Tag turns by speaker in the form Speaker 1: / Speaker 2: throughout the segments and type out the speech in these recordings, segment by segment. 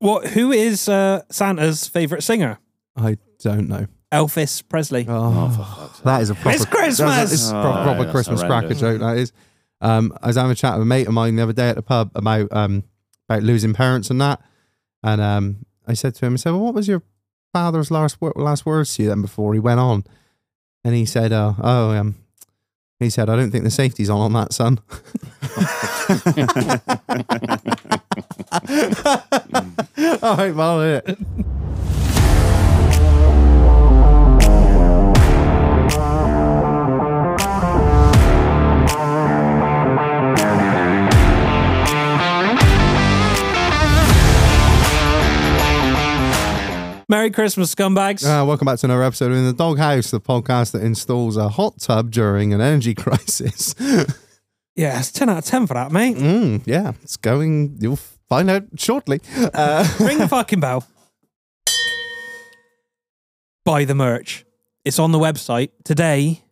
Speaker 1: What? Who is uh, Santa's favorite singer?
Speaker 2: I don't know.
Speaker 1: Elvis Presley.
Speaker 2: Oh, that is a proper
Speaker 1: It's Christmas!
Speaker 2: that's a- It's a pro-
Speaker 3: Oh,
Speaker 2: proper
Speaker 3: that's
Speaker 2: Christmas cracker
Speaker 3: horrendous.
Speaker 2: joke. That is. Um, I was having a chat with a mate of mine the other day at the pub about um about losing parents and that, and um I said to him, I said, "Well, what was your father's last wo- last words to you then before he went on?" And he said, "Oh, oh, um." He said, "I don't think the safety's on on that, son." All right, well, it.
Speaker 1: Merry Christmas, scumbags.
Speaker 2: Uh, welcome back to another episode of In the Doghouse, the podcast that installs a hot tub during an energy crisis.
Speaker 1: yeah, it's 10 out of 10 for that, mate.
Speaker 2: Mm, yeah, it's going. You'll find out shortly. Uh,
Speaker 1: Ring the fucking bell. Buy the merch. It's on the website today.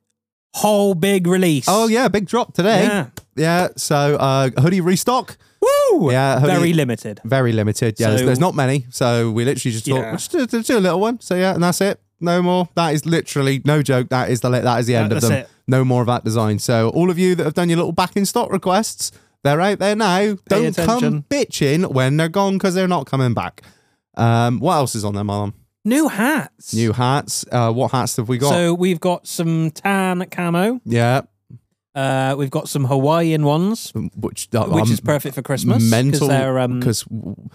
Speaker 1: Whole big release.
Speaker 2: oh yeah, big drop today.
Speaker 1: Yeah.
Speaker 2: Yeah, so uh, hoodie restock,
Speaker 1: Woo!
Speaker 2: Yeah, how do
Speaker 1: Very
Speaker 2: you-
Speaker 1: limited.
Speaker 2: very limited. Yeah, there's,
Speaker 1: So-
Speaker 2: there's not many, so we literally just thought
Speaker 1: Yeah.
Speaker 2: let's do, do- do a little one. So yeah, and that's it. No more. That is literally no joke. That is the li- that is the end of
Speaker 1: that's
Speaker 2: them.
Speaker 1: it.
Speaker 2: No more of that design. So all of you that have done your little back in stock requests, they're out there now. Don't come
Speaker 1: attention.
Speaker 2: bitching when they're gone because they're not coming back. Um, what else is on there, Marlon?
Speaker 1: New hats.
Speaker 2: New hats. Uh, what hats have we got?
Speaker 1: So we've got some tan camo.
Speaker 2: yeah,
Speaker 1: Uh, we've got some Hawaiian ones,
Speaker 2: which
Speaker 1: which
Speaker 2: I'm-
Speaker 1: is perfect for Christmas.
Speaker 2: Um, mental
Speaker 1: Because they're um,
Speaker 2: because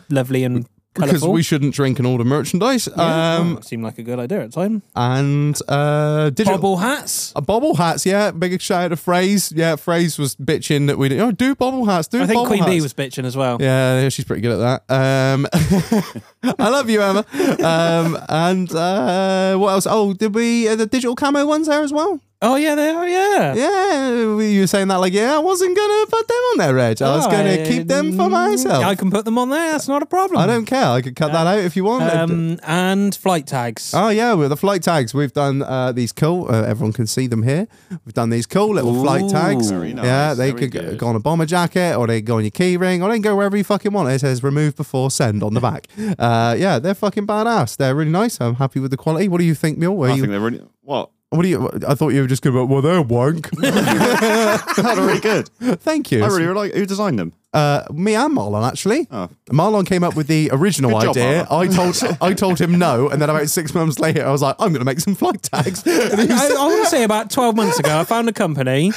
Speaker 1: lovely and
Speaker 2: because
Speaker 1: colourful.
Speaker 2: we shouldn't drink and order merchandise
Speaker 1: Yeah,
Speaker 2: um
Speaker 1: well, seemed like a good idea at the time.
Speaker 2: and uh digital
Speaker 1: Bobble hats.
Speaker 2: uh, bobble hats yeah big shout out to phrase yeah phrase was bitching that we didn't oh, do bobble hats do
Speaker 1: I think
Speaker 2: bobble
Speaker 1: Queen
Speaker 2: hats.
Speaker 1: Bee was bitching as well.
Speaker 2: yeah, yeah, she's pretty good at that. Um, I love you, Emma. Um, and uh, what else? Oh, did we uh, the digital camo ones there as well?
Speaker 1: Oh yeah, they are. Yeah.
Speaker 2: Yeah, we- you were saying that like, yeah, I wasn't gonna put them on there, Reg. I was gonna keep them for myself.
Speaker 1: I can put them on there. That's not a problem.
Speaker 2: I don't care. I could cut that out if you want.
Speaker 1: Uh, Um, and flight tags.
Speaker 2: Oh yeah, with the flight tags, we've done uh, these cool. Uh, everyone can see them here. We've done these cool little flight tags.
Speaker 3: Very nice,
Speaker 2: Yeah, they
Speaker 3: very
Speaker 2: could
Speaker 3: good.
Speaker 2: go on a bomber jacket, or they go on your key ring, or they can go wherever you fucking want. It says "remove before send" on the back. Uh, yeah, they're fucking badass. They're really nice. I'm happy with the quality. What do you think, Mule? Were
Speaker 3: I
Speaker 2: you-
Speaker 3: think they're really what?
Speaker 2: what do you? I thought you were just going to. Well, they're wank.
Speaker 3: They're really good.
Speaker 2: Thank you.
Speaker 3: I really like who designed them.
Speaker 2: uh, me and Marlon actually.
Speaker 3: Oh.
Speaker 2: Marlon came up with the original
Speaker 3: Good job,
Speaker 2: idea. I told I told him no, and then about six months later, I was like, I'm going to make some flight tags. And he
Speaker 1: I, I want to say about 12 months ago, I found a company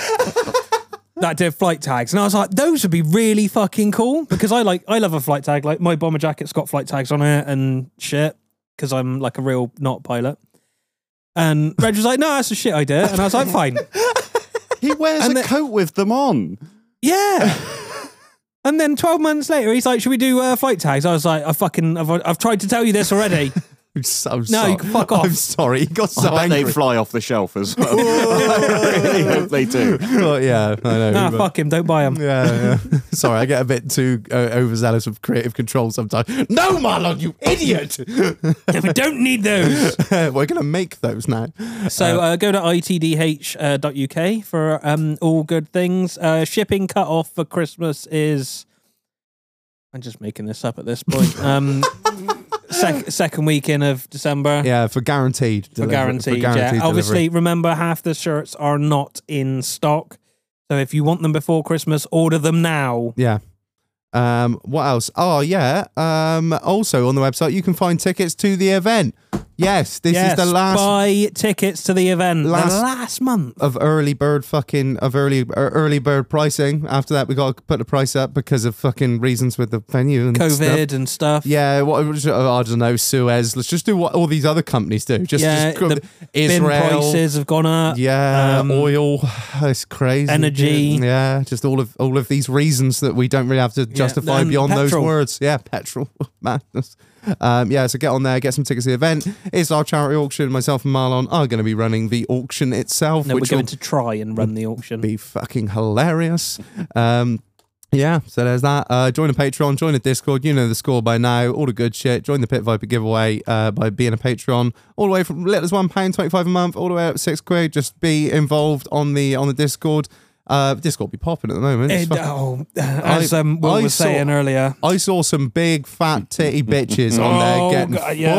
Speaker 1: that did flight tags, and I was like, those would be really fucking cool because I like, I love a flight tag. Like my bomber jacket's got flight tags on it and shit because I'm like a real not pilot. And Reg was like, no, that's a shit idea, and I was like, fine,
Speaker 3: He wears
Speaker 1: And
Speaker 3: a
Speaker 1: the-
Speaker 3: coat with them on.
Speaker 1: yeah. And then 12 months later, he's like, should we do uh, flight tags? I was like, I fucking, I've, I've tried to tell you this already.
Speaker 2: I'm so
Speaker 1: No,
Speaker 2: sorry.
Speaker 1: you can fuck off.
Speaker 2: I'm sorry. He got so
Speaker 3: I bet
Speaker 2: angry.
Speaker 3: they fly off the shelf as well. I really hope they do.
Speaker 2: Oh, yeah, I know.
Speaker 1: nah,
Speaker 2: but-
Speaker 1: Ah, fuck him, don't buy him.
Speaker 2: Yeah, yeah. sorry, I get a bit too uh, overzealous with creative control sometimes. No, Marlon, you idiot!
Speaker 1: we don't need those.
Speaker 2: We're gonna make those now.
Speaker 1: So uh, go to itdh.uk uh, for um, all good things. Uh, shipping cut off for Christmas is. I'm just making this up at this point. Um, sec- second weekend of December.
Speaker 2: Yeah, for guaranteed.
Speaker 1: For
Speaker 2: delivery-
Speaker 1: guaranteed, yeah.
Speaker 2: delivery.
Speaker 1: Obviously, remember half the shirts are not in stock, so if you want them before Christmas, order them now.
Speaker 2: Yeah. Um, what else? Oh yeah. Um, also on the website you can find tickets to the event. Yes, this
Speaker 1: yes,
Speaker 2: is the last
Speaker 1: buy tickets to the event.
Speaker 2: Last-
Speaker 1: the last month.
Speaker 2: of early bird fucking of early er, early bird pricing. After that, we got to put the price up because of fucking reasons with the venue and stuff.
Speaker 1: COVID and stuff.
Speaker 2: Yeah, what I don't know, Suez. Let's just do what all these other companies do. Just,
Speaker 1: yeah.
Speaker 2: just go-
Speaker 1: the bin
Speaker 2: Israel.
Speaker 1: prices have gone up.
Speaker 2: Yeah,
Speaker 1: um,
Speaker 2: oil. It's crazy.
Speaker 1: energy.
Speaker 2: Yeah, just all of all of these reasons that we don't really have to justify
Speaker 1: and
Speaker 2: beyond those
Speaker 1: petrol.
Speaker 2: words. Yeah, petrol madness. Um, yeah, so get on there, get some tickets to the event. It's our charity auction. Myself and Marlon are going to be running the auction itself,
Speaker 1: No, we're
Speaker 2: which will
Speaker 1: going to try and run the auction.
Speaker 2: be fucking hilarious. Um, yeah, so there's that. Uh, join the Patreon, join the Discord. You know the score by now. All the good shit. Join the Pit Viper giveaway uh, by being a Patreon. All the way from little as one pound twenty five a month, all the way up to six quid. Just be involved on the on the Discord. Uh, Discord be popping at the moment. It's
Speaker 1: It-
Speaker 2: fucking-
Speaker 1: oh, as um, Will
Speaker 2: I
Speaker 1: was
Speaker 2: saw-
Speaker 1: saying earlier,
Speaker 2: I saw some big fat titty bitches on
Speaker 1: Oh,
Speaker 2: there getting
Speaker 1: God, yeah.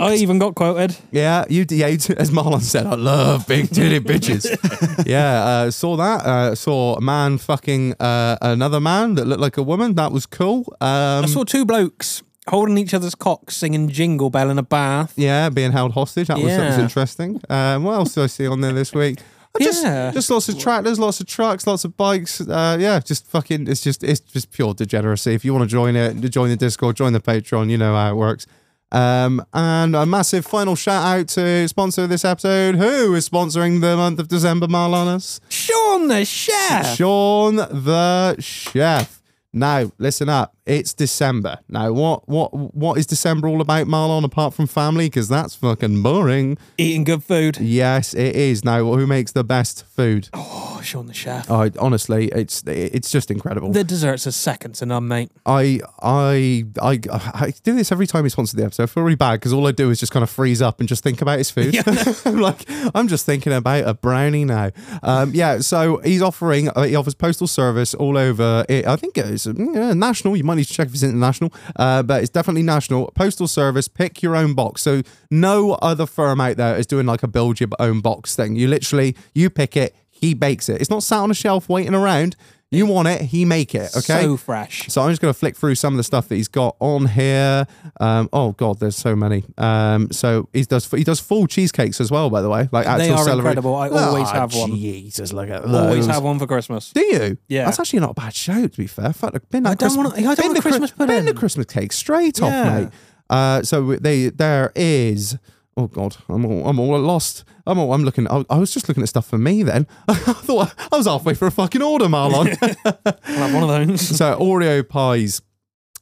Speaker 2: fucked.
Speaker 1: I even got quoted.
Speaker 2: Yeah, you, yeah, you, as Marlon said, I love big titty bitches. yeah, uh, saw that. Uh, saw a man fucking uh, another man that looked like a woman. That was cool. Um,
Speaker 1: I saw two blokes holding each other's cocks, singing Jingle Bell in a bath.
Speaker 2: yeah, being held hostage. That, was, that was
Speaker 1: Yeah.
Speaker 2: interesting. Um, what else did I see on there this week? I Just,
Speaker 1: Yeah.
Speaker 2: just lots of tractors, lots of trucks, lots of bikes. Uh, yeah, just fucking. It's just it's just pure degeneracy. If you want to join it, join the Discord, join the Patreon. You know how it works. Um, and a massive final shout out to sponsor of this episode, who is sponsoring the month of December, Marlanus.
Speaker 1: Sean the chef.
Speaker 2: Sean the chef. Now, listen up. It's December. Now, what what what is December all about, Marlon? Apart from family, because that's fucking boring.
Speaker 1: Eating good food.
Speaker 2: Yes, it is. Now, who makes the best food?
Speaker 1: Oh, Sean the chef.
Speaker 2: I honestly, it's it's just incredible.
Speaker 1: The desserts are second to none, mate.
Speaker 2: I I I I do this every time we sponsor the episode. I feel really bad because all I do is just kind of freeze up and just think about his food. I'm like, I'm just thinking about a brownie now. Um, yeah, so he's offering uh, he offers postal service all over. It, I think it's yeah, national. You might need to check if it's international, uh, but it's definitely national. Postal service, pick your own box. So no other firm out there is doing like a build your own box thing. You literally you pick it. He bakes it. It's not sat on a shelf waiting around. You want it, he make it. Okay.
Speaker 1: So fresh.
Speaker 2: So I'm just going to flick through some of the stuff that he's got on here. Um, oh God, there's so many. Um, so he does he does full cheesecakes as well, by the way. Like actual
Speaker 1: They are
Speaker 2: celery. Ah,
Speaker 1: incredible. I always have one.
Speaker 2: Jesus, look at
Speaker 1: Always
Speaker 2: those.
Speaker 1: have one for Christmas.
Speaker 2: Do you?
Speaker 1: Yeah.
Speaker 2: That's actually not a bad show, to be fair. Fuck, been that
Speaker 1: I don't
Speaker 2: Christmas,
Speaker 1: wanna- I don't
Speaker 2: bin
Speaker 1: want
Speaker 2: the Chris-
Speaker 1: Christmas
Speaker 2: bin
Speaker 1: pudding.
Speaker 2: the Christmas cake straight
Speaker 1: Yeah.
Speaker 2: off, mate. Uh, so they there is. Oh God, I'm all, I'm all lost. I'm all, I'm looking. I, I was just looking at stuff for me then. I thought I was halfway for a fucking order, Marlon.
Speaker 1: I'll have one of those.
Speaker 2: So Oreo pies,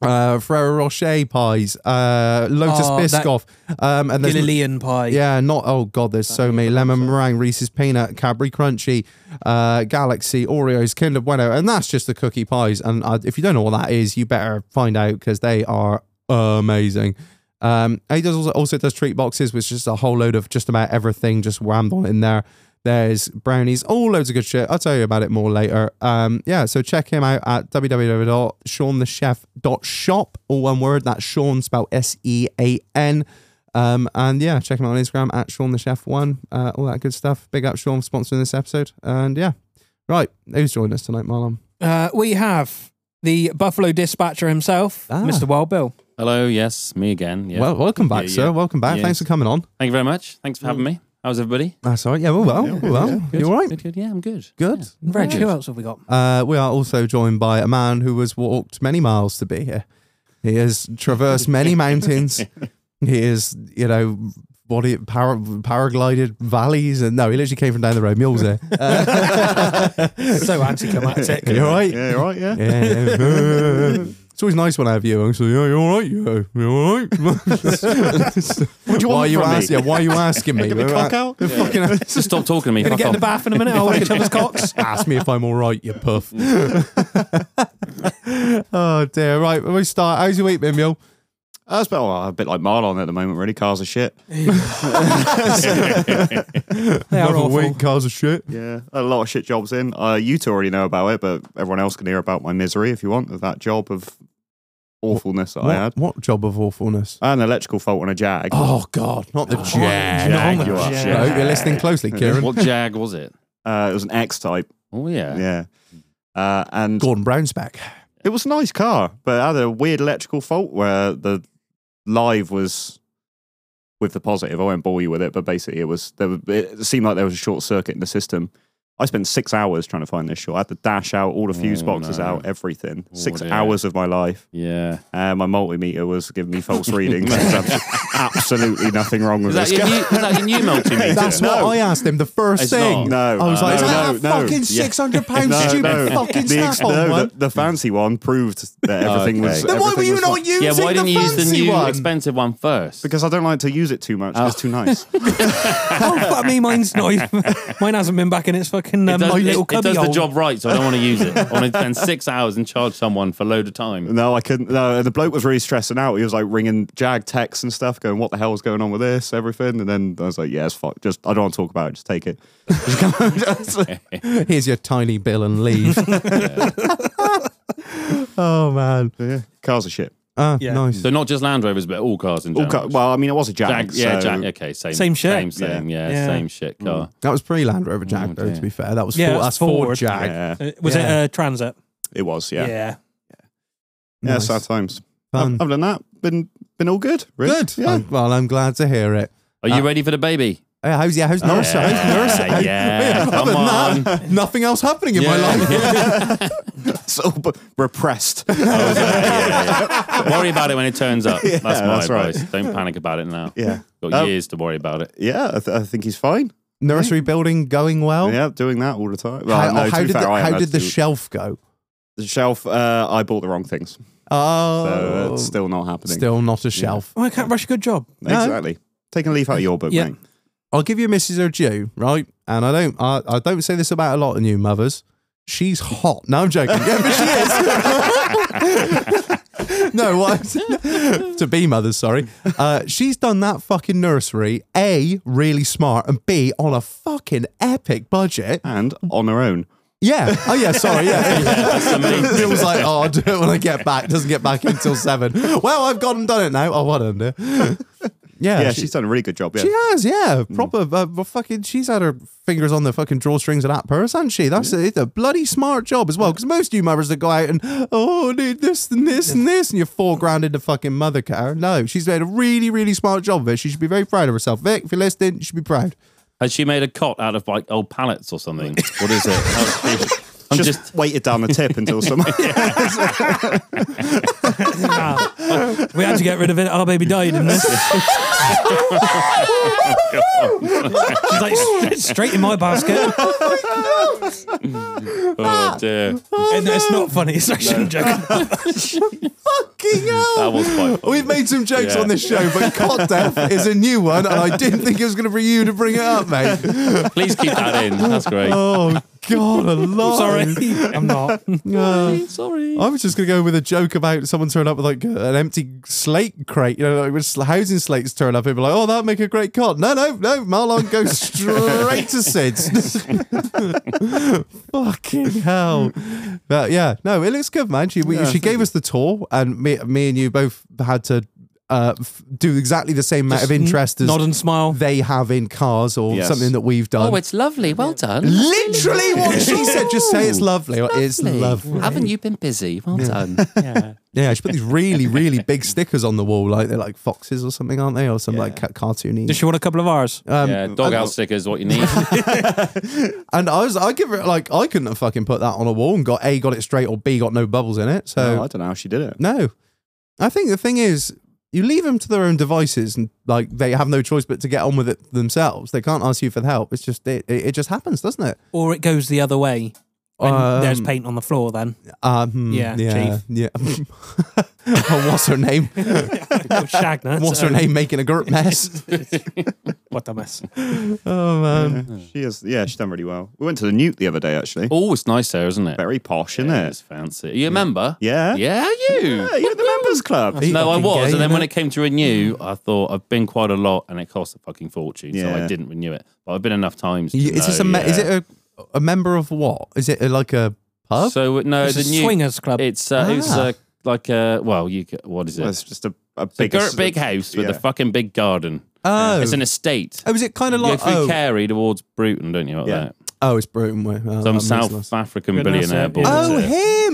Speaker 2: uh, Ferrero Rocher pies, uh, Lotus
Speaker 1: Oh, that-
Speaker 2: Biscoff, um, and there's
Speaker 1: Gillian pie.
Speaker 2: yeah, not oh god, there's so many lemon meringue, Reese's peanut, Cadbury crunchy, uh, Galaxy Oreos, Kinder Bueno, and that's just the cookie pies. And uh, if you don't know what that is, you better find out because they are amazing. Um, and he does also, also does treat boxes, which is a whole load of just about everything just whammed on in there. There's brownies, all loads of good shit. I'll tell you about it more later. Um, yeah, so check him out at www.seanthechef.shop, all one word. That's Sean spelled S E A N. Um, and yeah, check him out on Instagram at Sean the Chef One, uh, all that good stuff. Big up Sean for sponsoring this episode. And yeah, right, who's joined us tonight, Marlon?
Speaker 1: Uh, we have the Buffalo dispatcher himself,
Speaker 2: Ah.
Speaker 1: Mr. Wild Bill.
Speaker 3: Hello, yes, me again. Yeah.
Speaker 2: Well, welcome back,
Speaker 3: Yeah,
Speaker 2: sir.
Speaker 3: yeah.
Speaker 2: Welcome back.
Speaker 3: Yeah.
Speaker 2: Thanks for coming on.
Speaker 3: Thank you very much. Thanks for having me. How's everybody?
Speaker 2: That's all right. Yeah, well, well, well,
Speaker 3: Good.
Speaker 2: you all right?
Speaker 3: Good, good. Yeah, I'm good.
Speaker 2: Good.
Speaker 1: Reg,
Speaker 3: Good.
Speaker 1: who else have we got?
Speaker 2: Uh, we are also joined by a man who has walked many miles to be here. He has traversed many mountains. He is, you know, body para, paraglided valleys, and no, he literally came from down the road. Mules there.
Speaker 1: so anticlimactic.
Speaker 2: you all right?
Speaker 4: Yeah, right, yeah.
Speaker 2: Yeah. it's always nice when I have you. I'm so, yeah, you all right? Yeah, you all right?
Speaker 4: What do you
Speaker 2: why
Speaker 4: want
Speaker 2: you
Speaker 4: from me?
Speaker 2: ask, yeah, why are you asking me?
Speaker 4: Give me cock out?
Speaker 2: Yeah. Fucking
Speaker 3: Just stop talking to me.
Speaker 1: Gonna
Speaker 3: Fuck
Speaker 1: get in the
Speaker 3: off.
Speaker 1: bath in a minute. I'll each other's cocks.
Speaker 2: ask me if I'm all right, you puff. oh dear. Right, well, we start. How's your week been, Mule?
Speaker 4: That's about, well, a bit like Marlon at the moment, really. Cars are shit.
Speaker 1: They are awful.
Speaker 2: cars of shit.
Speaker 4: Yeah, a lot of shit jobs in. Uh, you two already know about it, but everyone else can hear about my misery if you want of that job of awfulness that I had.
Speaker 2: What, what job of awfulness?
Speaker 4: An electrical fault on a Jag.
Speaker 2: Oh God, not the
Speaker 1: Jag.
Speaker 2: jag.
Speaker 1: Not on
Speaker 4: you
Speaker 1: the
Speaker 4: are
Speaker 1: Jag.
Speaker 2: I
Speaker 4: shit.
Speaker 2: hope you're listening closely, Kieran.
Speaker 3: What jag was it?
Speaker 4: Uh, it was an X type.
Speaker 3: Oh yeah.
Speaker 4: Yeah. Uh, and
Speaker 2: Gordon Brown's back.
Speaker 4: it was a nice car, but it had a weird electrical fault where the live was with the positive. I won't bore you with it, but basically it was there. were- It seemed like there was a short circuit in the system. I spent six hours trying to find this short. I had to dash out all the fuse
Speaker 3: Oh,
Speaker 4: boxes
Speaker 3: no.
Speaker 4: out, everything.
Speaker 3: Oh,
Speaker 4: Six
Speaker 3: dear.
Speaker 4: hours of my life.
Speaker 3: Yeah.
Speaker 4: Uh, my multimeter was giving me false readings. There's absolutely nothing wrong with
Speaker 3: Is that
Speaker 4: this
Speaker 3: your
Speaker 4: car.
Speaker 3: new, is that your new multimeter?
Speaker 2: That's
Speaker 4: No.
Speaker 2: what I asked him the first
Speaker 3: It's
Speaker 2: thing.
Speaker 4: not. No.
Speaker 2: I was Oh, like,
Speaker 4: No,
Speaker 2: is that
Speaker 4: no,
Speaker 2: a
Speaker 4: no.
Speaker 2: fucking
Speaker 4: Yeah.
Speaker 2: six hundred pound
Speaker 4: No,
Speaker 2: stupid
Speaker 4: no.
Speaker 2: fucking
Speaker 4: The ex-
Speaker 2: snap on
Speaker 4: no,
Speaker 2: one?
Speaker 4: The, the fancy one proved that everything was.
Speaker 3: Oh, Okay.
Speaker 2: then why were
Speaker 4: everything
Speaker 2: you
Speaker 4: was
Speaker 2: not
Speaker 4: fine.
Speaker 2: using
Speaker 3: yeah. Why didn't
Speaker 2: the
Speaker 3: you use the
Speaker 2: fancy
Speaker 3: new
Speaker 2: one?
Speaker 3: expensive one first?
Speaker 4: Because I don't like
Speaker 5: Oh.
Speaker 4: to use it too much. It's too nice.
Speaker 1: Oh fuck me, mine's not. even- Mine hasn't been back in its fucking um,
Speaker 5: does,
Speaker 1: my little
Speaker 5: it, it
Speaker 1: cubby
Speaker 5: does the
Speaker 1: hole.
Speaker 5: job right, so I don't want to use it. I want to spend six hours and charge someone for a load of time.
Speaker 4: No, I couldn't. No, the bloke was really stressing out. He was like ringing Jag texts and stuff, going, "What the hell's going on with this? Everything." And then I was like, "Yeah, it's fuck. Just I don't want to talk about it. Just take it."
Speaker 2: Here's your tiny bill and leave. oh man.
Speaker 4: yeah, cars are shit.
Speaker 2: Ah,
Speaker 1: Yeah.
Speaker 2: nice.
Speaker 5: So not just Land Rovers, but all cars in
Speaker 4: All
Speaker 5: general.
Speaker 4: car- well, I mean, it was a Jag.
Speaker 5: Jag, yeah,
Speaker 4: so-
Speaker 5: Jag, okay, same,
Speaker 1: Same shit.
Speaker 5: same, same, yeah,
Speaker 1: Yeah.
Speaker 5: same shit car.
Speaker 2: That was pre Land Rover Jag, though.
Speaker 5: dear.
Speaker 2: To be fair, that was
Speaker 1: Yeah,
Speaker 2: Ford,
Speaker 1: that's
Speaker 2: that's Ford,
Speaker 1: Ford.
Speaker 2: Jag.
Speaker 4: Yeah,
Speaker 1: Uh, was
Speaker 2: Yeah.
Speaker 1: it a transit?
Speaker 4: it was. Yeah, yeah,
Speaker 1: yeah.
Speaker 2: Nice.
Speaker 4: sad times.
Speaker 2: Fun.
Speaker 4: Other than that, been been all good. Really.
Speaker 2: Good.
Speaker 4: Yeah.
Speaker 2: I'm- well, I'm glad to hear it.
Speaker 5: Are you ready for the baby?
Speaker 2: Hey, how's yeah? How's nurse? How's nurse?
Speaker 5: Yeah, yeah,
Speaker 2: other than
Speaker 5: come
Speaker 2: that, nothing else happening in my life.
Speaker 4: so b- repressed.
Speaker 5: Worry about it when it turns up. that's my
Speaker 4: that's right.
Speaker 5: advice. Don't panic about it now.
Speaker 4: yeah.
Speaker 5: Got
Speaker 4: Um,
Speaker 5: years to worry about it.
Speaker 4: Yeah, I, th- I think he's fine.
Speaker 2: Nursery building going well.
Speaker 4: Yeah, doing that all the time. Well,
Speaker 2: Oh. How,
Speaker 4: no, to
Speaker 2: how
Speaker 4: be
Speaker 2: did
Speaker 4: fair,
Speaker 2: the,
Speaker 4: I haven't
Speaker 2: how
Speaker 4: had
Speaker 2: did the
Speaker 4: to-
Speaker 2: shelf go?
Speaker 4: the shelf? Uh, I bought the wrong things, so
Speaker 2: Oh,
Speaker 4: it's still not happening.
Speaker 2: still not a shelf.
Speaker 1: Oh, I can't rush a good job.
Speaker 4: exactly. Taking a leaf out of your book,
Speaker 1: Yeah.
Speaker 4: mate.
Speaker 2: I'll give you Mrs. Her due, right? And I don't, I, I don't say this about a lot of new mothers. She's hot. No, I'm joking. Yeah, but she is. no, what? I'm- to be mothers, sorry. Uh, she's done that fucking nursery. A, really smart, and B, on a fucking epic budget.
Speaker 4: and on her own.
Speaker 2: Yeah. Oh yeah. Sorry. Yeah.
Speaker 5: the main
Speaker 2: it was like, oh, I'll do it when I get back. Doesn't get back until seven. Well, I've gone and done it now. Oh, what under? Yeah.
Speaker 4: Yeah,
Speaker 2: she-
Speaker 4: she's done a really good job. Yeah,
Speaker 2: she has, yeah. Proper, uh, well, fucking, she's had her fingers on the fucking drawstrings of that purse, hasn't she? That's a, it's a bloody smart job as well. Because most you mothers that go out and, oh, dude, this and this and this, and you're four grand into fucking mother care. No, she's made a really, really smart job of it. She should be very proud of herself. Vic, if you're listening, you should be proud.
Speaker 5: Has she made a cot out of like old pallets or something? What is it? How's she- I'm
Speaker 4: just,
Speaker 5: just
Speaker 4: waited down the tip until someone.
Speaker 1: We had to get rid of it. Our baby died in this. She's like "Straight- straight in my basket,
Speaker 5: oh dear,
Speaker 1: and it's not funny. It's actually a joke.
Speaker 2: Fucking hell!
Speaker 5: that was quite. Funny.
Speaker 2: We've made some jokes
Speaker 5: Yeah.
Speaker 2: on this show, but cot death is a new one, and I didn't think it was going to be you to bring it up, mate.
Speaker 5: Please keep that in. That's great.
Speaker 4: Um,
Speaker 2: Oh God, a lot.
Speaker 1: Sorry, I'm not.
Speaker 5: Sorry.
Speaker 2: I was just going to go with a joke about someone turning up with like an empty slate crate, you know, like when sl- housing slates turn up. People are like, oh, that'd make a great cot. No, no, no, Marlon goes straight to Sid's. Fucking hell. But yeah, no, it looks good, man. She, we, she gave us the tour, and me, me and you both had to uh, f- do exactly the same amount of interest as
Speaker 1: Nod and smile.
Speaker 2: they have in cars or
Speaker 4: Yes.
Speaker 2: something that we've done.
Speaker 6: Oh, it's lovely. Well done.
Speaker 2: Literally what she said. Just say it's lovely. It's lovely.
Speaker 6: Haven't you been busy? Well done.
Speaker 2: Yeah, she put these really, really big stickers on the wall, like they're like foxes or something, aren't they? Or some like ca- cartoony.
Speaker 1: Does she want a couple of hours?
Speaker 2: um,
Speaker 5: yeah, doghouse stickers is what you need.
Speaker 2: And I was, I give it like I couldn't have fucking put that on a wall and got a got it straight or b got no bubbles in it. So
Speaker 4: No, I don't know how she did it.
Speaker 2: No. I think the thing is, you leave them to their own devices and like they have no choice but to get on with it themselves. They can't ask you for help. It's just, it, it, it just happens, doesn't it?
Speaker 1: Or it goes the other way. And there's
Speaker 2: Um,
Speaker 1: paint on the floor then.
Speaker 2: Um,
Speaker 1: Yeah,
Speaker 2: yeah. yeah. Oh, what's her name?
Speaker 1: Shagner.
Speaker 2: What's her name making a group mess?
Speaker 1: What a mess.
Speaker 2: oh, man.
Speaker 4: She is. Yeah, she's done really well. We went to the Newt the other day, actually.
Speaker 5: oh, it's nice there, isn't it?
Speaker 4: Very posh, isn't
Speaker 5: Yeah,
Speaker 4: it?
Speaker 5: It's fancy. You remember?
Speaker 4: Yeah.
Speaker 5: Yeah, you.
Speaker 4: Yeah, you're at the members club.
Speaker 5: No, I
Speaker 2: fucking
Speaker 5: was,
Speaker 2: gay,
Speaker 5: and then
Speaker 2: innit?
Speaker 5: when it came to renew, I thought I've been quite a lot, and it cost a fucking fortune, so I
Speaker 4: Yeah.
Speaker 5: didn't renew it. But I've been enough times. To
Speaker 2: Y- Is this a
Speaker 5: know,
Speaker 2: me- is
Speaker 5: yeah.
Speaker 2: it a, a member of what? Is it uh, like a pub?
Speaker 5: So uh, no,
Speaker 1: It's
Speaker 5: the
Speaker 1: a
Speaker 5: new
Speaker 1: swingers club.
Speaker 5: It's uh, it's
Speaker 2: Ah.
Speaker 5: uh, like a well, you ca- what is it?
Speaker 4: Well, it's just a, a
Speaker 5: It's a
Speaker 4: big,
Speaker 5: gir- big house with a
Speaker 4: yeah.
Speaker 5: fucking big garden.
Speaker 2: oh,
Speaker 5: It's an estate.
Speaker 2: oh, is it kind of
Speaker 5: you go
Speaker 2: like
Speaker 5: through
Speaker 2: oh,
Speaker 5: Carey towards Bruton, don't you? Like
Speaker 4: Yeah.
Speaker 5: that.
Speaker 2: oh, it's Bruton way. Oh, that
Speaker 5: Some
Speaker 2: makes
Speaker 5: South
Speaker 2: sense.
Speaker 5: African
Speaker 1: Goodness,
Speaker 5: billionaire.
Speaker 1: yeah.
Speaker 5: bought
Speaker 2: Oh,
Speaker 5: it.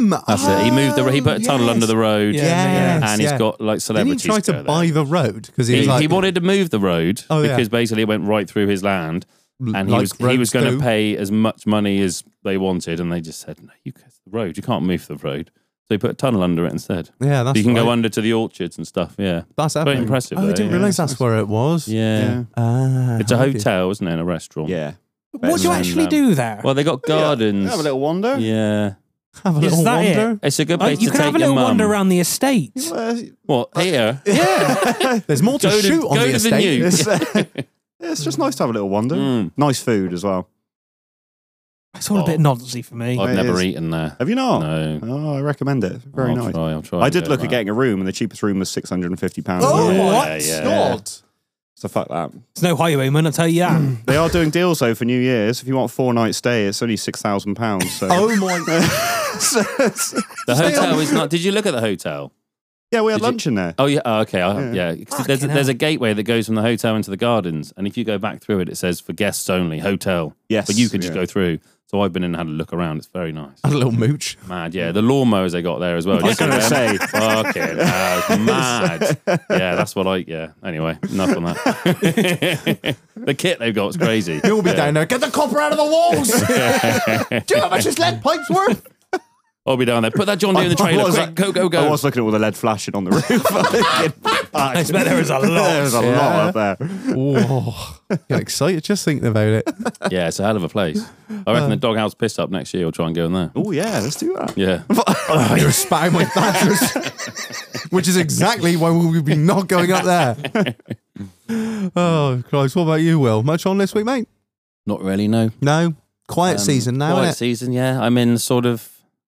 Speaker 2: him.
Speaker 5: That's it. He moved the he put a tunnel under the road.
Speaker 1: Yeah, yeah.
Speaker 5: and he's
Speaker 2: yeah.
Speaker 5: got like
Speaker 2: Didn't he
Speaker 5: celebrities.
Speaker 2: try
Speaker 5: go
Speaker 2: to
Speaker 5: there.
Speaker 2: buy the road because he,
Speaker 5: He,
Speaker 2: was like
Speaker 5: he wanted to move the road
Speaker 2: Oh, yeah.
Speaker 5: because basically it went right through his land, and he
Speaker 2: like
Speaker 5: was he was
Speaker 2: roads
Speaker 5: going
Speaker 2: do.
Speaker 5: to pay as much money as they wanted, and they just said, "No, you guys, the road. You can't move the road." So he put a tunnel under it instead.
Speaker 2: Yeah, that's
Speaker 5: So you can go
Speaker 2: right.
Speaker 5: under to the orchards and stuff. Yeah,
Speaker 2: That's
Speaker 5: quite
Speaker 2: epic.
Speaker 5: impressive.
Speaker 2: Oh, I
Speaker 5: though,
Speaker 2: didn't
Speaker 5: yeah.
Speaker 2: realize that's where it was.
Speaker 5: Yeah.
Speaker 4: Yeah.
Speaker 2: Ah,
Speaker 5: It's a
Speaker 2: handy.
Speaker 5: hotel, isn't it? And a restaurant.
Speaker 4: Yeah.
Speaker 1: what do you
Speaker 5: than,
Speaker 1: actually
Speaker 5: um,
Speaker 1: do there?
Speaker 5: Well, they got gardens.
Speaker 4: Have a little wander.
Speaker 5: Yeah.
Speaker 2: Have a
Speaker 1: Is
Speaker 2: little
Speaker 1: that it?
Speaker 2: wander.
Speaker 5: It's a good
Speaker 1: Uh,
Speaker 5: place
Speaker 1: you
Speaker 5: to
Speaker 1: can
Speaker 5: take
Speaker 1: have a
Speaker 5: your
Speaker 1: little
Speaker 5: mum.
Speaker 1: wander around the estate.
Speaker 4: Uh,
Speaker 5: What here? Yeah.
Speaker 2: There's more to
Speaker 5: Go to-
Speaker 2: shoot on
Speaker 5: go
Speaker 2: the
Speaker 5: to the
Speaker 2: estate.
Speaker 5: new-
Speaker 4: uh, it's, it's just nice to have a little wander.
Speaker 5: Mm.
Speaker 4: Nice food as well.
Speaker 1: It's all a
Speaker 5: Oh.
Speaker 1: bit nonsency for me.
Speaker 5: I've
Speaker 4: It
Speaker 5: never
Speaker 4: is.
Speaker 5: eaten there.
Speaker 4: Have you not?
Speaker 5: No.
Speaker 4: Oh, I recommend it. Very
Speaker 5: I'll
Speaker 4: nice.
Speaker 5: Try, I'll try
Speaker 4: I
Speaker 5: and
Speaker 4: did
Speaker 5: get
Speaker 4: look at
Speaker 5: that.
Speaker 4: getting a room, and the cheapest room was six hundred and fifty pounds.
Speaker 3: Oh
Speaker 5: Yeah,
Speaker 3: my
Speaker 5: yeah.
Speaker 3: god!
Speaker 4: So fuck that.
Speaker 1: It's no highwayman, I'll tell you that.
Speaker 5: Mm.
Speaker 4: They are doing deals though for New Year's. If you want a four night stay, it's only six thousand pounds. So.
Speaker 3: Oh my!
Speaker 4: So it's-
Speaker 5: The hotel is not. Did you look at the hotel?
Speaker 4: yeah, we had
Speaker 5: Did you-
Speaker 4: lunch in there.
Speaker 5: Oh yeah. Oh, okay. I,
Speaker 4: Yeah.
Speaker 5: yeah. 'Cause There's a,
Speaker 1: Fucking
Speaker 5: there's a gateway that goes from the hotel into the gardens, and if you go back through it, it says for guests only hotel.
Speaker 4: Yes,
Speaker 5: But you can just
Speaker 4: yeah.
Speaker 5: go through. So I've been in and had a look around. It's very nice.
Speaker 2: a little mooch.
Speaker 5: Mad, yeah. The lawnmowers they got there as well. I was
Speaker 4: Mm. gonna say.
Speaker 5: fucking hell, it's mad. Yeah, that's what I. Yeah. Anyway, enough on that. the kit they've got is crazy.
Speaker 2: You'll be
Speaker 5: Yeah.
Speaker 2: down there. Get the copper out of the walls. Do you know how much this lead pipe's worth?
Speaker 5: I'll be down there. Put that John Deere in the trailer.
Speaker 4: was-
Speaker 5: Quick, go, go,
Speaker 4: I
Speaker 5: go.
Speaker 4: was looking at all the lead flashing on the roof.
Speaker 1: I bet there is a lot.
Speaker 4: There's a lot up there.
Speaker 2: Oh, get excited just thinking about it.
Speaker 5: Yeah, it's a hell of a place. I
Speaker 4: Uh.
Speaker 5: reckon the doghouse piss up next year. We'll try and go in there.
Speaker 4: Oh yeah, let's do that.
Speaker 5: Yeah.
Speaker 2: Oh, you're spouting my thatchers, which is exactly why we would be not going up there. Oh, Christ. What about you, Will? Much on this week, mate?
Speaker 5: Not really, no.
Speaker 2: No. Quiet
Speaker 5: Um,
Speaker 2: season now,
Speaker 5: Quiet
Speaker 2: innit?
Speaker 5: season, yeah. I'm in sort of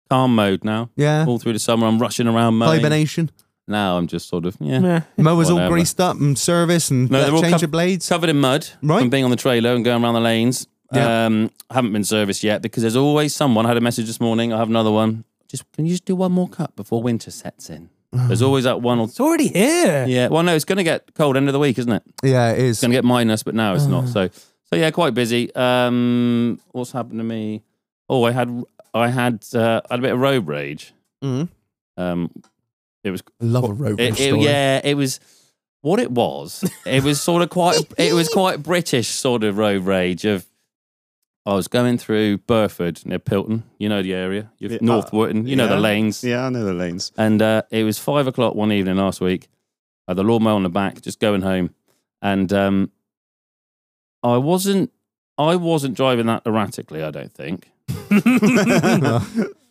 Speaker 5: calm mode now.
Speaker 2: Yeah.
Speaker 5: All through the summer, I'm rushing around mowing.
Speaker 2: Hibernation.
Speaker 5: Now I'm just sort of, yeah.
Speaker 1: Yeah.
Speaker 2: Mowers all
Speaker 5: Whatever.
Speaker 2: greased up and service and
Speaker 5: No,
Speaker 2: uh,
Speaker 5: they're all
Speaker 2: change
Speaker 5: cov-
Speaker 2: of blades.
Speaker 5: covered in mud
Speaker 2: Right.
Speaker 5: from being on the trailer and going around the lanes.
Speaker 2: Yeah.
Speaker 5: Um, haven't been serviced yet because there's always someone. I had a message this morning. I have another one. Just can you just do one more cut before winter sets in? There's always that one or
Speaker 1: It's already here.
Speaker 5: yeah. Well, no, it's going to get cold end of the week, isn't it?
Speaker 2: Yeah, it is.
Speaker 5: It's going to get minus, but now it's not. So so yeah, quite busy. Um, what's happened to me? Oh, I had I had uh, I had a bit of road rage.
Speaker 2: Mm.
Speaker 5: Um, it was
Speaker 2: Love a road
Speaker 5: it, it-
Speaker 2: story.
Speaker 5: yeah, it was what it was. It was sort of quite. it was quite British sort of road rage. Of I was going through Burford near Pilton. You know the area, You've
Speaker 4: Yeah,
Speaker 5: North
Speaker 4: uh,
Speaker 5: Wotton. You know
Speaker 4: yeah.
Speaker 5: the lanes.
Speaker 4: Yeah, I know the lanes.
Speaker 5: And uh, it was five o'clock one evening last week. I had the lawnmower on the back, just going home, and um, I wasn't. I wasn't driving that erratically. I don't think.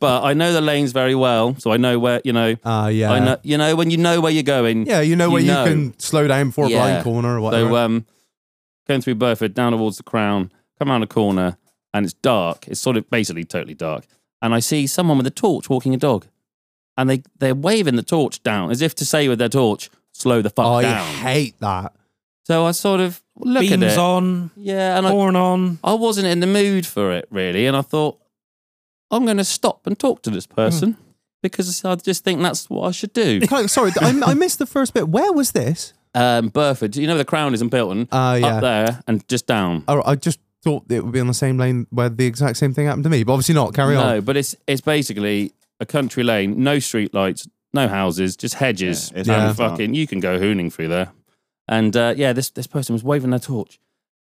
Speaker 5: But I know the lanes very well, so I know where you know.
Speaker 2: Ah, yeah.
Speaker 4: Uh-huh.
Speaker 5: I know you know when you know where you're going.
Speaker 2: Yeah, you know
Speaker 5: You
Speaker 2: where you,
Speaker 5: know.
Speaker 2: can slow down for a
Speaker 5: Yeah.
Speaker 2: blind corner or whatever.
Speaker 5: So um, going through Burford, down towards the Crown, come around a corner, and it's dark. It's sort of basically totally dark, and I see someone with a torch walking a dog, and they they're waving the torch down as if to say with their torch, slow the fuck
Speaker 2: Oh, I
Speaker 5: down.
Speaker 2: hate that.
Speaker 5: so I sort of look at
Speaker 1: Beams
Speaker 5: it,
Speaker 1: on,
Speaker 5: yeah, and I,
Speaker 1: horn on.
Speaker 5: I wasn't in the mood for it really, and I thought I'm going to stop and talk to this
Speaker 2: Hmm.
Speaker 5: person because I just think that's what I should do.
Speaker 2: Kind of- Sorry, I, I missed the first bit. Where was this?
Speaker 5: um, Burford, you know the Crown is in Pilton,
Speaker 2: Ah, yeah.
Speaker 5: up there and just down.
Speaker 2: Oh, I just thought it would be on the same lane where the exact same thing happened to me, but obviously not. Carry
Speaker 5: no,
Speaker 2: on.
Speaker 5: but it's it's basically a country lane, no street lights, no houses, just hedges,
Speaker 4: Yeah,
Speaker 5: and
Speaker 4: it's Yeah.
Speaker 5: fucking you can go hooning through there. And uh, yeah, this this person was waving their torch,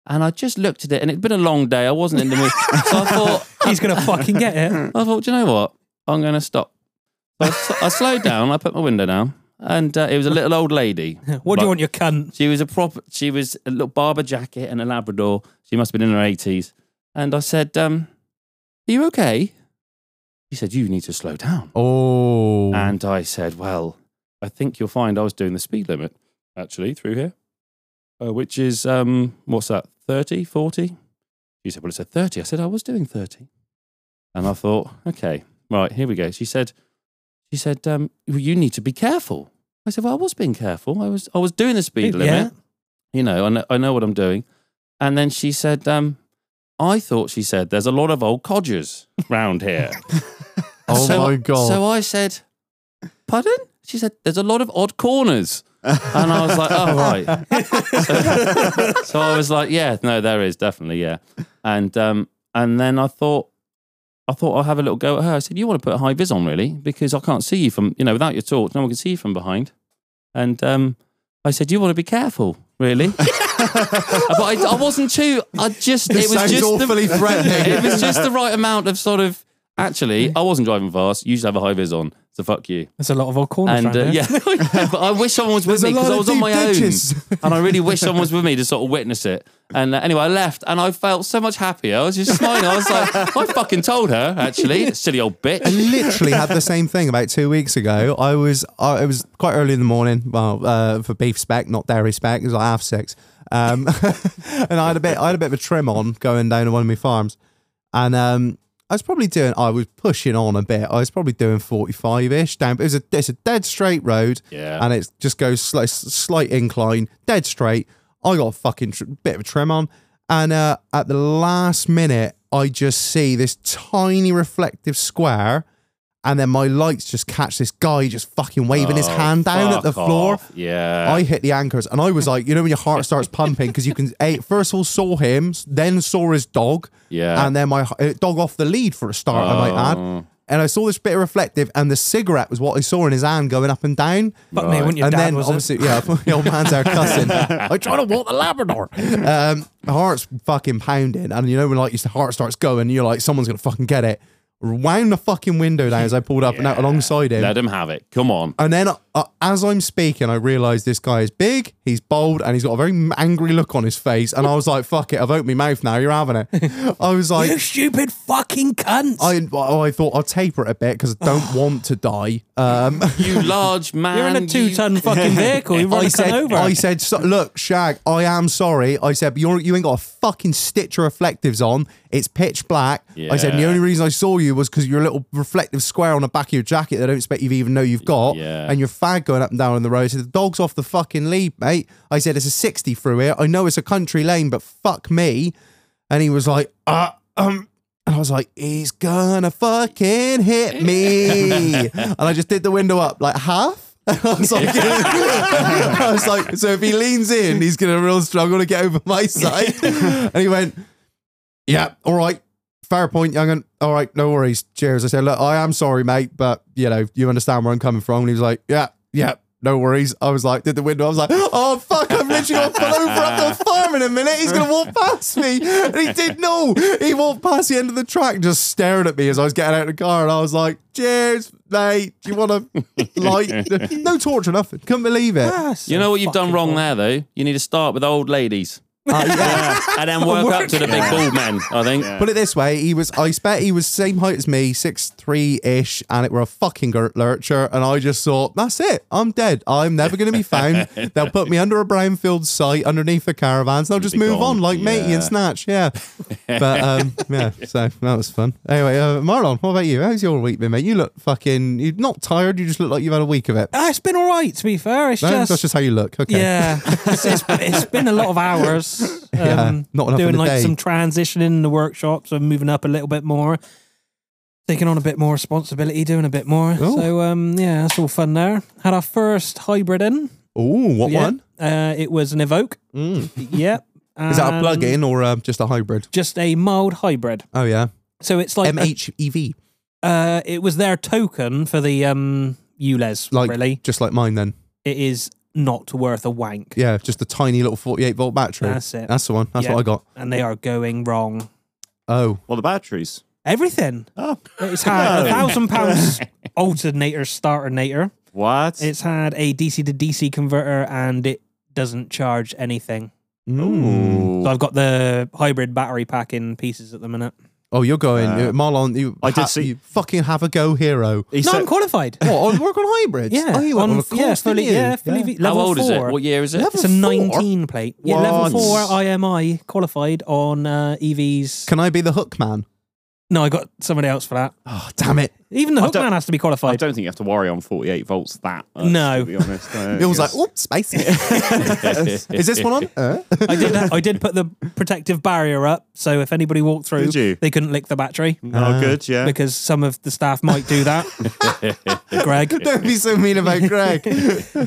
Speaker 5: and I just looked at it, and it'd been a long day. I wasn't in the mood, so I thought,
Speaker 1: He's going to fucking get it.
Speaker 5: I thought, do you know what? I'm going to stop. I, s- I slowed down. I put my window down, and uh, it was a little old lady.
Speaker 1: What do
Speaker 5: Like-
Speaker 1: you want, your cunt?
Speaker 5: She was a proper. She was a little barber jacket and a Labrador. She must have been in her eighties. And I said, um, "Are you okay?" She said, "You need to slow down."
Speaker 2: Oh,
Speaker 5: And I said, "Well, I think you'll find I was doing the speed limit actually through here, uh, which is um, what's that, 30, 40? She said, "Well, it's a 30. I said, "I was doing 30. And I thought, "Okay, right, here we go." She said, "She said, um, well, you need to be careful." I said, "Well, I was being careful. I was, I was doing the speed limit."
Speaker 1: Yeah.
Speaker 5: you know, I know, I know what I'm doing. And then she said, um, I thought she said, there's a lot of old codgers round here.
Speaker 2: oh
Speaker 5: so,
Speaker 2: my god.
Speaker 5: So I said, pardon? She said, there's a lot of odd corners. And I was like, oh, right. so, so I was like, yeah, no, there is definitely, yeah. And, um, and then I thought, I thought I'll have a little go at her. I said, you want to put a high vis on, really? Because I can't see you from, you know, without your torch, no one can see you from behind. And um, I said, you want to be careful, really? but I, I wasn't too, I just, it, was
Speaker 2: sounds
Speaker 5: just the-
Speaker 2: awfully threatening.
Speaker 5: it was just the right amount of sort of. Actually, I wasn't driving fast. You should have a high vis on. So fuck you.
Speaker 1: There's a lot of old corners
Speaker 5: And
Speaker 1: round
Speaker 5: uh,
Speaker 1: here.
Speaker 5: yeah, but I wish someone was with
Speaker 2: There's a
Speaker 5: me because
Speaker 2: lot
Speaker 5: I
Speaker 2: of
Speaker 5: was on
Speaker 2: deep
Speaker 5: my
Speaker 2: ditches.
Speaker 5: own, and I really wish someone was with me to sort of witness it. And uh, anyway, I left, and I felt so much happier. I was just smiling. I was like, I fucking told her. Actually, silly old bitch.
Speaker 2: literally had the same thing about two weeks ago. I was I it was quite early in the morning. Well, uh, for beef spec, not dairy spec. It was like half six. Um, and I had a bit I had a bit of a trim on going down to one of my farms, And um, I was probably doing, I was pushing on a bit. I was probably doing 45 ish down, but it was a, it's a dead straight road
Speaker 5: Yeah.
Speaker 2: and it just goes slight, slight incline, dead straight. I got a fucking tr- bit of a trim on, and uh, at the last minute, I just see this tiny reflective square, and then my lights just catch this guy just fucking waving his hand down at
Speaker 5: Oh, Fuck
Speaker 2: the floor.
Speaker 5: off. Yeah.
Speaker 2: I hit the anchors and I was like, you know, when your heart starts pumping because you can. A, first of all, saw him, then saw his dog,
Speaker 5: Yeah. Oh.
Speaker 2: and then my h- uh, dog off the lead for a start. I might add, and I saw this bit of reflective, and the cigarette was what I saw in his hand going up and down
Speaker 1: Fuck me, wouldn't your
Speaker 2: and
Speaker 1: dad,
Speaker 2: then
Speaker 1: was
Speaker 2: obviously, yeah, the old man's out cussing. I try to walk the Labrador. Um, my heart's fucking pounding, and you know when like your heart starts going, and you're like, someone's gonna fucking get it. Wound the fucking window down as I pulled up and out alongside him.
Speaker 5: Let him have it. Come on.
Speaker 2: and then, uh, as I'm speaking, I realise this guy is big, he's bold, and he's got a very angry look on his face. And I was like, "Fuck it, I've opened my mouth now. You're having it." I was
Speaker 1: it?
Speaker 2: like,
Speaker 1: You stupid fucking cunt.
Speaker 2: "I, I thought I'll taper it a bit because I don't want to die." Um,
Speaker 5: You large man.
Speaker 1: You're in a
Speaker 5: you-
Speaker 1: two ton fucking vehicle. You've
Speaker 2: I
Speaker 1: already
Speaker 2: said,
Speaker 1: cut over.
Speaker 2: I said, so, look, Shag, I am sorry. I said, but you're, you ain't got a fucking stitch of reflectives on. It's pitch black. I said, and the
Speaker 5: Yeah.
Speaker 2: only reason I saw you was because you're a little reflective square on the back of your jacket that I don't expect you to even know you've got.
Speaker 5: Yeah.
Speaker 2: And your fag going up and down on the road. I said, the dog's off the fucking lead, mate. I said, it's a 60 through here. I know it's a country lane, but fuck me. And he was like, uh, um, and I was like, he's gonna fucking hit me. and I just did the window up like half. And I was like, I was like, so if he leans in, he's gonna real struggle to get over my side. and he went, Yeah, all right. Fair point, young'un. All right, no worries. Cheers. I said, look, I am sorry, mate, but you know, you understand where I'm coming from. And he was like, yeah, yeah, no worries. I was like, did the window. I was like, oh fuck, I've literally got to pull over up to a farm in a minute. He's gonna walk past me, and he did know. He walked past the end of the track, and just staring at me as I was getting out of the car, and I was like, cheers, mate. Do you want to like no torture, nothing? Couldn't believe it.
Speaker 5: You know what you've done wrong there, though? You need to start with old ladies.
Speaker 4: Oh,
Speaker 5: and then work, up to the big bald men, I think.
Speaker 2: Put it this way, he was I bet he was same height as me, six three ish, and it were a fucking gir- lurcher, and I just thought, that's it, I'm dead. I'm never gonna be found. they'll put me under a brownfield site underneath the caravans, and I'll just
Speaker 5: be
Speaker 2: move
Speaker 5: gone.
Speaker 2: on like matey
Speaker 5: Yeah.
Speaker 2: and snatch, yeah. But um yeah, so that was fun. Anyway, uh, Marlon, what about you? How's your week been, mate? You look fucking you're not tired, you just look like you've had a week of it.
Speaker 1: Ah, it's been all right, to be fair. It's
Speaker 2: No,
Speaker 1: just.
Speaker 2: that's just how you look. Okay.
Speaker 1: Yeah, it's, it's, it's been a lot of hours. Um,
Speaker 2: Yeah, not enough in
Speaker 1: doing
Speaker 2: a
Speaker 1: like
Speaker 2: day.
Speaker 1: some transitioning in the workshops and moving up a little bit more, taking on a bit more responsibility, doing a bit more.
Speaker 2: Cool.
Speaker 1: So um, yeah, that's all fun there. Had our first hybrid in.
Speaker 2: Ooh, what
Speaker 1: Yeah.
Speaker 2: one?
Speaker 1: Uh, it was an Evoke.
Speaker 2: Mm.
Speaker 1: yep.
Speaker 2: Is that a
Speaker 1: And
Speaker 2: plug in or um, just a hybrid?
Speaker 1: Just a mild hybrid.
Speaker 2: Oh yeah. E
Speaker 1: So it's like a-
Speaker 2: MHEV.
Speaker 1: uh, it was their token for the um ULEZ.
Speaker 2: Like
Speaker 1: really,
Speaker 2: just like mine then.
Speaker 1: it is not worth a wank.
Speaker 2: Yeah, just a tiny little 48 volt battery.
Speaker 1: That's it.
Speaker 2: That's the one. That's
Speaker 1: Yeah.
Speaker 2: what I got.
Speaker 1: and they are going wrong.
Speaker 2: Oh,
Speaker 4: Well, the batteries.
Speaker 1: Everything.
Speaker 4: Oh,
Speaker 1: It's had a
Speaker 4: No.
Speaker 1: thousand pounds alternator starternator.
Speaker 4: what?
Speaker 1: It's had a DC to DC converter and it doesn't charge anything.
Speaker 2: Mm.
Speaker 1: So I've got the hybrid battery pack in pieces at the minute.
Speaker 2: oh, you're going,
Speaker 4: Uh,
Speaker 2: you- Marlon. You,
Speaker 4: I did
Speaker 2: ha-
Speaker 4: see-
Speaker 2: you fucking have a go, hero.
Speaker 4: He
Speaker 1: no,
Speaker 4: said-
Speaker 1: I'm qualified.
Speaker 2: What on work on hybrids?
Speaker 1: Yeah,
Speaker 2: oh, you went on, a course,
Speaker 1: yeah,
Speaker 2: didn't
Speaker 1: fully,
Speaker 2: you?
Speaker 1: yeah, fully V- level
Speaker 5: How old is it?
Speaker 1: four.
Speaker 5: What year is it?
Speaker 2: Level
Speaker 1: It's a
Speaker 2: four?
Speaker 1: 19 plate. Yeah,
Speaker 4: What?
Speaker 1: level four IMI qualified on uh, EVs.
Speaker 2: Can I be the hook man?
Speaker 1: No, I got somebody else for that.
Speaker 2: Oh, damn it!
Speaker 1: Even the
Speaker 4: I don't-
Speaker 1: hookman has to be
Speaker 4: I
Speaker 1: qualified.
Speaker 4: don't think you have to worry on 48 volts that much,
Speaker 1: No.
Speaker 4: to be honest. I don't
Speaker 2: It was like,
Speaker 4: guess.
Speaker 2: oh, spicy. is this one on? Uh?
Speaker 1: I did. I did put the protective barrier up, so if anybody walked through,
Speaker 4: Did you?
Speaker 1: they couldn't lick the battery.
Speaker 4: oh, good, yeah.
Speaker 1: because some of the staff might do that. Greg.
Speaker 2: Don't be so mean about Greg.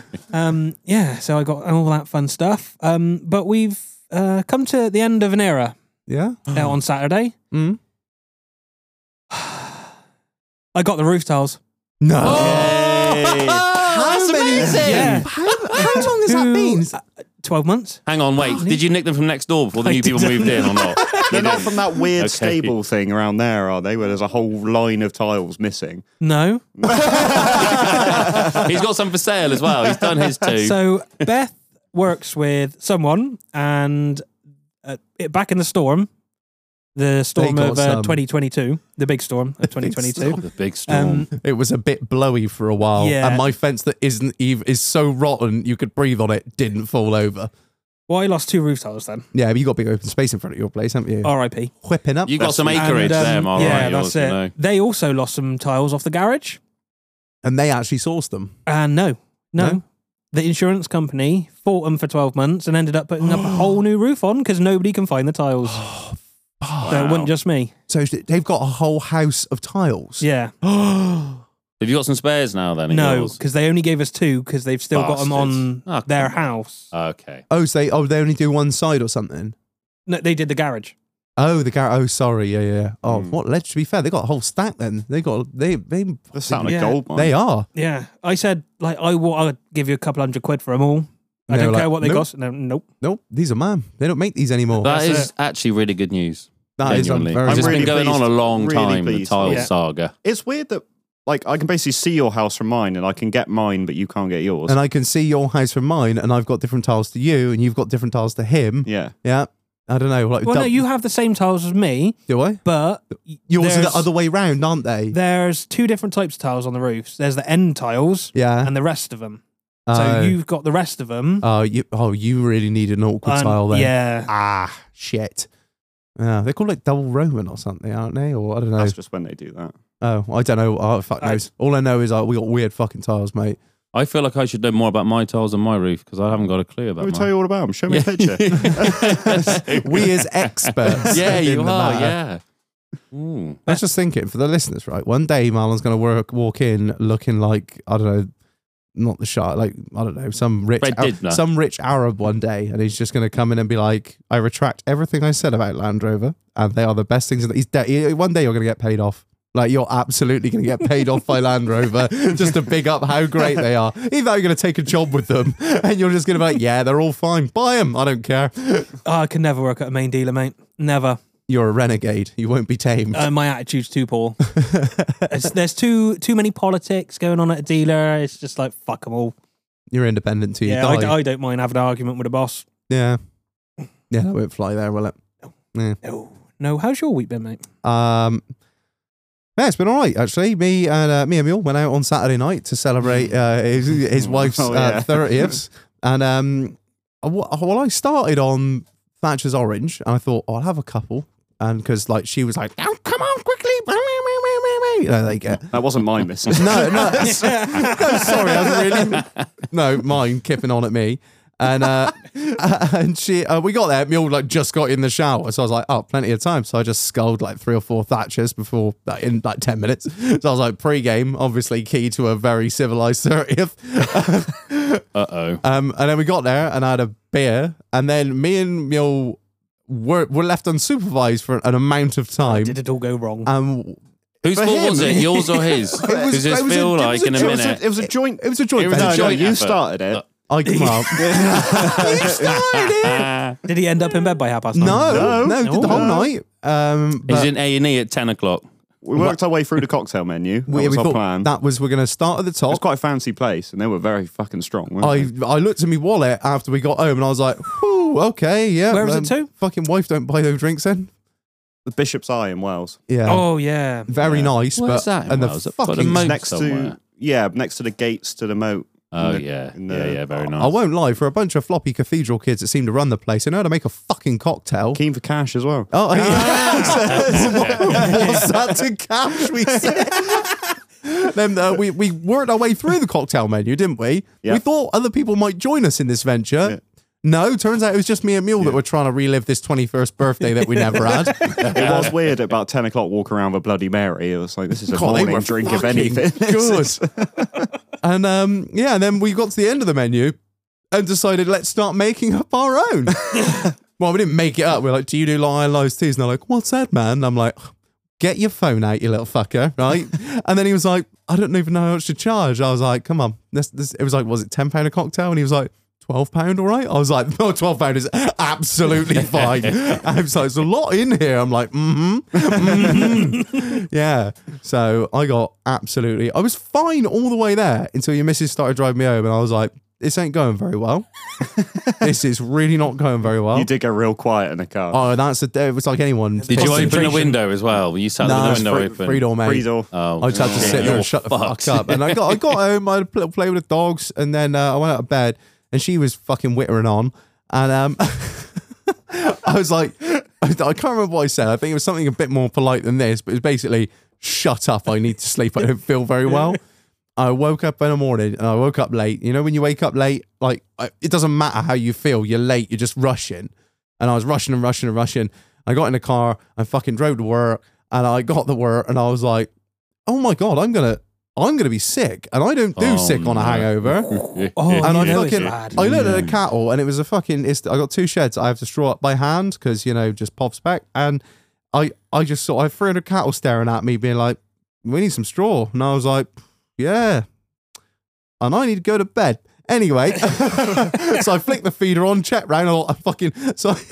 Speaker 1: Um, yeah, so I got all that fun stuff. Um, but we've uh, come to the end of an era
Speaker 2: yeah.
Speaker 1: uh, on Saturday.
Speaker 2: Mm.
Speaker 1: I got the roof tiles.
Speaker 2: No.
Speaker 5: That's amazing.
Speaker 1: Oh, Yeah.
Speaker 2: How, how long has that been?
Speaker 1: Two- uh, 12 months.
Speaker 5: Hang on,
Speaker 1: Oh,
Speaker 5: wait. Did you nick them from next door before the new people moved in or not?
Speaker 4: They're not from that weird
Speaker 5: Okay.
Speaker 4: stable thing around there, are they? Where there's a whole line of tiles missing.
Speaker 1: No.
Speaker 5: He's got some for sale as well. He's done his too.
Speaker 1: So Beth works with someone, and uh, it, back in the storm, the storm
Speaker 2: got
Speaker 1: of uh,
Speaker 2: some.
Speaker 1: 2022, the big storm of 2022.
Speaker 5: the big
Speaker 1: Um,
Speaker 5: storm.
Speaker 2: It was a bit blowy for a while,
Speaker 1: Yeah.
Speaker 2: and my fence that isn't even is so rotten you could breathe on it didn't fall over.
Speaker 1: Well, I lost two roof tiles then.
Speaker 2: Yeah, but you got big open space in front of your place, haven't you?
Speaker 1: R.I.P.
Speaker 2: Whipping up.
Speaker 5: You got some acreage
Speaker 1: And, um,
Speaker 5: there, Mark.
Speaker 1: Yeah, that's
Speaker 5: right? Yours, you
Speaker 1: it.
Speaker 5: know.
Speaker 1: They also lost some tiles off the garage.
Speaker 2: and they actually sourced them.
Speaker 1: And no, no,
Speaker 2: No?
Speaker 1: The insurance company fought them for 12 months and ended up putting up a whole new roof on because nobody can find the tiles. So it wasn't just me.
Speaker 2: So sh- they've got a whole house of tiles.
Speaker 1: Yeah.
Speaker 5: Have you got some spares now then? in
Speaker 1: No,
Speaker 5: yours?
Speaker 1: because they only gave us two because they've still got 'em got them
Speaker 5: Bastards.
Speaker 1: on
Speaker 5: Ah,
Speaker 1: their
Speaker 5: come on.
Speaker 1: house.
Speaker 5: Okay.
Speaker 2: Oh, so they, oh, they only do one side or something.
Speaker 1: No, they did the garage.
Speaker 2: Oh, the gar. Oh, sorry. Yeah, yeah. yeah. Oh,
Speaker 4: Hmm.
Speaker 2: what ledge? To be fair, they got a whole stack. Then they got they they
Speaker 4: They're sat on
Speaker 1: Yeah.
Speaker 4: a gold mine.
Speaker 2: they are.
Speaker 1: Yeah. I said, like, I will, I'll give you a couple hundred quid for them all. I
Speaker 2: And they
Speaker 1: don't
Speaker 2: were
Speaker 1: care
Speaker 2: like,
Speaker 1: what they
Speaker 2: nope.
Speaker 1: got. No, nope.
Speaker 2: Nope, these are mine. They don't make these anymore.
Speaker 5: That's
Speaker 1: That's it.
Speaker 5: actually really good news.
Speaker 2: That is
Speaker 5: genuinely.
Speaker 2: very
Speaker 5: Because it's
Speaker 4: I'm
Speaker 5: been
Speaker 4: really
Speaker 5: going on a
Speaker 4: pleased.
Speaker 5: long
Speaker 4: Really
Speaker 5: time, the
Speaker 4: pleased.
Speaker 5: tile
Speaker 1: Yeah.
Speaker 5: saga.
Speaker 4: It's weird that like I can basically see your house from mine, and I can get mine, but you can't get yours.
Speaker 2: and I can see your house from mine, and I've got different tiles to you, and you've got different tiles to him. Yeah,
Speaker 4: yeah,
Speaker 2: I don't know. Like,
Speaker 1: Well, no,
Speaker 2: dou-
Speaker 1: you have the same tiles as me,
Speaker 2: do I?
Speaker 1: but
Speaker 2: Yours are the
Speaker 1: there's-
Speaker 2: other way round, aren't they?
Speaker 1: there's two different types of tiles on the roofs. There's the end tiles
Speaker 2: yeah.
Speaker 1: and the rest of them. So
Speaker 2: Oh.
Speaker 1: you've got the rest of them.
Speaker 2: Oh, you. Oh, you really need an awkward
Speaker 1: and-
Speaker 2: tile then.
Speaker 1: yeah.
Speaker 2: Ah, shit. Yeah, they're called like double Roman or something, aren't they? Or I don't know.
Speaker 4: that's just when they do that.
Speaker 2: Oh, I don't know. Oh, fuck
Speaker 1: I-
Speaker 2: knows. All I know is like, we got weird fucking tiles, mate.
Speaker 5: I feel like I should know more about my tiles and my roof because I haven't got a clue about
Speaker 4: Let me tell
Speaker 5: mine.
Speaker 4: you all about them. Show me a picture.
Speaker 2: We as experts.
Speaker 5: yeah,
Speaker 2: in
Speaker 5: you
Speaker 2: the
Speaker 5: are.
Speaker 2: matter.
Speaker 5: Yeah. Ooh.
Speaker 2: I was just thinking for the listeners, right? One day Marlon's going to work, walk in looking like I don't know, not the shot, like I don't know, some rich,
Speaker 5: Fred
Speaker 2: Ar-
Speaker 5: Dibner.
Speaker 2: some rich Arab one day, and he's just going to come in and be like, "I retract everything I said about Land Rover, and they are the best things." in the-" He's de- he- one day you're going to get paid off. Like you're absolutely going to get paid off by Land Rover just to big up how great they are. Either you're going to take a job with them, and you're just going to be like, "Yeah, they're all fine. Buy them. I don't care."
Speaker 1: Oh, I can never work at a main dealer, mate. Never.
Speaker 2: You're a renegade. You won't be tamed.
Speaker 1: Uh, my attitude's too poor. It's- there's too too many politics going on at a dealer. It's just like fuck them all.
Speaker 2: you're independent till you
Speaker 1: yeah,
Speaker 2: die.
Speaker 1: I, d- I don't mind having an argument with a boss.
Speaker 2: Yeah. Yeah, that won't fly there, will it?
Speaker 1: No, no. How's your week been, mate?
Speaker 2: Um, yeah, it's been all right actually. Me and uh, me and Mule went out on Saturday night to celebrate uh, his, his wife's
Speaker 4: Oh,
Speaker 2: uh
Speaker 4: yeah.
Speaker 2: thirtieth, and um, I wa- well, I started on Thatcher's Orange, and I thought "Oh, I'll have a couple, and because like she was like, "Oh, come on quickly!" You know, like, uh,
Speaker 4: That wasn't mine, miss.
Speaker 2: no, no, no, sorry, I was really no mine kipping on at me. And uh, and she, uh, we got there. Mule like just got in the shower, so I was like, oh, plenty of time. So I just sculled like three or four thatchers before like, in like ten minutes. So I was like, pre-game, obviously key to a very civilized thirtieth.
Speaker 5: Uh oh.
Speaker 2: Um, and then we got there and I had a beer, and then me and Mule were were left unsupervised for an amount of time.
Speaker 1: Did it all go wrong?
Speaker 2: Um,
Speaker 5: Whose
Speaker 4: For
Speaker 5: fault
Speaker 4: him.
Speaker 5: was it? Yours or his? Because
Speaker 2: it
Speaker 5: it
Speaker 2: was a-
Speaker 5: feel
Speaker 2: it
Speaker 5: like
Speaker 2: was a
Speaker 5: in a
Speaker 2: joke.
Speaker 4: it, was
Speaker 5: minute.
Speaker 4: a, it was a joint.
Speaker 2: it was a joint.
Speaker 5: It was a
Speaker 4: no,
Speaker 2: venture.
Speaker 4: no,
Speaker 5: joint
Speaker 4: you
Speaker 5: effort.
Speaker 4: started it.
Speaker 2: I well, you started it.
Speaker 5: Ah.
Speaker 1: Did he end up in bed by half past nine?
Speaker 2: No, no, did the whole
Speaker 4: No.
Speaker 2: night. Um,
Speaker 5: He's
Speaker 2: but
Speaker 5: in A and E at ten o'clock.
Speaker 4: We worked our way through the cocktail menu. That
Speaker 2: we,
Speaker 4: was
Speaker 2: we
Speaker 4: our
Speaker 2: thought
Speaker 4: plan.
Speaker 2: that was we're going to start at the
Speaker 4: It was
Speaker 2: top.
Speaker 4: quite a fancy place, and they were very fucking strong. Weren't they?
Speaker 2: I I looked at my wallet after we got home and I was like, Whew, okay, yeah. um,
Speaker 1: Where was it to?
Speaker 2: Fucking wife, don't buy those drinks then.
Speaker 4: the Bishop's Eye in Wales,
Speaker 2: Yeah,
Speaker 1: Oh yeah.
Speaker 2: very nice,
Speaker 5: Where's
Speaker 2: but
Speaker 5: that in
Speaker 2: and the
Speaker 5: Wales? At
Speaker 2: fucking.
Speaker 5: Fulham? Moat
Speaker 4: next
Speaker 5: somewhere.
Speaker 4: to yeah, next to the gates to the moat.
Speaker 5: Oh
Speaker 4: In the-
Speaker 5: yeah,
Speaker 4: in the-
Speaker 5: yeah, yeah. Very nice.
Speaker 2: I won't lie, for a bunch of floppy cathedral kids that seem to run the place, they know how to make a fucking cocktail.
Speaker 4: Keen for cash as well.
Speaker 2: Oh, yeah. what's that to cash? We said. then uh, we we worked our way through the cocktail menu, didn't we?
Speaker 4: Yeah.
Speaker 2: We thought other people might join us in this venture.
Speaker 4: Yeah.
Speaker 2: No, turns out it was just me and Mule that were trying to relive this 21st birthday that we never had.
Speaker 4: It was weird at about ten o'clock. Walk around with Bloody Mary. It was like this is a
Speaker 2: God, they
Speaker 4: morning
Speaker 2: were
Speaker 4: drink of
Speaker 2: fucking
Speaker 4: anything.
Speaker 2: Good. and um, yeah, and then we got to the end of the menu and decided let's start making up our own. well, we didn't make it up. We're like, do you do Long Island iced teas? And they're like, what's that, man? And I'm like, get your phone out, you little fucker, right? and then he was like, I don't even know how much to charge. I was like, come on. This, this, it was like, was it ten pound a cocktail? And he was like. Twelve pound, all right. I was like, no, twelve pound is absolutely fine. I was like, there's a lot in here. I'm like, mm-hmm, yeah. So I got absolutely. I was fine all the way there until your missus started driving me home, and I was like, "This ain't going very well. this is really not going very well."
Speaker 4: You did get real quiet in the car.
Speaker 2: Oh, that's a. It was like anyone.
Speaker 5: Did you open the
Speaker 1: Concentration.
Speaker 5: window as well? You sat
Speaker 2: Nah,
Speaker 5: with
Speaker 2: it's
Speaker 5: the window
Speaker 2: free,
Speaker 5: open.
Speaker 2: free door, mate.
Speaker 4: Breeze all.
Speaker 5: Oh,
Speaker 2: I uh, just had to sit there
Speaker 5: you're
Speaker 2: and shut the
Speaker 5: fucked.
Speaker 2: fuck up. And I got I got home, I had a play with the dogs, and then uh, I went out of bed, and she was fucking whittering on. And um, I was like, I can't remember what I said. I think it was something a bit more polite than this, but it was basically, shut up. I need to sleep. I don't feel very well. I woke up in the morning and I woke up late. You know, when you wake up late, like I, it doesn't matter how you feel, you're late, you're just rushing. And I was rushing and rushing and rushing. I got in the car, I fucking drove to work, and I got to work and I was like, oh my God, I'm going to. I'm gonna be sick, and I don't do
Speaker 5: Oh,
Speaker 2: sick on a
Speaker 5: no.
Speaker 2: hangover.
Speaker 1: Oh,
Speaker 2: And
Speaker 1: you
Speaker 2: I
Speaker 1: know it's
Speaker 2: fucking,
Speaker 1: bad.
Speaker 2: I looked at the cattle, and it was a fucking. It's, I got two sheds. I have to straw up by hand because you know just pops back, and I I just saw I had 300 cattle staring at me, being like, "We need some straw," and I was like, "Yeah," and I need to go to bed. Anyway, so I flicked the feeder on, check round, and I fucking so. I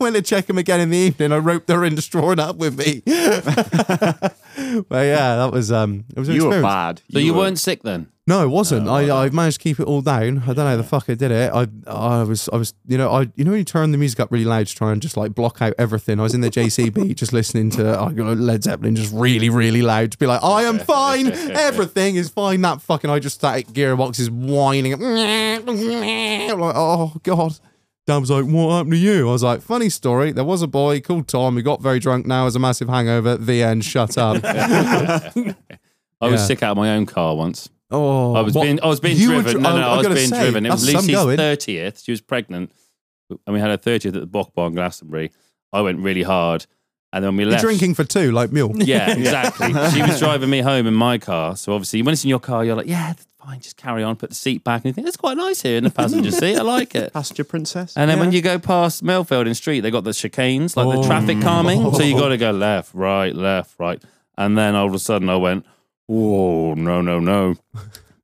Speaker 2: Went to check him again in the evening. I roped her into drawing up with me. but yeah, that was um, it was an
Speaker 4: You were
Speaker 2: experience.
Speaker 4: bad.
Speaker 5: So you weren't sick then?
Speaker 2: No, it wasn't. I I managed to keep it all down. I don't know how the fuck I did it. I I was I was you know I you know when you turn the music up really loud to try and just like block out everything. I was in the JCB just listening to I got Led Zeppelin just really really loud to be like I am fine. Everything is fine. That fucking I just static gearbox is whining. I'm like oh god. Dan was like, "What happened to you?" I was like, "Funny story. There was a boy called Tom who got very drunk. Now has a massive hangover. The end. Shut up."
Speaker 5: I was
Speaker 2: Yeah.
Speaker 5: sick out of my own car once.
Speaker 2: oh,
Speaker 5: I was
Speaker 2: what-
Speaker 5: being I was being
Speaker 2: You were
Speaker 5: driven.
Speaker 2: dri-
Speaker 5: no,
Speaker 2: I'm-
Speaker 5: no,
Speaker 2: I'm
Speaker 5: I was
Speaker 2: gonna
Speaker 5: being
Speaker 2: say,
Speaker 5: driven. It was
Speaker 2: that's some
Speaker 5: Lucy's
Speaker 2: going.
Speaker 5: thirtieth. She was pregnant, and we had her thirtieth at the Bock Bar in Glastonbury. I went really hard, and then when we
Speaker 2: You're
Speaker 5: left,
Speaker 2: drinking for two, like mule.
Speaker 5: Yeah, exactly. she was driving me home in my car. So obviously, when it's in your car, you're like, yeah, that's fine, just carry on, put the seat back. And you think, it's quite nice here in the passenger seat. I like it.
Speaker 4: Passenger princess.
Speaker 5: And then when you go past Melfield and Street, they got the chicanes, like
Speaker 2: Oh.
Speaker 5: the traffic calming. So you got to go left, right, left, right. And then all of a sudden I went, whoa, no, no, no.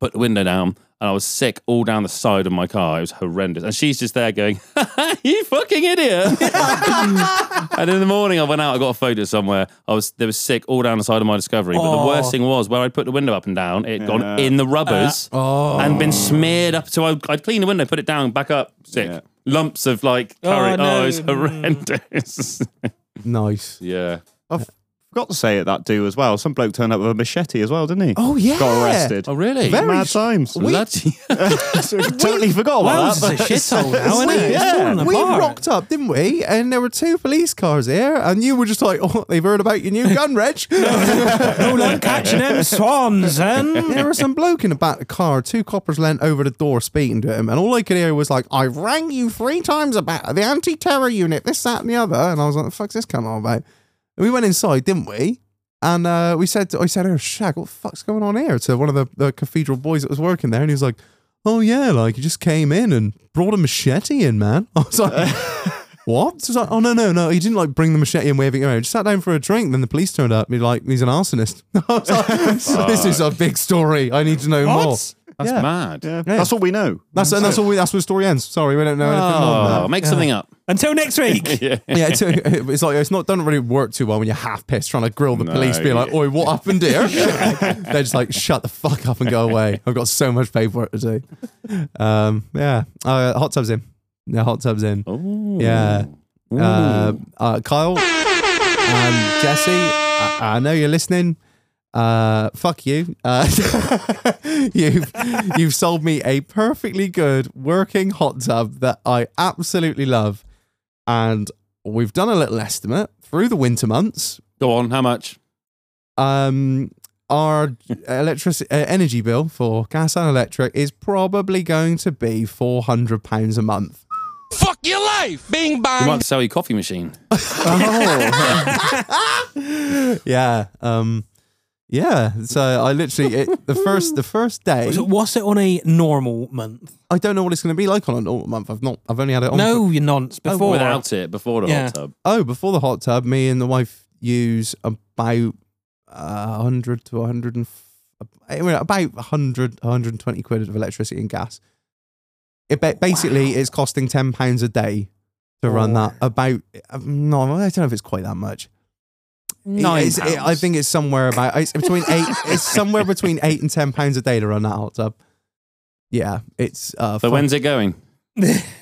Speaker 5: Put the window down. And I was sick all down the side of my car. It was horrendous. And she's just there going, you fucking idiot. and in the morning I went out, I got a photo somewhere. I was, there was sick all down the side of my discovery. But the
Speaker 1: Oh.
Speaker 5: worst thing was where I put the window up and down, it had gone in the rubbers
Speaker 2: Oh,
Speaker 5: and been smeared up. So I, I'd clean the window, put it down, back up, sick.
Speaker 4: Yeah.
Speaker 5: Lumps of like
Speaker 1: Oh,
Speaker 5: curry. Oh,
Speaker 1: no.
Speaker 5: it's horrendous.
Speaker 2: nice.
Speaker 5: yeah.
Speaker 4: I forgot to say it that do as well. Some bloke turned up with a machete as well, didn't he?
Speaker 2: Oh yeah.
Speaker 4: Got arrested.
Speaker 5: Oh, really?
Speaker 2: Very
Speaker 4: Mad
Speaker 2: sh-
Speaker 4: times.
Speaker 2: we-
Speaker 5: Bloody-
Speaker 4: totally forgot about
Speaker 1: Wales is a
Speaker 4: that.
Speaker 1: shithole now, isn't it? It's fallen
Speaker 2: We
Speaker 1: apart.
Speaker 2: rocked up, didn't we? And there were two police cars here, and you were just like, "Oh, they've heard about your new gun, Reg."
Speaker 1: No luck catching them swans, and
Speaker 2: there was some bloke in the back of the car. Two coppers leant over the door, speaking to him, and all I could hear was like, "I rang you three times about the anti-terror unit, this, that, and the other." And I was like, "The fuck's this come on about?" And we went inside, didn't we? And uh, we said, I said, oh, Shag, what the fuck's going on here? To one of the, the cathedral boys that was working there. And he was like, oh, yeah, like, he just came in and brought a machete in, man. I was like, what? He was like, oh, no, no, no. He didn't, like, bring the machete and waving it around. He just sat down for a drink. Then the police turned up. And he's like, he's an arsonist. I was like, "So this is a big story. I need to know more.
Speaker 1: what?
Speaker 5: That's
Speaker 2: Yeah.
Speaker 5: mad.
Speaker 4: Yeah. That's all we know.
Speaker 2: That's, and that's all. We, that's where the story ends. Sorry, we don't know anything more than that.
Speaker 5: Oh, make something up.
Speaker 1: Until next week.
Speaker 2: yeah, it's, it's like it's not doesn't really work too well when you're half pissed trying to grill the police, being like, "Oi, what happened here?" They're just like, "Shut the fuck up and go away." I've got so much paperwork to do. Um, yeah, uh, hot tubs in. Yeah, hot tubs in. Yeah, uh, uh, Kyle and Jesse. I, I know you're listening. Uh, fuck you. Uh, you've you've sold me a perfectly good working hot tub that I absolutely love and we've done a little estimate through the winter months.
Speaker 5: Go on, how much?
Speaker 2: Um, our electricity uh, energy bill for gas and electric is probably going to be four hundred pounds a month.
Speaker 6: Fuck your life! Bing
Speaker 5: You
Speaker 6: bang!
Speaker 5: might sell your coffee machine.
Speaker 2: Oh. Yeah, um, yeah. So I literally it, the first the first day.
Speaker 1: So What's it on a normal month?
Speaker 2: I don't know what it's going to be like on a normal month. I've not. I've only had it on. Oh, for-
Speaker 1: No, you nonce. Before
Speaker 5: Without it, before the
Speaker 1: Yeah.
Speaker 5: hot tub.
Speaker 2: oh, before the hot tub, me and the wife use about uh, hundred to hundred and f- I mean, about 100, 120 quid of electricity and gas. It ba- basically it's costing ten pounds a day to run that.
Speaker 5: Oh.
Speaker 2: About um, no, I don't know if it's quite that much.
Speaker 5: Nine
Speaker 2: It's- it- I
Speaker 5: pounds.
Speaker 2: think it's somewhere about it's between eight. it's somewhere between eight and ten pounds a day to run that hot tub. Yeah, it's uh,
Speaker 5: So
Speaker 2: fun-
Speaker 5: when's it going?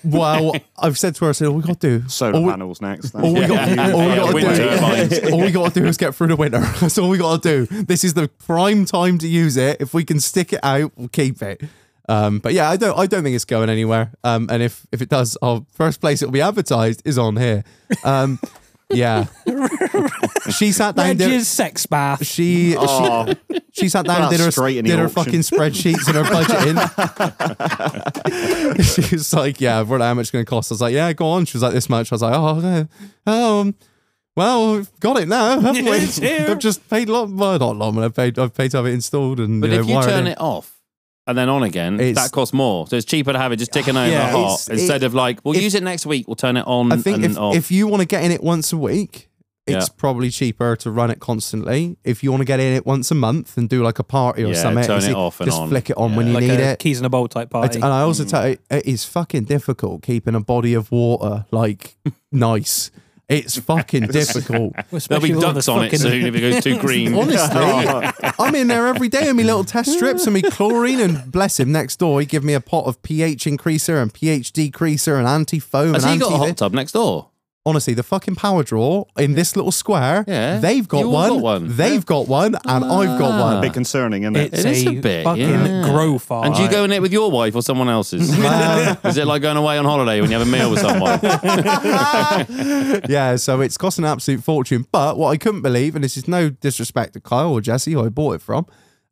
Speaker 2: well, I've said to her, I said, all we got to do,
Speaker 4: Solar
Speaker 2: all we-
Speaker 4: panels next.
Speaker 2: all we got,
Speaker 5: Yeah.
Speaker 2: all we
Speaker 5: Yeah,
Speaker 2: got
Speaker 5: wind
Speaker 2: to do,
Speaker 5: turbines.
Speaker 2: all we got to do is get through the winter. That's all we got to do. This is the prime time to use it. If we can stick it out, we'll keep it. Um, but yeah, I don't I don't think it's going anywhere. Um, and if if it does, our first place it'll be advertised is on here. Um, yeah. she sat down. Did,
Speaker 1: Reggie's sex bath.
Speaker 2: she,
Speaker 4: Oh,
Speaker 2: she she sat down and
Speaker 4: That's
Speaker 2: did her
Speaker 4: straight in the
Speaker 2: did her
Speaker 4: auction.
Speaker 2: fucking spreadsheets and her budgeting. she was like, "Yeah, I've worked out how much it's going to cost." I was like, "Yeah, go on." She was like, "This much." I was like, "Oh, okay. um, well, we've got it now, haven't we?"
Speaker 1: It's here.
Speaker 2: I've just paid a lot. Well, not a lot. but I've paid. I've paid to have it installed and
Speaker 5: But
Speaker 2: you know,
Speaker 5: if you
Speaker 2: wired
Speaker 5: turn
Speaker 2: in.
Speaker 5: it off and then on again,
Speaker 2: It's-
Speaker 5: that costs more. So it's cheaper to have it just ticking over
Speaker 1: Yeah,
Speaker 5: hot
Speaker 2: it's-
Speaker 5: instead
Speaker 2: it-
Speaker 5: of like, we'll
Speaker 2: if-
Speaker 5: use it next week, we'll turn it on
Speaker 2: I think
Speaker 5: and
Speaker 2: if,
Speaker 5: off.
Speaker 2: if you want to get in it once a week, it's
Speaker 5: Yeah.
Speaker 2: probably cheaper to run it constantly. If you want to get in it once a month and do like a party or
Speaker 5: Yeah,
Speaker 2: something,
Speaker 5: turn
Speaker 2: it's-
Speaker 5: it off and
Speaker 2: just
Speaker 5: on.
Speaker 2: flick it on when you
Speaker 1: like
Speaker 2: need
Speaker 1: a
Speaker 2: it.
Speaker 1: keys in a bowl type
Speaker 2: I
Speaker 1: party.
Speaker 2: t- and I also tell you, it is fucking difficult keeping a body of water like nice. It's fucking difficult.
Speaker 5: There'll be ducks on it soon if it goes too green.
Speaker 2: Honestly, I'm in there every day with me little test strips and me chlorine and bless him next door. He give me a pot of pH increaser and pH decreaser and anti foam and
Speaker 5: Has he
Speaker 2: anti
Speaker 5: got a hot tub next door?
Speaker 2: honestly, the fucking power draw in this little square,
Speaker 5: Yeah.
Speaker 2: they've got
Speaker 5: You all
Speaker 2: one,
Speaker 5: got one.
Speaker 2: They've got one, and I've got
Speaker 5: Ah.
Speaker 2: one.
Speaker 4: bit concerning, isn't it?
Speaker 1: It's
Speaker 5: It is
Speaker 1: a,
Speaker 5: a bit,
Speaker 1: fucking
Speaker 5: yeah.
Speaker 1: grow farm.
Speaker 5: And do you go in it with your wife or someone else's? is it like going away on holiday when you have a meal with someone?
Speaker 2: yeah, so it's cost an absolute fortune. But what I couldn't believe, and this is no disrespect to Kyle or Jesse, who I bought it from,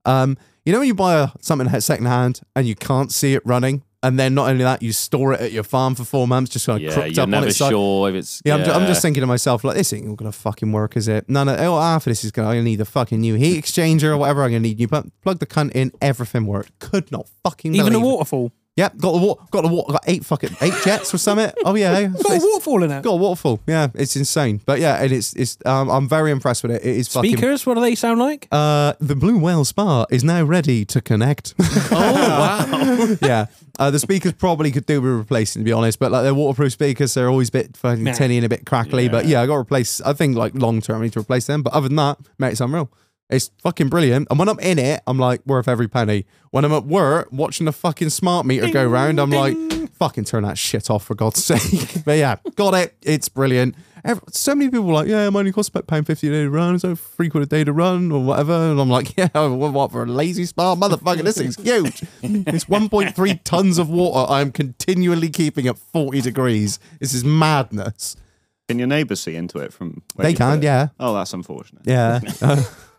Speaker 2: um, you know when you buy a, something at secondhand and you can't see it running, and then not only that, you store it at your farm for four months, just kind of
Speaker 5: yeah,
Speaker 2: crooked
Speaker 5: you're
Speaker 2: up on
Speaker 5: never
Speaker 2: its side.
Speaker 5: sure if it's.
Speaker 2: Yeah, I'm, ju- I'm just thinking to myself, like, this ain't all gonna fucking work, is it? None of oh, half of this is gonna. I'm gonna need a fucking new heat exchanger or whatever. I'm gonna need new pump. Plug the cunt in. Everything worked. Could not fucking
Speaker 1: Even
Speaker 2: believe
Speaker 1: a
Speaker 2: it.
Speaker 1: waterfall.
Speaker 2: Yep, got the water. Got the water. Got eight fucking eight jets or something. Oh
Speaker 1: Got
Speaker 2: yeah,
Speaker 1: a
Speaker 2: It's-
Speaker 1: waterfall in it.
Speaker 2: got a waterfall. Yeah, it's insane. But yeah, and it's it's. Um, I'm very impressed with it. It is fucking.
Speaker 1: Speakers, what do they sound like?
Speaker 2: Uh, the Blue Whale Spa is now ready to connect.
Speaker 5: Oh, wow.
Speaker 2: yeah, uh, the speakers probably could do with replacing, to be honest. But like they're waterproof speakers, they're always a bit fucking
Speaker 1: Nah.
Speaker 2: tinny and a bit crackly. But yeah, I got to replace. I think like long term, I need to replace them. But other than that, mate, it's unreal. It's fucking brilliant. And when I'm in it, I'm like worth every penny. When I'm at work watching the fucking smart meter go round, I'm like fucking turn that shit off for God's sake. but yeah, got it. It's brilliant. Ev- so many people are like, yeah, it only costs about pound fifty a day to run, so three quid a day to run or whatever. And I'm like, yeah, what, what for a lazy smart motherfucker? This thing's huge. it's 1.3 tons of water. I'm continually keeping at 40 degrees. This is madness.
Speaker 4: Can your neighbours see into it from? Where
Speaker 2: They
Speaker 4: you
Speaker 2: can,
Speaker 4: put it?
Speaker 2: yeah.
Speaker 4: Oh, that's unfortunate.
Speaker 2: Yeah.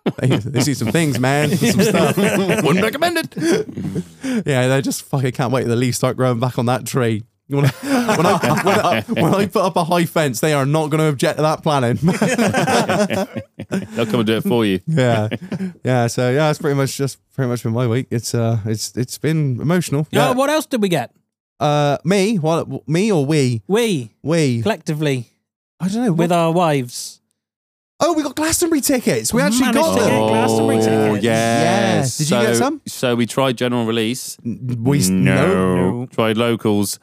Speaker 2: they, they see some things, man. Some stuff.
Speaker 5: Wouldn't recommend it.
Speaker 2: Yeah, they just fucking can't wait. till The leaves start growing back on that tree. When I, when, I, when, I, when I put up a high fence, they are not going to object to that planning.
Speaker 5: They'll come and do it for you.
Speaker 2: yeah, yeah. So yeah, it's pretty much just pretty much been my week. It's uh, it's it's been emotional.
Speaker 1: Yeah, what else did we get?
Speaker 2: Uh, me, what, me or we,
Speaker 1: We
Speaker 2: we.
Speaker 1: collectively
Speaker 2: I don't know.
Speaker 1: with our wives.
Speaker 2: oh, we got Glastonbury tickets. We actually
Speaker 1: Managed
Speaker 2: got
Speaker 1: to get
Speaker 2: them.
Speaker 1: Glastonbury tickets.
Speaker 5: Oh, yes.
Speaker 2: Yeah. Did you get
Speaker 5: So-
Speaker 2: some?
Speaker 5: So we tried general release.
Speaker 2: We s- no.
Speaker 1: No.
Speaker 5: Tried locals.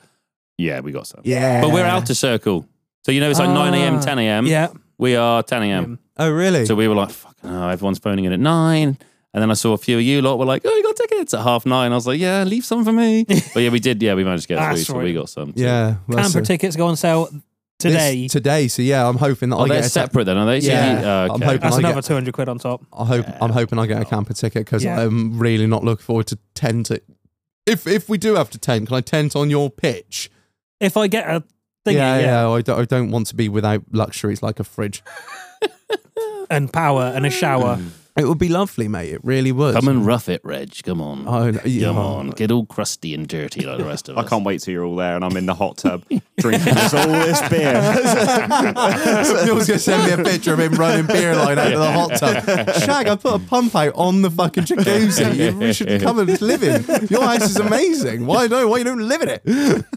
Speaker 5: Yeah, we got some.
Speaker 2: Yeah,
Speaker 5: But we're outer circle. So you know it's like
Speaker 1: Ah.
Speaker 5: 9 a.m., 10 a.m.
Speaker 1: Yeah.
Speaker 5: We are 10 a.m.
Speaker 1: Um,
Speaker 2: Oh, really?
Speaker 5: So we were like, fuck, no, everyone's phoning in at 9. And then I saw a few of you lot were like, oh, you got tickets at half nine. I was like, yeah, leave some for me. but yeah, we did. Yeah, we managed to get
Speaker 1: That's
Speaker 5: through. So
Speaker 1: right.
Speaker 5: we got some. too.
Speaker 2: yeah, well,
Speaker 1: Camper
Speaker 2: so-
Speaker 1: tickets go on sale
Speaker 2: this-
Speaker 1: today.
Speaker 2: Today. So yeah, I'm hoping that
Speaker 5: Are
Speaker 2: I
Speaker 5: they
Speaker 2: get a tip.
Speaker 5: separate then? Are they? So
Speaker 2: Yeah.
Speaker 5: you- oh,
Speaker 2: I'm
Speaker 5: okay.
Speaker 2: hoping-
Speaker 1: That's
Speaker 2: I get-
Speaker 1: another 200 quid on top.
Speaker 2: I hope I'm hoping I get a camper ticket because
Speaker 1: Yeah.
Speaker 2: I'm really not looking forward to tent it. If if we do have to tent, can I tent on your pitch?
Speaker 1: If I get a thingy
Speaker 2: yeah,
Speaker 1: yeah,
Speaker 2: yeah. I don't, I don't want to be without luxuries like a fridge.
Speaker 1: and power and a shower,
Speaker 2: It would be lovely, mate. It really would.
Speaker 5: Come and rough it, Reg. Come on.
Speaker 2: Oh, no, yeah.
Speaker 5: Come on. Get all crusty and dirty like the rest of
Speaker 4: I
Speaker 5: us.
Speaker 4: can't wait till you're all there and I'm in the hot tub drinking just all this beer.
Speaker 2: Bill's gonna send me a picture of him running beer line out of the hot tub. Shag, I put a pump out on the fucking jacuzzi. You you should come and live in. Your house is amazing. Why no? Why you don't live in it?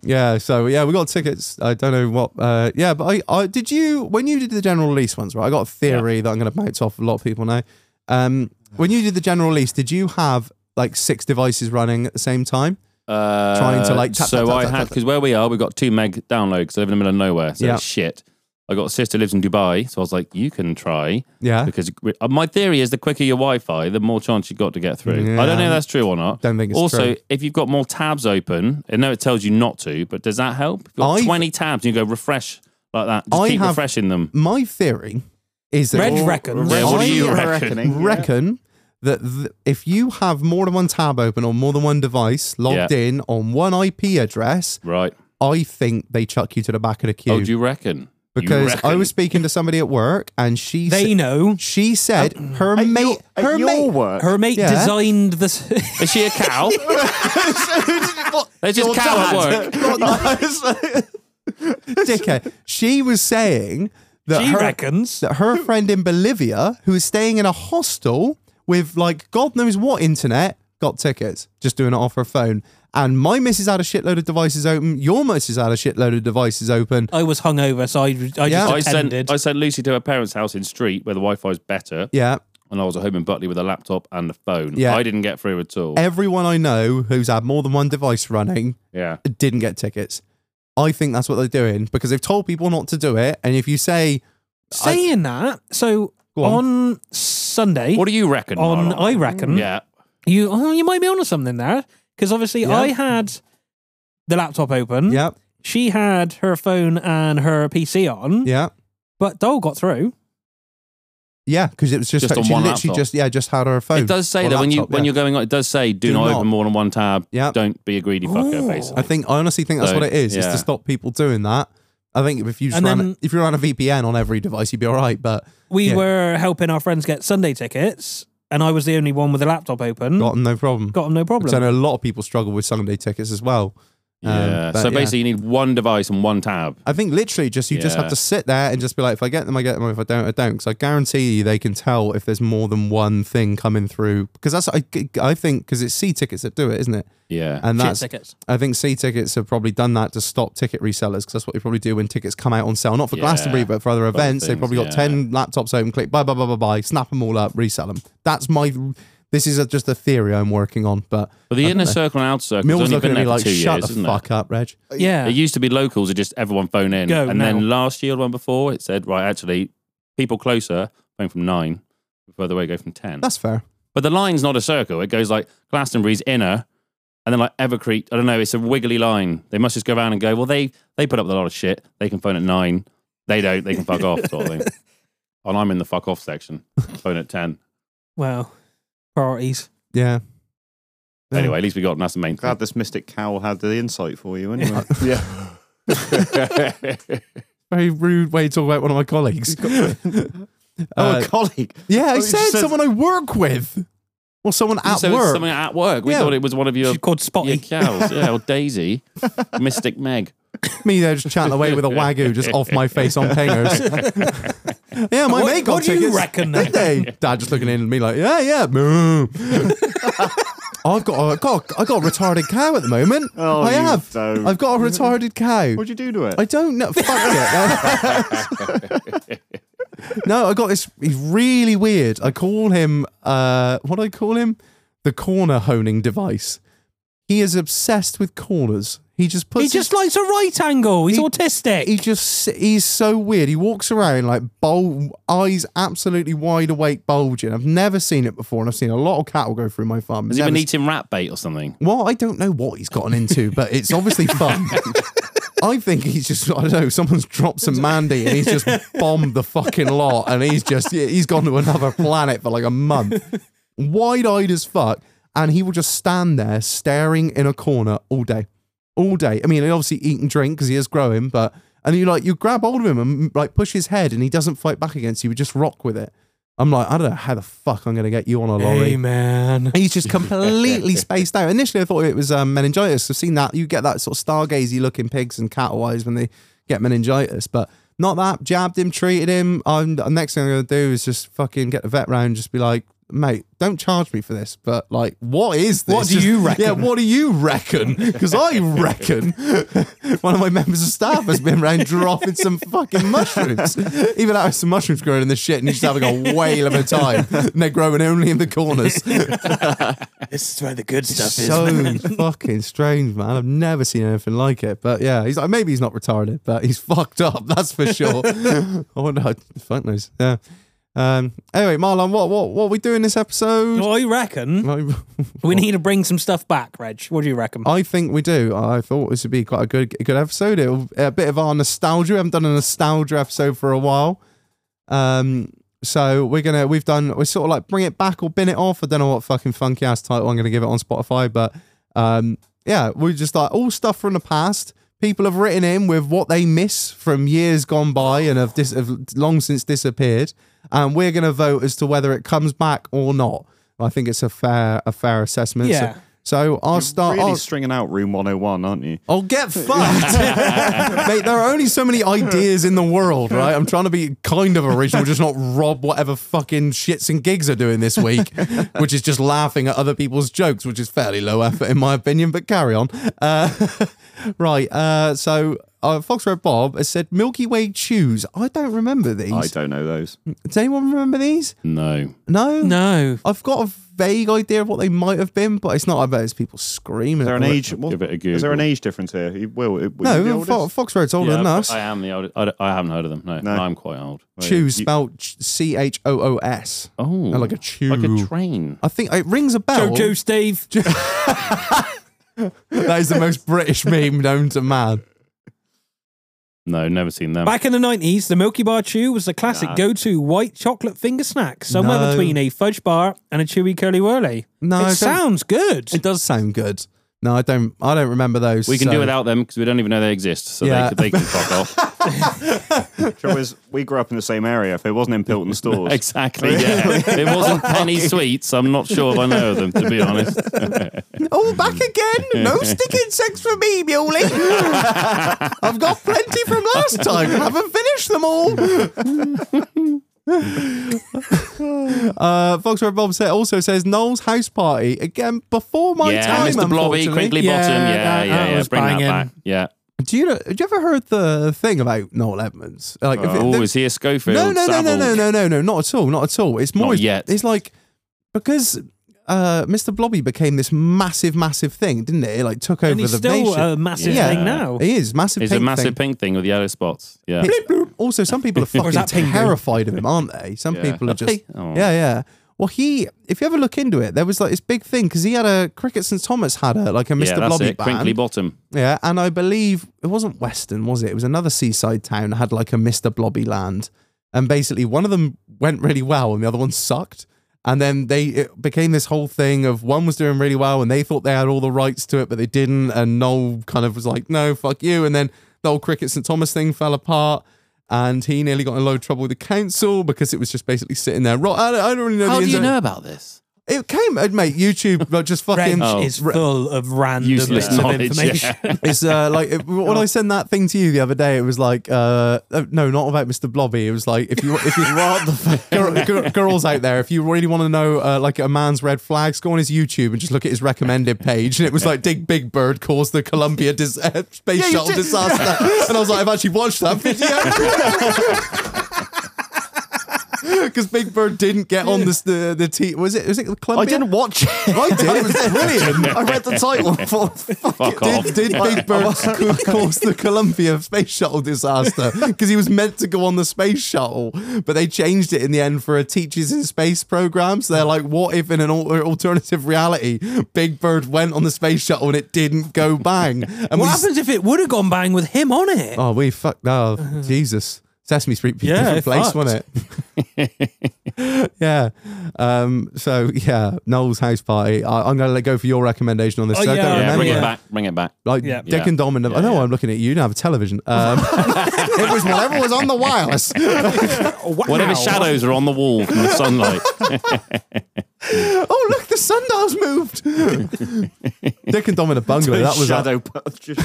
Speaker 2: Yeah, so yeah, we got tickets. I don't know what. Uh, yeah, but I, I did you when you did the general release ones, right? I got a theory that I'm going to bounce off a lot of people now. Um, when you did the general release, did you have like six devices running at the same time?
Speaker 5: uh,
Speaker 2: Trying to, like, tap, tap,
Speaker 5: so
Speaker 2: tap,
Speaker 5: I
Speaker 2: tap,
Speaker 5: had
Speaker 2: tap, tap.
Speaker 5: because where we are, we've got two meg downloads. 'cause I live in the middle of nowhere, so
Speaker 2: Yeah.
Speaker 5: it's shit. I got a sister who lives in Dubai, so I was like, you can try
Speaker 2: Yeah,
Speaker 5: because uh, my theory is the quicker your Wi-Fi, the more chance you got to get through. I don't know
Speaker 2: Yeah.
Speaker 5: if that's true or not.
Speaker 2: Don't think it's
Speaker 5: also
Speaker 2: true.
Speaker 5: if you've got more tabs open. I know it tells you not to, but does that help? If you've got
Speaker 2: I've-
Speaker 5: twenty tabs, and you go refresh like that. Just
Speaker 2: I
Speaker 5: keep
Speaker 2: have-
Speaker 5: refreshing them.
Speaker 2: my theory is that
Speaker 1: Reg reckons.
Speaker 5: Yeah, what do
Speaker 2: I
Speaker 5: you reckon?
Speaker 4: reckoning?
Speaker 2: reckon that th- if you have more than one tab open on more than one device logged
Speaker 5: Yeah.
Speaker 2: in on one IP address,
Speaker 5: Right.
Speaker 2: I think they chuck you to the back of the queue.
Speaker 5: Oh, do you reckon? You
Speaker 2: because I
Speaker 5: reckon?
Speaker 2: was speaking to somebody at work and she
Speaker 1: They
Speaker 2: sa-
Speaker 1: know.
Speaker 2: she said her
Speaker 4: At
Speaker 2: mate
Speaker 4: your, at
Speaker 2: her
Speaker 4: your
Speaker 2: mate
Speaker 4: work.
Speaker 1: Her mate
Speaker 2: Yeah.
Speaker 1: designed this.
Speaker 5: Is she a cow? They're just cow at work.
Speaker 2: dickhead. She was saying that
Speaker 1: she
Speaker 2: her,
Speaker 1: reckons.
Speaker 2: that her friend in Bolivia who is staying in a hostel with like God knows what internet got tickets just doing it off her phone. And my missus had a shitload of devices open. Your missus had a shitload of devices open.
Speaker 1: I was hungover, so I, I
Speaker 2: Yeah.
Speaker 1: just
Speaker 5: I
Speaker 1: attended.
Speaker 5: sent, I sent Lucy to her parents' house in Street where the Wi Fi's better.
Speaker 2: Yeah.
Speaker 5: And I was at home in Butley with a laptop and the phone.
Speaker 2: Yeah.
Speaker 5: I didn't get through at all.
Speaker 2: Everyone I know who's had more than one device running
Speaker 5: yeah.
Speaker 2: didn't get tickets. I think that's what they're doing because they've told people not to do it. And if you say,
Speaker 1: Saying that, so
Speaker 2: Go
Speaker 1: on. Sunday,
Speaker 5: What do you reckon?
Speaker 1: on
Speaker 5: Marlon? Mm,
Speaker 1: I reckon,
Speaker 5: Yeah.
Speaker 1: you oh, you might be onto something there because obviously
Speaker 2: Yeah.
Speaker 1: I had the laptop open.
Speaker 2: yeah,
Speaker 1: She had her phone and her PC on,
Speaker 2: yeah,
Speaker 1: but Dole got through.
Speaker 2: yeah, because it was just,
Speaker 5: Just on
Speaker 2: she
Speaker 5: one
Speaker 2: literally
Speaker 5: laptop.
Speaker 2: just, yeah, just had her phone.
Speaker 5: It does say
Speaker 2: or
Speaker 5: that when you
Speaker 2: Oh, laptop,
Speaker 5: when
Speaker 2: yeah.
Speaker 5: you're going on, it does say do,
Speaker 2: Do
Speaker 5: not,
Speaker 2: not.
Speaker 5: open more than one tab.
Speaker 2: Yeah.
Speaker 5: Don't be a greedy fucker,
Speaker 1: Oh.
Speaker 5: basically.
Speaker 2: I think I honestly think that's
Speaker 5: So,
Speaker 2: what it is. It's
Speaker 5: yeah.
Speaker 2: to stop people doing that. I think if you just
Speaker 1: And
Speaker 2: ran,
Speaker 1: then-
Speaker 2: if you ran a VPN on every device, you'd be all right. But
Speaker 1: We
Speaker 2: Yeah.
Speaker 1: were helping our friends get Sunday tickets, and I was the only one with a laptop open.
Speaker 2: got no problem.
Speaker 1: Mm. Got 'em no problem.
Speaker 2: Because I know a lot of people struggle with Sunday tickets as well. Um,
Speaker 5: yeah.
Speaker 2: but
Speaker 5: so
Speaker 2: yeah.
Speaker 5: basically, you need one device and one tab.
Speaker 2: I think literally just you just
Speaker 5: Yeah.
Speaker 2: have to sit there and just be like, if I get them, I get them. If I don't, I don't. Because I guarantee you, they can tell if there's more than one thing coming through. Because that's I, I think because it's C tickets that do it, isn't it?
Speaker 5: Yeah.
Speaker 2: And
Speaker 1: Shit
Speaker 2: that's
Speaker 1: tickets.
Speaker 2: I think C tickets have probably done that to stop ticket resellers because that's what they probably do when tickets come out on sale, not for
Speaker 5: Yeah.
Speaker 2: Glastonbury but for other events. they
Speaker 5: things,
Speaker 2: probably got
Speaker 5: yeah.
Speaker 2: ten laptops open, click buy, buy, buy, buy, buy, snap them all up, resell them. That's my. This is a, just a theory I'm working on, but
Speaker 5: but the inner circle and outer circle has
Speaker 2: uh, Mill's
Speaker 5: only
Speaker 2: looking
Speaker 5: been
Speaker 2: at me
Speaker 5: there
Speaker 2: like,
Speaker 5: for two
Speaker 2: "Shut
Speaker 5: years,
Speaker 2: the
Speaker 5: isn't it?
Speaker 2: fuck up, Reg."
Speaker 1: Yeah.
Speaker 5: It used to be locals, it just everyone phone in.
Speaker 1: Go
Speaker 5: and
Speaker 1: now.
Speaker 5: then last year, the one before, it said, right, actually, people closer phone from nine, further away go from 10.
Speaker 2: That's fair.
Speaker 5: but the line's not a circle. It goes like Glastonbury's inner and then like Evercrete. I don't know. It's a wiggly line. They must just go around and go, well, they, they put up with a lot of shit. They can phone at nine. They don't. They can fuck off, sort of thing. And I'm in the fuck off section. Phone at 10.
Speaker 1: well, priorities.
Speaker 2: Yeah. Yeah.
Speaker 5: Anyway, at least we got, and that's the main thing.
Speaker 4: Glad this mystic cow had the insight for you anyway.
Speaker 2: very rude way to talk about one of my colleagues.
Speaker 4: oh,
Speaker 2: Uh, oh,
Speaker 4: a colleague.
Speaker 2: yeah, I
Speaker 4: you
Speaker 2: said,
Speaker 4: said-
Speaker 2: someone I work with, or someone at
Speaker 5: so it's
Speaker 2: work.
Speaker 5: something at work. We
Speaker 2: Yeah.
Speaker 5: thought it was one of your,
Speaker 1: She's called Spotty.
Speaker 5: your cows. Yeah, or Daisy. Mystic Meg.
Speaker 2: Me there just chatting away with a wagyu just off my face on pingers. yeah, my
Speaker 1: What-
Speaker 2: mate got
Speaker 1: what do you
Speaker 2: tickets.
Speaker 1: reckon
Speaker 2: Did
Speaker 1: then?
Speaker 2: they? Dad just looking in at me like, yeah, yeah. moo." I've got, a, I've got, I got a retarded cow at the moment.
Speaker 4: Oh,
Speaker 2: I
Speaker 4: you
Speaker 2: have.
Speaker 4: don't.
Speaker 2: I've got a retarded cow.
Speaker 4: What'd you do to it?
Speaker 2: I don't know. Fuck it. no, I got this. He's really weird. I call him. Uh, what do I call him? The corner honing device. He is obsessed with corners. He just puts.
Speaker 1: He
Speaker 2: his-
Speaker 1: just likes a right angle. He's
Speaker 2: He-
Speaker 1: autistic.
Speaker 2: he just he's so weird. He walks around like bul eyes absolutely wide awake, bulging. I've never seen it before, and I've seen a lot of cattle go through my farm.
Speaker 5: Has he
Speaker 2: Never
Speaker 5: been
Speaker 2: seen-
Speaker 5: eating rat bait or something?
Speaker 2: well, I don't know what he's gotten into, but it's obviously fun. I think he's just, I don't know, someone's dropped some Mandy and he's just bombed the fucking lot and he's just, he's gone to another planet for like a month. Wide eyed as fuck. And he will just stand there staring in a corner all day. All day. I mean, he obviously eat and drink because he is growing, but, and you like, you grab hold of him and like push his head and he doesn't fight back against you. You just rock with it. I'm like, I don't know how the fuck I'm going to get you on a lorry.
Speaker 1: hey, man.
Speaker 2: He's just completely spaced out. Initially, I thought it was um, meningitis. I've seen that. You get that sort of stargazy looking pigs and cattle eyes when they get meningitis, but not that. Jabbed him, treated him. I'm, the next thing I'm going to do is just fucking get the vet round and just be like, mate, don't charge me for this, but like, what is this?
Speaker 1: What do
Speaker 2: Just-
Speaker 1: you reckon?
Speaker 2: Yeah, what do you reckon? Because I reckon one of my members of staff has been round dropping some fucking mushrooms. Even out of some mushrooms growing in the shit and he's just having a whale of a time. And they're growing only in the corners.
Speaker 1: This is where the good stuff
Speaker 2: so fucking strange, man. I've never seen anything like it. But yeah, he's like maybe he's not retarded, but he's fucked up. That's for sure. oh no, fuck knows. Yeah. Um. Anyway, Marlon, what what what are we doing this episode?
Speaker 1: I reckon we need to bring some stuff back, Reg. What do you reckon?
Speaker 2: I think we do. I thought this would be quite a good a good episode. It'll a bit of our nostalgia. We haven't done a nostalgia episode for a while. Um. So we're gonna we've done we sort of like bring it back or bin it off. I don't know what fucking funky ass title I'm gonna give it on Spotify, but um yeah, we just like all stuff from the past. People have written in with what they miss from years gone by and have dis- have long since disappeared, and we're gonna vote as to whether it comes back or not. I think it's a fair a fair assessment. So-
Speaker 1: Yeah.
Speaker 2: So, I'll start.
Speaker 4: really
Speaker 2: I'll-
Speaker 4: stringing out Room 101, aren't you?
Speaker 2: Oh, get fucked. Mate, there are only so many ideas in the world, right? I'm trying to be kind of original, just not rob whatever fucking shits and gigs are doing this week, which is just laughing at other people's jokes, which is fairly low effort in my opinion, but carry on. Uh, right, uh, so uh, Fox Red Bob has said Milky Way Chews. I don't remember these.
Speaker 4: I don't know those.
Speaker 2: Does anyone remember these?
Speaker 5: No.
Speaker 2: No?
Speaker 1: No.
Speaker 2: I've got a vague idea of what they might have been, but it's not, I bet it's people screaming.
Speaker 4: Is there an
Speaker 2: at-
Speaker 4: age? What,
Speaker 5: Give it a
Speaker 4: Is there an
Speaker 5: Google.
Speaker 4: age difference here? You- Will, it- will you be
Speaker 2: No,
Speaker 4: oldest?
Speaker 2: Fo- Fox Red's older than us.
Speaker 5: I am the oldest. I, don't- I haven't heard of them. No, I'm quite old.
Speaker 2: Chew
Speaker 4: You-
Speaker 2: spelled C H O O S.
Speaker 5: Oh,
Speaker 2: Not like a chew.
Speaker 5: like a train.
Speaker 2: I think it rings a bell.
Speaker 1: Jojo Steve.
Speaker 2: That is the most British meme known to man.
Speaker 5: No, never seen them.
Speaker 1: Back in the 90s, the Milky Bar Chew was the classic go to white chocolate finger snack, somewhere
Speaker 2: No.
Speaker 1: between a fudge bar and a chewy curly whirly.
Speaker 2: No, I
Speaker 1: it
Speaker 2: don't-
Speaker 1: sounds good.
Speaker 2: It does sound good. No, I don't. I don't remember those.
Speaker 5: we can
Speaker 2: so-
Speaker 5: do without them because we don't even know they exist. So
Speaker 2: Yeah.
Speaker 5: they, could- they can fuck off.
Speaker 4: Trouble is, we grew up in the same area. If it wasn't in Pilton stores,
Speaker 5: Exactly. Yeah. it wasn't penny sweets. I'm not sure if I know of them to be honest.
Speaker 2: Oh, back again! No sticking sex for me, Muley. I've got plenty from last time. Haven't finished them all. uh, Fox Red Bob said- also says Noel's house party again before my
Speaker 5: yeah,
Speaker 2: time.
Speaker 5: Mr. Blobby,
Speaker 2: unfortunately.
Speaker 5: Quigley
Speaker 1: Yeah,
Speaker 5: Bottom. Yeah,
Speaker 1: that-
Speaker 5: yeah,
Speaker 1: that
Speaker 5: yeah.
Speaker 1: was
Speaker 5: Bring
Speaker 1: banging.
Speaker 5: that back. Yeah.
Speaker 2: Do you know, have you ever heard the thing about Noel Edmonds? Like, if it-
Speaker 5: Oh,
Speaker 2: the-
Speaker 5: is he a Schofield?
Speaker 2: no, no, no, no,
Speaker 5: Savile?
Speaker 2: no, no, no, no, not at all, not at all. It's more
Speaker 5: Not yet.
Speaker 2: It's like because uh, Mr. Blobby became this massive, massive thing, didn't it? It like took over
Speaker 1: and he's
Speaker 2: the
Speaker 1: still
Speaker 2: nation.
Speaker 1: a massive
Speaker 5: Yeah.
Speaker 1: thing now.
Speaker 2: he is massive.
Speaker 5: It's
Speaker 2: pink
Speaker 5: a massive
Speaker 2: thing.
Speaker 5: pink thing with yellow spots. Yeah.
Speaker 2: Also, some people are
Speaker 1: is
Speaker 2: fucking
Speaker 1: that Pingu?
Speaker 2: terrified of him, aren't they? Some
Speaker 5: Yeah.
Speaker 2: people are
Speaker 5: Are
Speaker 2: just,
Speaker 5: they? Oh.
Speaker 2: yeah, yeah. Well, he, if you ever look into it, there was like this big thing because he had a Cricket St Thomas had a like a Mr.
Speaker 5: Yeah, that's
Speaker 2: Blobby
Speaker 5: it. Crinkly
Speaker 2: band.
Speaker 5: Bottom.
Speaker 2: Yeah, and I believe it wasn't Weston, was it? It was another seaside town that had like a Mr. Blobby land. And basically one of them went really well and the other one sucked. And then they it became this whole thing of one was doing really well and they thought they had all the rights to it, but they didn't. And Noel kind of was like, no, fuck you. And then the whole Cricket St. Thomas thing fell apart. And he nearly got in a load of trouble with the council because it was just basically sitting there. Ro- I don't, I don't really know.
Speaker 5: How
Speaker 2: the
Speaker 5: do
Speaker 2: ins
Speaker 5: you
Speaker 2: and-
Speaker 5: know Oh, about this?
Speaker 2: It came, uh, mate. YouTube like, just fucking
Speaker 1: Wrench is
Speaker 2: Re-
Speaker 1: full of random
Speaker 5: Useless
Speaker 1: bits of
Speaker 5: knowledge.
Speaker 1: information.
Speaker 5: Yeah.
Speaker 2: It's uh, like if, when I sent that thing to you the other day, it was like, uh, uh, no, not about Mr. Blobby. It was like if you if you what the girl, gir- girls out there, if you really want to know uh, like a man's red flags, go on his YouTube and just look at his recommended page, and it was like Dig Big Bird caused the Columbia dis- uh, space shuttle disaster, and I was like, I've actually watched that video. Because Big Bird didn't get on this, the the t was it was it the
Speaker 3: I
Speaker 2: Columbia?
Speaker 3: didn't watch it.
Speaker 2: I did. It was brilliant.
Speaker 3: I read the title. and thought, Fuck
Speaker 5: Fuck
Speaker 3: it.
Speaker 5: off.
Speaker 2: Did, did Big Bird co- cause the Columbia space shuttle disaster? Because he was meant to go on the space shuttle, but they changed it in the end for a Teachers in Space program. So they're like, what if in an al- alternative reality, Big Bird went on the space shuttle and it didn't go bang? And we
Speaker 1: What
Speaker 2: s-
Speaker 1: happens if it would have gone bang with him on it?
Speaker 2: Oh, we fucked. Oh, Jesus. Sesame Street would be a
Speaker 1: Yeah,
Speaker 2: different
Speaker 1: it
Speaker 2: place,
Speaker 1: fucked.
Speaker 2: wasn't it? yeah. Um, so, yeah, Noel's house party. I, I'm going to let go for your recommendation on this.
Speaker 1: Oh,
Speaker 2: so I
Speaker 1: yeah.
Speaker 2: don't
Speaker 1: Yeah,
Speaker 5: Yeah,
Speaker 2: remember.
Speaker 5: bring
Speaker 1: yeah.
Speaker 5: it back. Bring it back.
Speaker 2: Like
Speaker 1: Yeah.
Speaker 2: Dick
Speaker 5: Yeah.
Speaker 2: and Dom, and I know I'm looking at you. You don't have a television. Um, it was whatever was on the wireless.
Speaker 1: Wow.
Speaker 5: Whatever shadows are on the wall from the sunlight.
Speaker 2: oh look, the sundial's moved. Dick and Dom in a bungalow. That was
Speaker 4: shadow. just-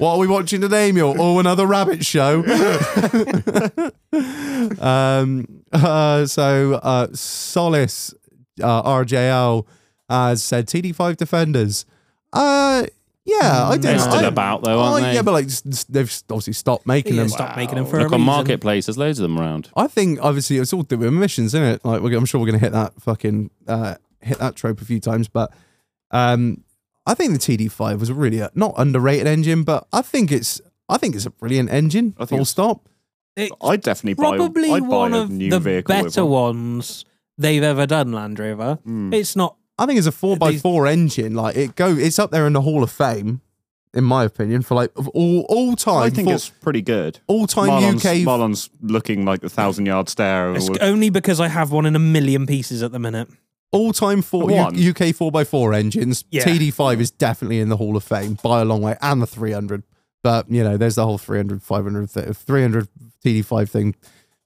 Speaker 2: what are we watching today, Mule? Oh, another rabbit show. um, uh, so uh, Solace uh, RJL has said TD5 defenders. Uh, yeah, I do.
Speaker 5: They're still
Speaker 2: I-
Speaker 5: about though, aren't
Speaker 2: I-
Speaker 5: they?
Speaker 2: Yeah, but like s- s- they've obviously stopped making
Speaker 1: Yeah,
Speaker 2: them.
Speaker 1: stop making them for a
Speaker 5: Look on
Speaker 1: reason.
Speaker 5: marketplace. There's loads of them around.
Speaker 2: I think obviously it's all to do with missions, isn't it? Like we're, I'm sure we're gonna hit that fucking uh, hit that trope a few times, but um, I think the TD5 was a really a, not underrated engine, but I think it's I think it's a brilliant engine.
Speaker 4: I think
Speaker 2: full
Speaker 4: it's-
Speaker 2: stop.
Speaker 1: It's
Speaker 4: I'd definitely buy.
Speaker 1: probably
Speaker 4: I'd buy
Speaker 1: one
Speaker 4: a
Speaker 1: of
Speaker 4: new
Speaker 1: the
Speaker 4: vehicle with
Speaker 1: better
Speaker 4: one. Hmm.
Speaker 1: ones they've ever done, Land Rover. It's not
Speaker 2: I think it's a four by
Speaker 1: These-
Speaker 2: four engine. Like it go, it's up there in the Hall of Fame. in my opinion, for like of all all time.
Speaker 4: I think
Speaker 2: for-
Speaker 4: it's pretty good.
Speaker 2: all time
Speaker 4: Marlon's,
Speaker 2: UK.
Speaker 4: Marlon's looking like the thousand yard stare.
Speaker 1: It's
Speaker 4: with-
Speaker 1: only because I have one in a million pieces at the minute.
Speaker 2: all time four
Speaker 4: One.
Speaker 2: U- UK four x four engines.
Speaker 1: Yeah.
Speaker 2: TD5 is definitely in the Hall of Fame by a long way, and the 300. But you know, there's the whole 300, 500, th- 300 TD5 thing.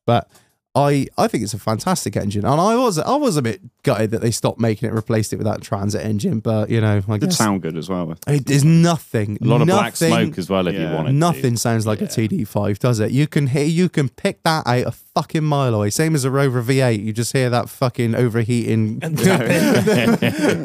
Speaker 2: But I I think it's a fantastic engine, and I was I was a bit gutted that they stopped making it, replaced it with that transit engine. But you know, I
Speaker 4: Did
Speaker 2: guess
Speaker 4: sound good as well.
Speaker 2: it is nothing.
Speaker 5: A lot of black
Speaker 2: nothing-
Speaker 5: smoke as well if
Speaker 4: Yeah.
Speaker 5: you want it.
Speaker 2: Nothing sounds like a TD5, does it? You can hear, you can pick that out a fucking mile away. Same as a Rover V8, you just hear that fucking overheating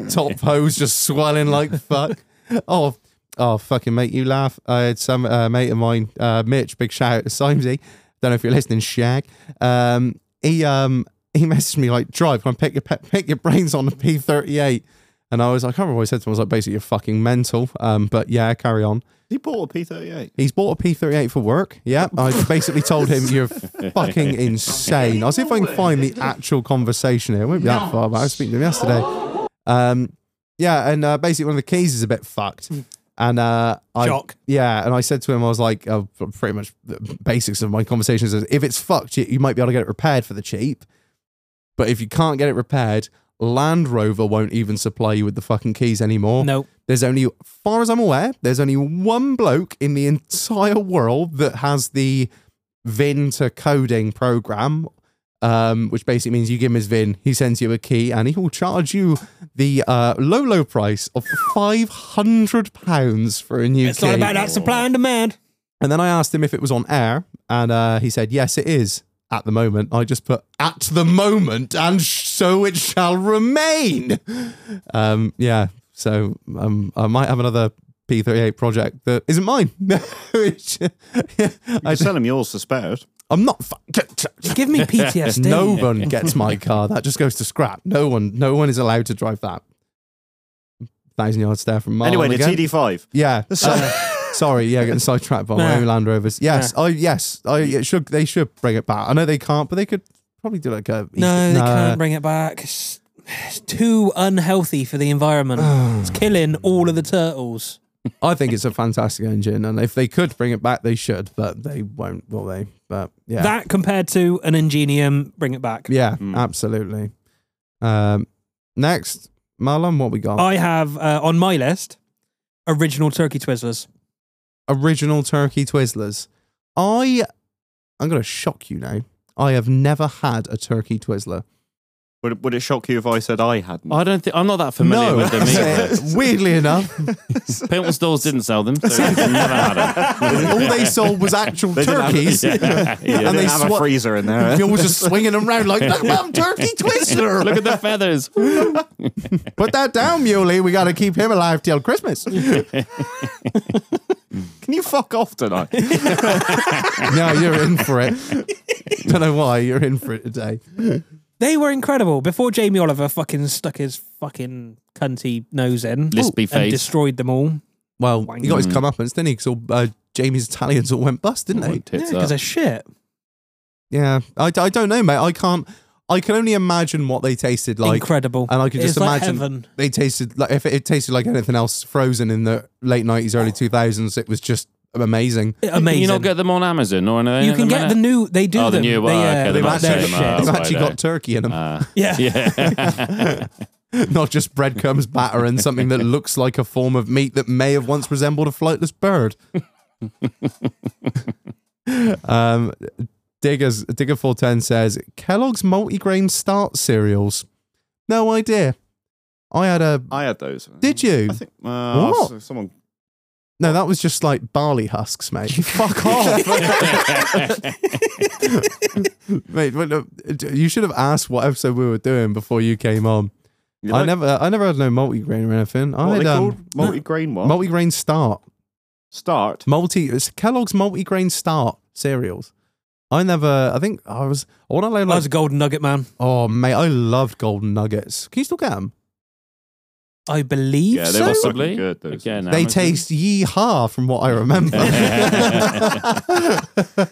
Speaker 2: top hose just swelling like fuck. Oh, oh, fucking make you laugh. I had some uh, mate of mine, uh, Mitch, big shout out to Simesy. Don't know if you're listening, Shag. Um, he um he messaged me like, "Drive, can I pick your pe- pick your brains on the P38?" And I was, I can't remember what I said to him. I was like, "Basically, you're fucking mental." Um, but yeah, carry on.
Speaker 4: He bought a P thirty eight.
Speaker 2: He's bought a P38 for work. Yeah, I basically told him you're fucking insane. I'll see if I can find the actual conversation here. It won't be that far, but I was speaking to him yesterday. Um, yeah, and uh, basically one of the keys is a bit fucked. And uh, I,
Speaker 1: Shock.
Speaker 2: yeah, and I said to him, I was like, uh, pretty much the basics of my conversations is if it's fucked, you, you might be able to get it repaired for the cheap. But if you can't get it repaired, Land Rover won't even supply you with the fucking keys anymore.
Speaker 1: No.
Speaker 2: There's only, far as I'm aware, there's only one bloke in the entire world that has the VIN to coding program, um, which basically means you give him his VIN, he sends you a key, and he will charge you the uh, low, low price of £500 for a new
Speaker 1: It's
Speaker 2: key.
Speaker 1: not about that supply and demand.
Speaker 2: And then I asked him if it was on air, and uh, he said, yes, it is at the moment. I just put at the moment, and sh- so it shall remain. Um, yeah, so um, I might have another P38 project that isn't mine. Which,
Speaker 4: I
Speaker 2: I,
Speaker 4: sell him yours for spares.
Speaker 2: am not. Fu-
Speaker 1: Give me PTSD.
Speaker 2: no one gets my car. That just goes to scrap. No one, no one is allowed to drive that. Thousand yards stare from Marlon
Speaker 4: Anyway, the
Speaker 2: again.
Speaker 4: TD five. Uh,
Speaker 2: Yeah. sorry. Yeah, getting sidetracked by my
Speaker 1: Nah.
Speaker 2: own Land Rovers. Yes. Oh, yes. I it should. They should bring it back. I know they can't, but they could probably do like a.
Speaker 1: No, they
Speaker 2: Nah.
Speaker 1: can't bring it back. It's, it's too unhealthy for the environment. it's killing all of the turtles.
Speaker 2: I think it's a fantastic engine, and if they could bring it back, they should. But they won't, will they? But yeah.
Speaker 1: That compared to an Ingenium, bring it back.
Speaker 2: yeah.
Speaker 5: Hmm.
Speaker 4: Mm.
Speaker 2: Absolutely. Um. Next, Marlon, what we got?
Speaker 1: I have uh, on my list original turkey twizzlers.
Speaker 2: Original turkey Twizzlers. I. I'm gonna shock you now. I have never had a turkey Twizzler.
Speaker 4: Would, would it shock you if I said I hadn't?
Speaker 2: Oh,
Speaker 5: I don't think I'm not that familiar
Speaker 2: no,
Speaker 5: with them either.
Speaker 2: weirdly enough,
Speaker 5: Pentel stores didn't sell them, so I've never had them.
Speaker 2: all they sold was actual
Speaker 4: didn't have-
Speaker 2: turkeys.
Speaker 5: Yeah, yeah.
Speaker 4: They
Speaker 2: and
Speaker 4: didn't
Speaker 2: they
Speaker 4: have a
Speaker 2: swa-
Speaker 4: freezer in there.
Speaker 2: People were just swinging them around like, look, mum, turkey twister.
Speaker 5: Look at the feathers.
Speaker 2: Put that down, Muley. We got to keep him alive till Christmas.
Speaker 4: Can you fuck off tonight?
Speaker 2: no, you're in for it. Don't know why you're in for it today.
Speaker 1: They were incredible. Before Jamie Oliver fucking stuck his fucking cunty nose in,
Speaker 5: Lispy
Speaker 1: and
Speaker 5: face.
Speaker 1: destroyed them all.
Speaker 2: Well, he got his comeuppance, didn't he? Because all uh, Jamie's Italians all went bust, didn't they?
Speaker 1: Yeah,
Speaker 5: Tits
Speaker 1: because
Speaker 5: up.
Speaker 1: they're shit.
Speaker 2: Yeah, I, I don't know, mate. I can't. I can only imagine what they tasted like.
Speaker 1: incredible.
Speaker 2: And I could
Speaker 1: It
Speaker 2: just
Speaker 1: is like
Speaker 2: imagine
Speaker 1: heaven.
Speaker 2: they tasted like if it, it tasted like anything else frozen in the late nineties, early two thousands. It was just amazing.
Speaker 1: Amazing.
Speaker 5: Can you not get them on Amazon or anything?
Speaker 1: You
Speaker 5: at
Speaker 1: can
Speaker 5: the
Speaker 1: get the
Speaker 5: minute?
Speaker 1: new. They do
Speaker 5: Oh, the
Speaker 1: them.
Speaker 5: new-
Speaker 1: They,
Speaker 5: oh,
Speaker 1: uh,
Speaker 5: okay, they
Speaker 1: they're
Speaker 5: might
Speaker 1: shit.
Speaker 5: say them are.
Speaker 2: They've
Speaker 5: right
Speaker 2: actually
Speaker 5: there.
Speaker 2: got turkey in them.
Speaker 5: Ah,
Speaker 1: Yeah.
Speaker 5: Yeah.
Speaker 2: not just breadcrumbs, batter, and something that looks like a form of meat that may have once resembled a flightless bird. um, Diggers, Digger 410 says Kellogg's multigrain start cereals. No idea. I had a.
Speaker 4: I had those.
Speaker 2: Did you?
Speaker 4: I think uh,
Speaker 2: What?
Speaker 4: s- someone.
Speaker 2: No, that was just like barley husks, mate. Fuck off. mate, what the- you should have asked what episode we were doing before you came on.
Speaker 4: You
Speaker 2: I
Speaker 4: like-
Speaker 2: never I never had no multigrain or anything. I
Speaker 4: What are
Speaker 2: had
Speaker 4: they
Speaker 2: um,
Speaker 4: called? Multi-grain one.
Speaker 2: multigrain start.
Speaker 4: Start.
Speaker 2: multi it's Kellogg's multi-grain start cereals. I never, I think I was, I want to know
Speaker 1: I was
Speaker 2: like,
Speaker 1: a golden nugget man.
Speaker 2: oh mate, I loved golden nuggets. Can you still get them?
Speaker 1: I believe
Speaker 4: Yeah, they
Speaker 1: so.
Speaker 4: were
Speaker 5: so?
Speaker 4: fucking good. Those.
Speaker 5: Again,
Speaker 2: They
Speaker 5: Amazon.
Speaker 2: taste yee haw from what I remember.
Speaker 5: uh,
Speaker 4: I
Speaker 2: yeah,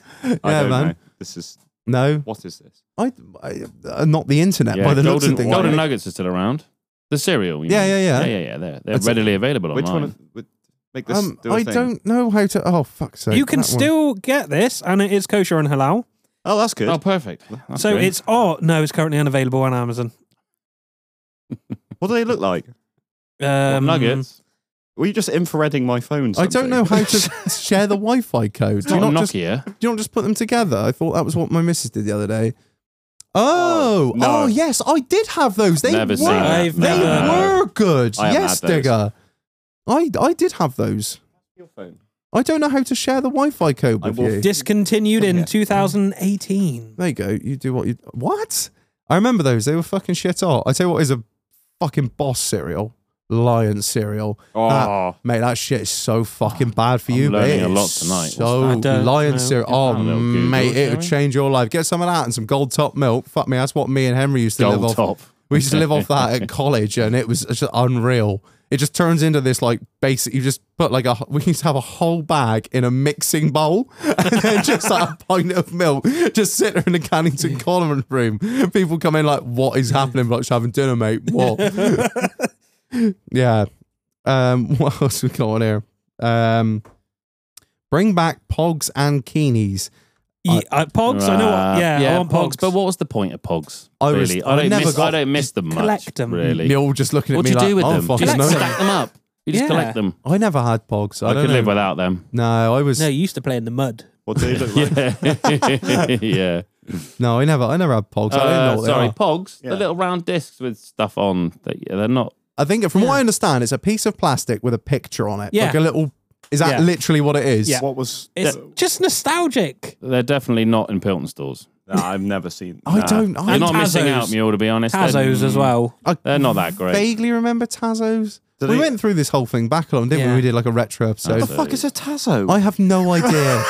Speaker 4: don't
Speaker 2: man.
Speaker 4: know. This is
Speaker 2: No,
Speaker 4: what is this?
Speaker 2: I, I uh, not the internet by
Speaker 5: Yeah,
Speaker 2: the looks
Speaker 5: golden,
Speaker 2: of things.
Speaker 5: golden nuggets are still around. The cereal. you
Speaker 2: Yeah,
Speaker 5: mean.
Speaker 2: yeah, yeah.
Speaker 5: yeah, yeah, yeah. They're, they're
Speaker 2: That's-
Speaker 5: readily available
Speaker 4: Which
Speaker 5: online.
Speaker 4: one? Of, which, Make this.
Speaker 2: Um,
Speaker 4: do a
Speaker 2: I
Speaker 4: thing.
Speaker 2: don't know how to. Oh fuck! sake,
Speaker 1: you can
Speaker 2: that one.
Speaker 1: still get this, and it is kosher and halal.
Speaker 4: Oh, that's good.
Speaker 5: Oh, perfect. That's
Speaker 1: so
Speaker 5: good.
Speaker 1: it's oh no, it's currently unavailable on Amazon.
Speaker 4: What do they look like?
Speaker 1: Um,
Speaker 5: What, nuggets.
Speaker 4: Were you just infraredding my phone?
Speaker 2: I don't
Speaker 4: something?
Speaker 2: know how to share the Wi-Fi code.
Speaker 5: It's
Speaker 2: Do you
Speaker 5: not
Speaker 2: not just do
Speaker 5: Nokia.
Speaker 2: you not just put them together? I thought that was what my missus did the other day. Oh,
Speaker 4: Oh, no.
Speaker 2: oh yes, I did have those. They
Speaker 5: Never
Speaker 2: were
Speaker 5: seen that.
Speaker 1: I've
Speaker 2: they
Speaker 1: never-
Speaker 4: uh,
Speaker 2: were good.
Speaker 4: I haven't
Speaker 2: yes,
Speaker 4: had those.
Speaker 2: digger. I I did have those.
Speaker 4: Your phone.
Speaker 2: I don't know how to share the Wi-Fi code
Speaker 4: I
Speaker 2: with
Speaker 4: will
Speaker 2: you.
Speaker 1: discontinued in
Speaker 2: Yeah.
Speaker 1: 2018.
Speaker 2: There you go. You do what you what? I remember those. They were fucking shit all. I tell you what is a fucking boss cereal, lion cereal.
Speaker 4: Oh,
Speaker 2: Mate, that shit is so fucking bad for
Speaker 5: I'm
Speaker 2: you, mate.
Speaker 5: learning a
Speaker 2: It
Speaker 5: lot
Speaker 2: is
Speaker 5: tonight.
Speaker 2: So
Speaker 1: What's that? I don't
Speaker 2: lion
Speaker 1: know.
Speaker 2: cereal.
Speaker 1: Get
Speaker 2: Oh,
Speaker 5: that little Google,
Speaker 2: mate, it'll
Speaker 5: shall we?
Speaker 2: change your life. Get some of that and some gold top milk. Fuck me, that's what me and Henry used to
Speaker 5: Gold
Speaker 2: live off.
Speaker 5: top.
Speaker 2: We used to live off that at college, and it was just unreal. It just turns into this like basic. You just put like a. We used to have a whole bag in a mixing bowl, and then just like a pint of milk, just sit there in the Cannington Common room. People come in like, "What is happening? We're just having dinner, mate. What?" yeah. Um. What else we got on here? Um. Bring back pogs and keenies.
Speaker 1: Yeah, uh, Pogs, I know. What, yeah, I want Pogs,
Speaker 5: But what was the point of Pogs?
Speaker 2: I was-
Speaker 5: really?
Speaker 2: I
Speaker 5: I don't
Speaker 2: never
Speaker 5: miss.
Speaker 2: got-
Speaker 5: I don't miss them much.
Speaker 1: collect them.
Speaker 5: Really.
Speaker 2: Neil just looking at
Speaker 5: What
Speaker 2: me
Speaker 5: do you
Speaker 2: like, "Oh,
Speaker 5: do with
Speaker 2: "I don't
Speaker 5: them? Do
Speaker 2: fucking
Speaker 5: you just
Speaker 1: know."
Speaker 5: stack them up? You just
Speaker 1: Yeah.
Speaker 5: collect them.
Speaker 2: know." I never had pogs. I,
Speaker 5: I,
Speaker 2: don't
Speaker 5: could
Speaker 2: know.
Speaker 5: live without them.
Speaker 2: No, I was
Speaker 1: No, you used to play in the mud.
Speaker 4: what do they look like?
Speaker 5: Yeah. yeah.
Speaker 2: No, I never, I never had pogs. I don't
Speaker 5: Uh,
Speaker 2: know. What
Speaker 5: sorry,
Speaker 2: They are.
Speaker 5: Pogs.
Speaker 4: Yeah.
Speaker 5: The little round discs with stuff on. That, yeah, they're not.
Speaker 2: I think, from what I understand, it's a piece of plastic with a picture on it.
Speaker 1: Yeah.
Speaker 2: Like a little. Is
Speaker 1: Yeah.
Speaker 2: that literally what it is?
Speaker 1: Yeah.
Speaker 4: What was?
Speaker 1: It's just nostalgic.
Speaker 5: They're definitely not in Pilton stores.
Speaker 4: Nah, I've never seen.
Speaker 2: I
Speaker 4: nah.
Speaker 2: don't. I
Speaker 5: You're not missing
Speaker 1: Tazos.
Speaker 5: out, Mule. To be honest, They're-
Speaker 1: Tazos as well.
Speaker 2: I
Speaker 5: They're not that great.
Speaker 2: vaguely remember Tazos.
Speaker 4: Do
Speaker 2: we
Speaker 4: they-
Speaker 2: went through this whole thing back along, didn't we?
Speaker 1: Yeah.
Speaker 2: We did like a retro episode.
Speaker 5: That's
Speaker 4: The fuck is a Tazo?
Speaker 2: I have no idea.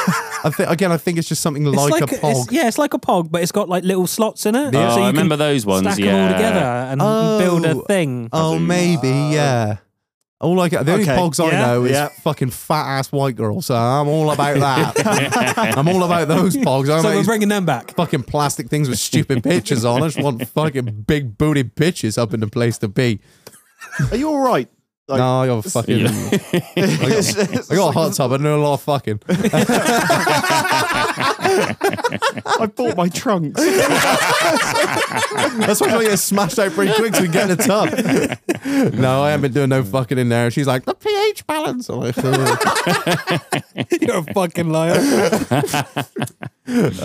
Speaker 2: I think again, I think it's just something
Speaker 1: It's
Speaker 2: like,
Speaker 1: like,
Speaker 2: a pog.
Speaker 1: It's, yeah, it's like a Pog, but it's got like little slots in it.
Speaker 5: Oh,
Speaker 1: so you
Speaker 5: I
Speaker 1: can
Speaker 5: remember those ones.
Speaker 1: stack
Speaker 5: yeah.
Speaker 1: them all together and
Speaker 2: Oh.
Speaker 1: build a thing.
Speaker 2: oh, maybe. yeah. All I get, the only
Speaker 4: Okay.
Speaker 2: pogs I
Speaker 1: Yeah.
Speaker 2: know is
Speaker 4: Yeah.
Speaker 2: fucking fat ass white girl. So I'm all about that. I'm all about those pogs.
Speaker 1: so
Speaker 2: I'm about
Speaker 1: we're
Speaker 2: these
Speaker 1: bringing them back.
Speaker 2: fucking plastic things with stupid pictures on. I just want fucking big booty bitches up in the place to be.
Speaker 4: Are you all right? Like-
Speaker 2: no, I got a fucking.
Speaker 4: It's- it's
Speaker 2: I got a
Speaker 4: like-
Speaker 2: hot tub. I know a lot of fucking.
Speaker 4: I bought my trunks.
Speaker 2: That's why I get smashed out pretty quick so we can get in the tub. No, I haven't been doing no fucking in there. She's like the pH balance. I'm like, "Ugh."
Speaker 1: You're a fucking liar.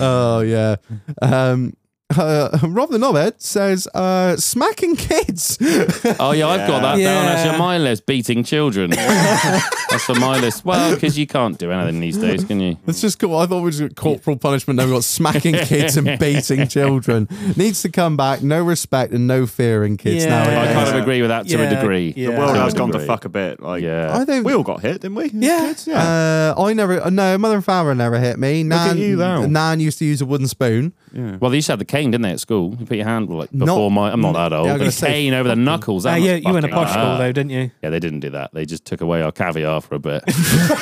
Speaker 2: oh yeah. Um, uh, Rob the Knobhead says uh, smacking kids.
Speaker 5: Oh yeah, I've got that down
Speaker 1: Yeah.
Speaker 5: as your my list. Beating children. That's on my list. Well, because you can't do anything these days, can you?
Speaker 2: It's just cool. I thought we just got corporal punishment. Now we've got smacking kids and beating children. Needs to come back. No respect and no fear in kids
Speaker 1: Yeah.
Speaker 5: I
Speaker 2: nowadays.
Speaker 5: kind of agree with that to a
Speaker 1: Yeah,
Speaker 5: degree.
Speaker 1: yeah.
Speaker 4: The world
Speaker 5: To a
Speaker 4: has gone to
Speaker 5: degree.
Speaker 4: fuck a bit. Like,
Speaker 5: Yeah.
Speaker 2: I think
Speaker 4: we all got hit, didn't we?
Speaker 1: Yeah.
Speaker 4: Kids, yeah.
Speaker 2: Uh, I never, no, mother and father never hit me. Nan,
Speaker 4: at you now.
Speaker 2: Nan used to use a wooden spoon.
Speaker 5: Well, they used to have the cane, didn't they, at school? You put your hand like
Speaker 2: Not-
Speaker 5: before my. I'm not that old.
Speaker 2: Yeah, I was
Speaker 5: but
Speaker 2: gonna
Speaker 5: the
Speaker 2: say-
Speaker 5: cane over the knuckles.
Speaker 1: Uh,
Speaker 5: That
Speaker 1: you,
Speaker 5: was
Speaker 1: you went to
Speaker 5: fucking
Speaker 1: posh school
Speaker 5: hard.
Speaker 1: though, didn't you?
Speaker 5: Yeah, they didn't do that. They just took away our caviar for a bit.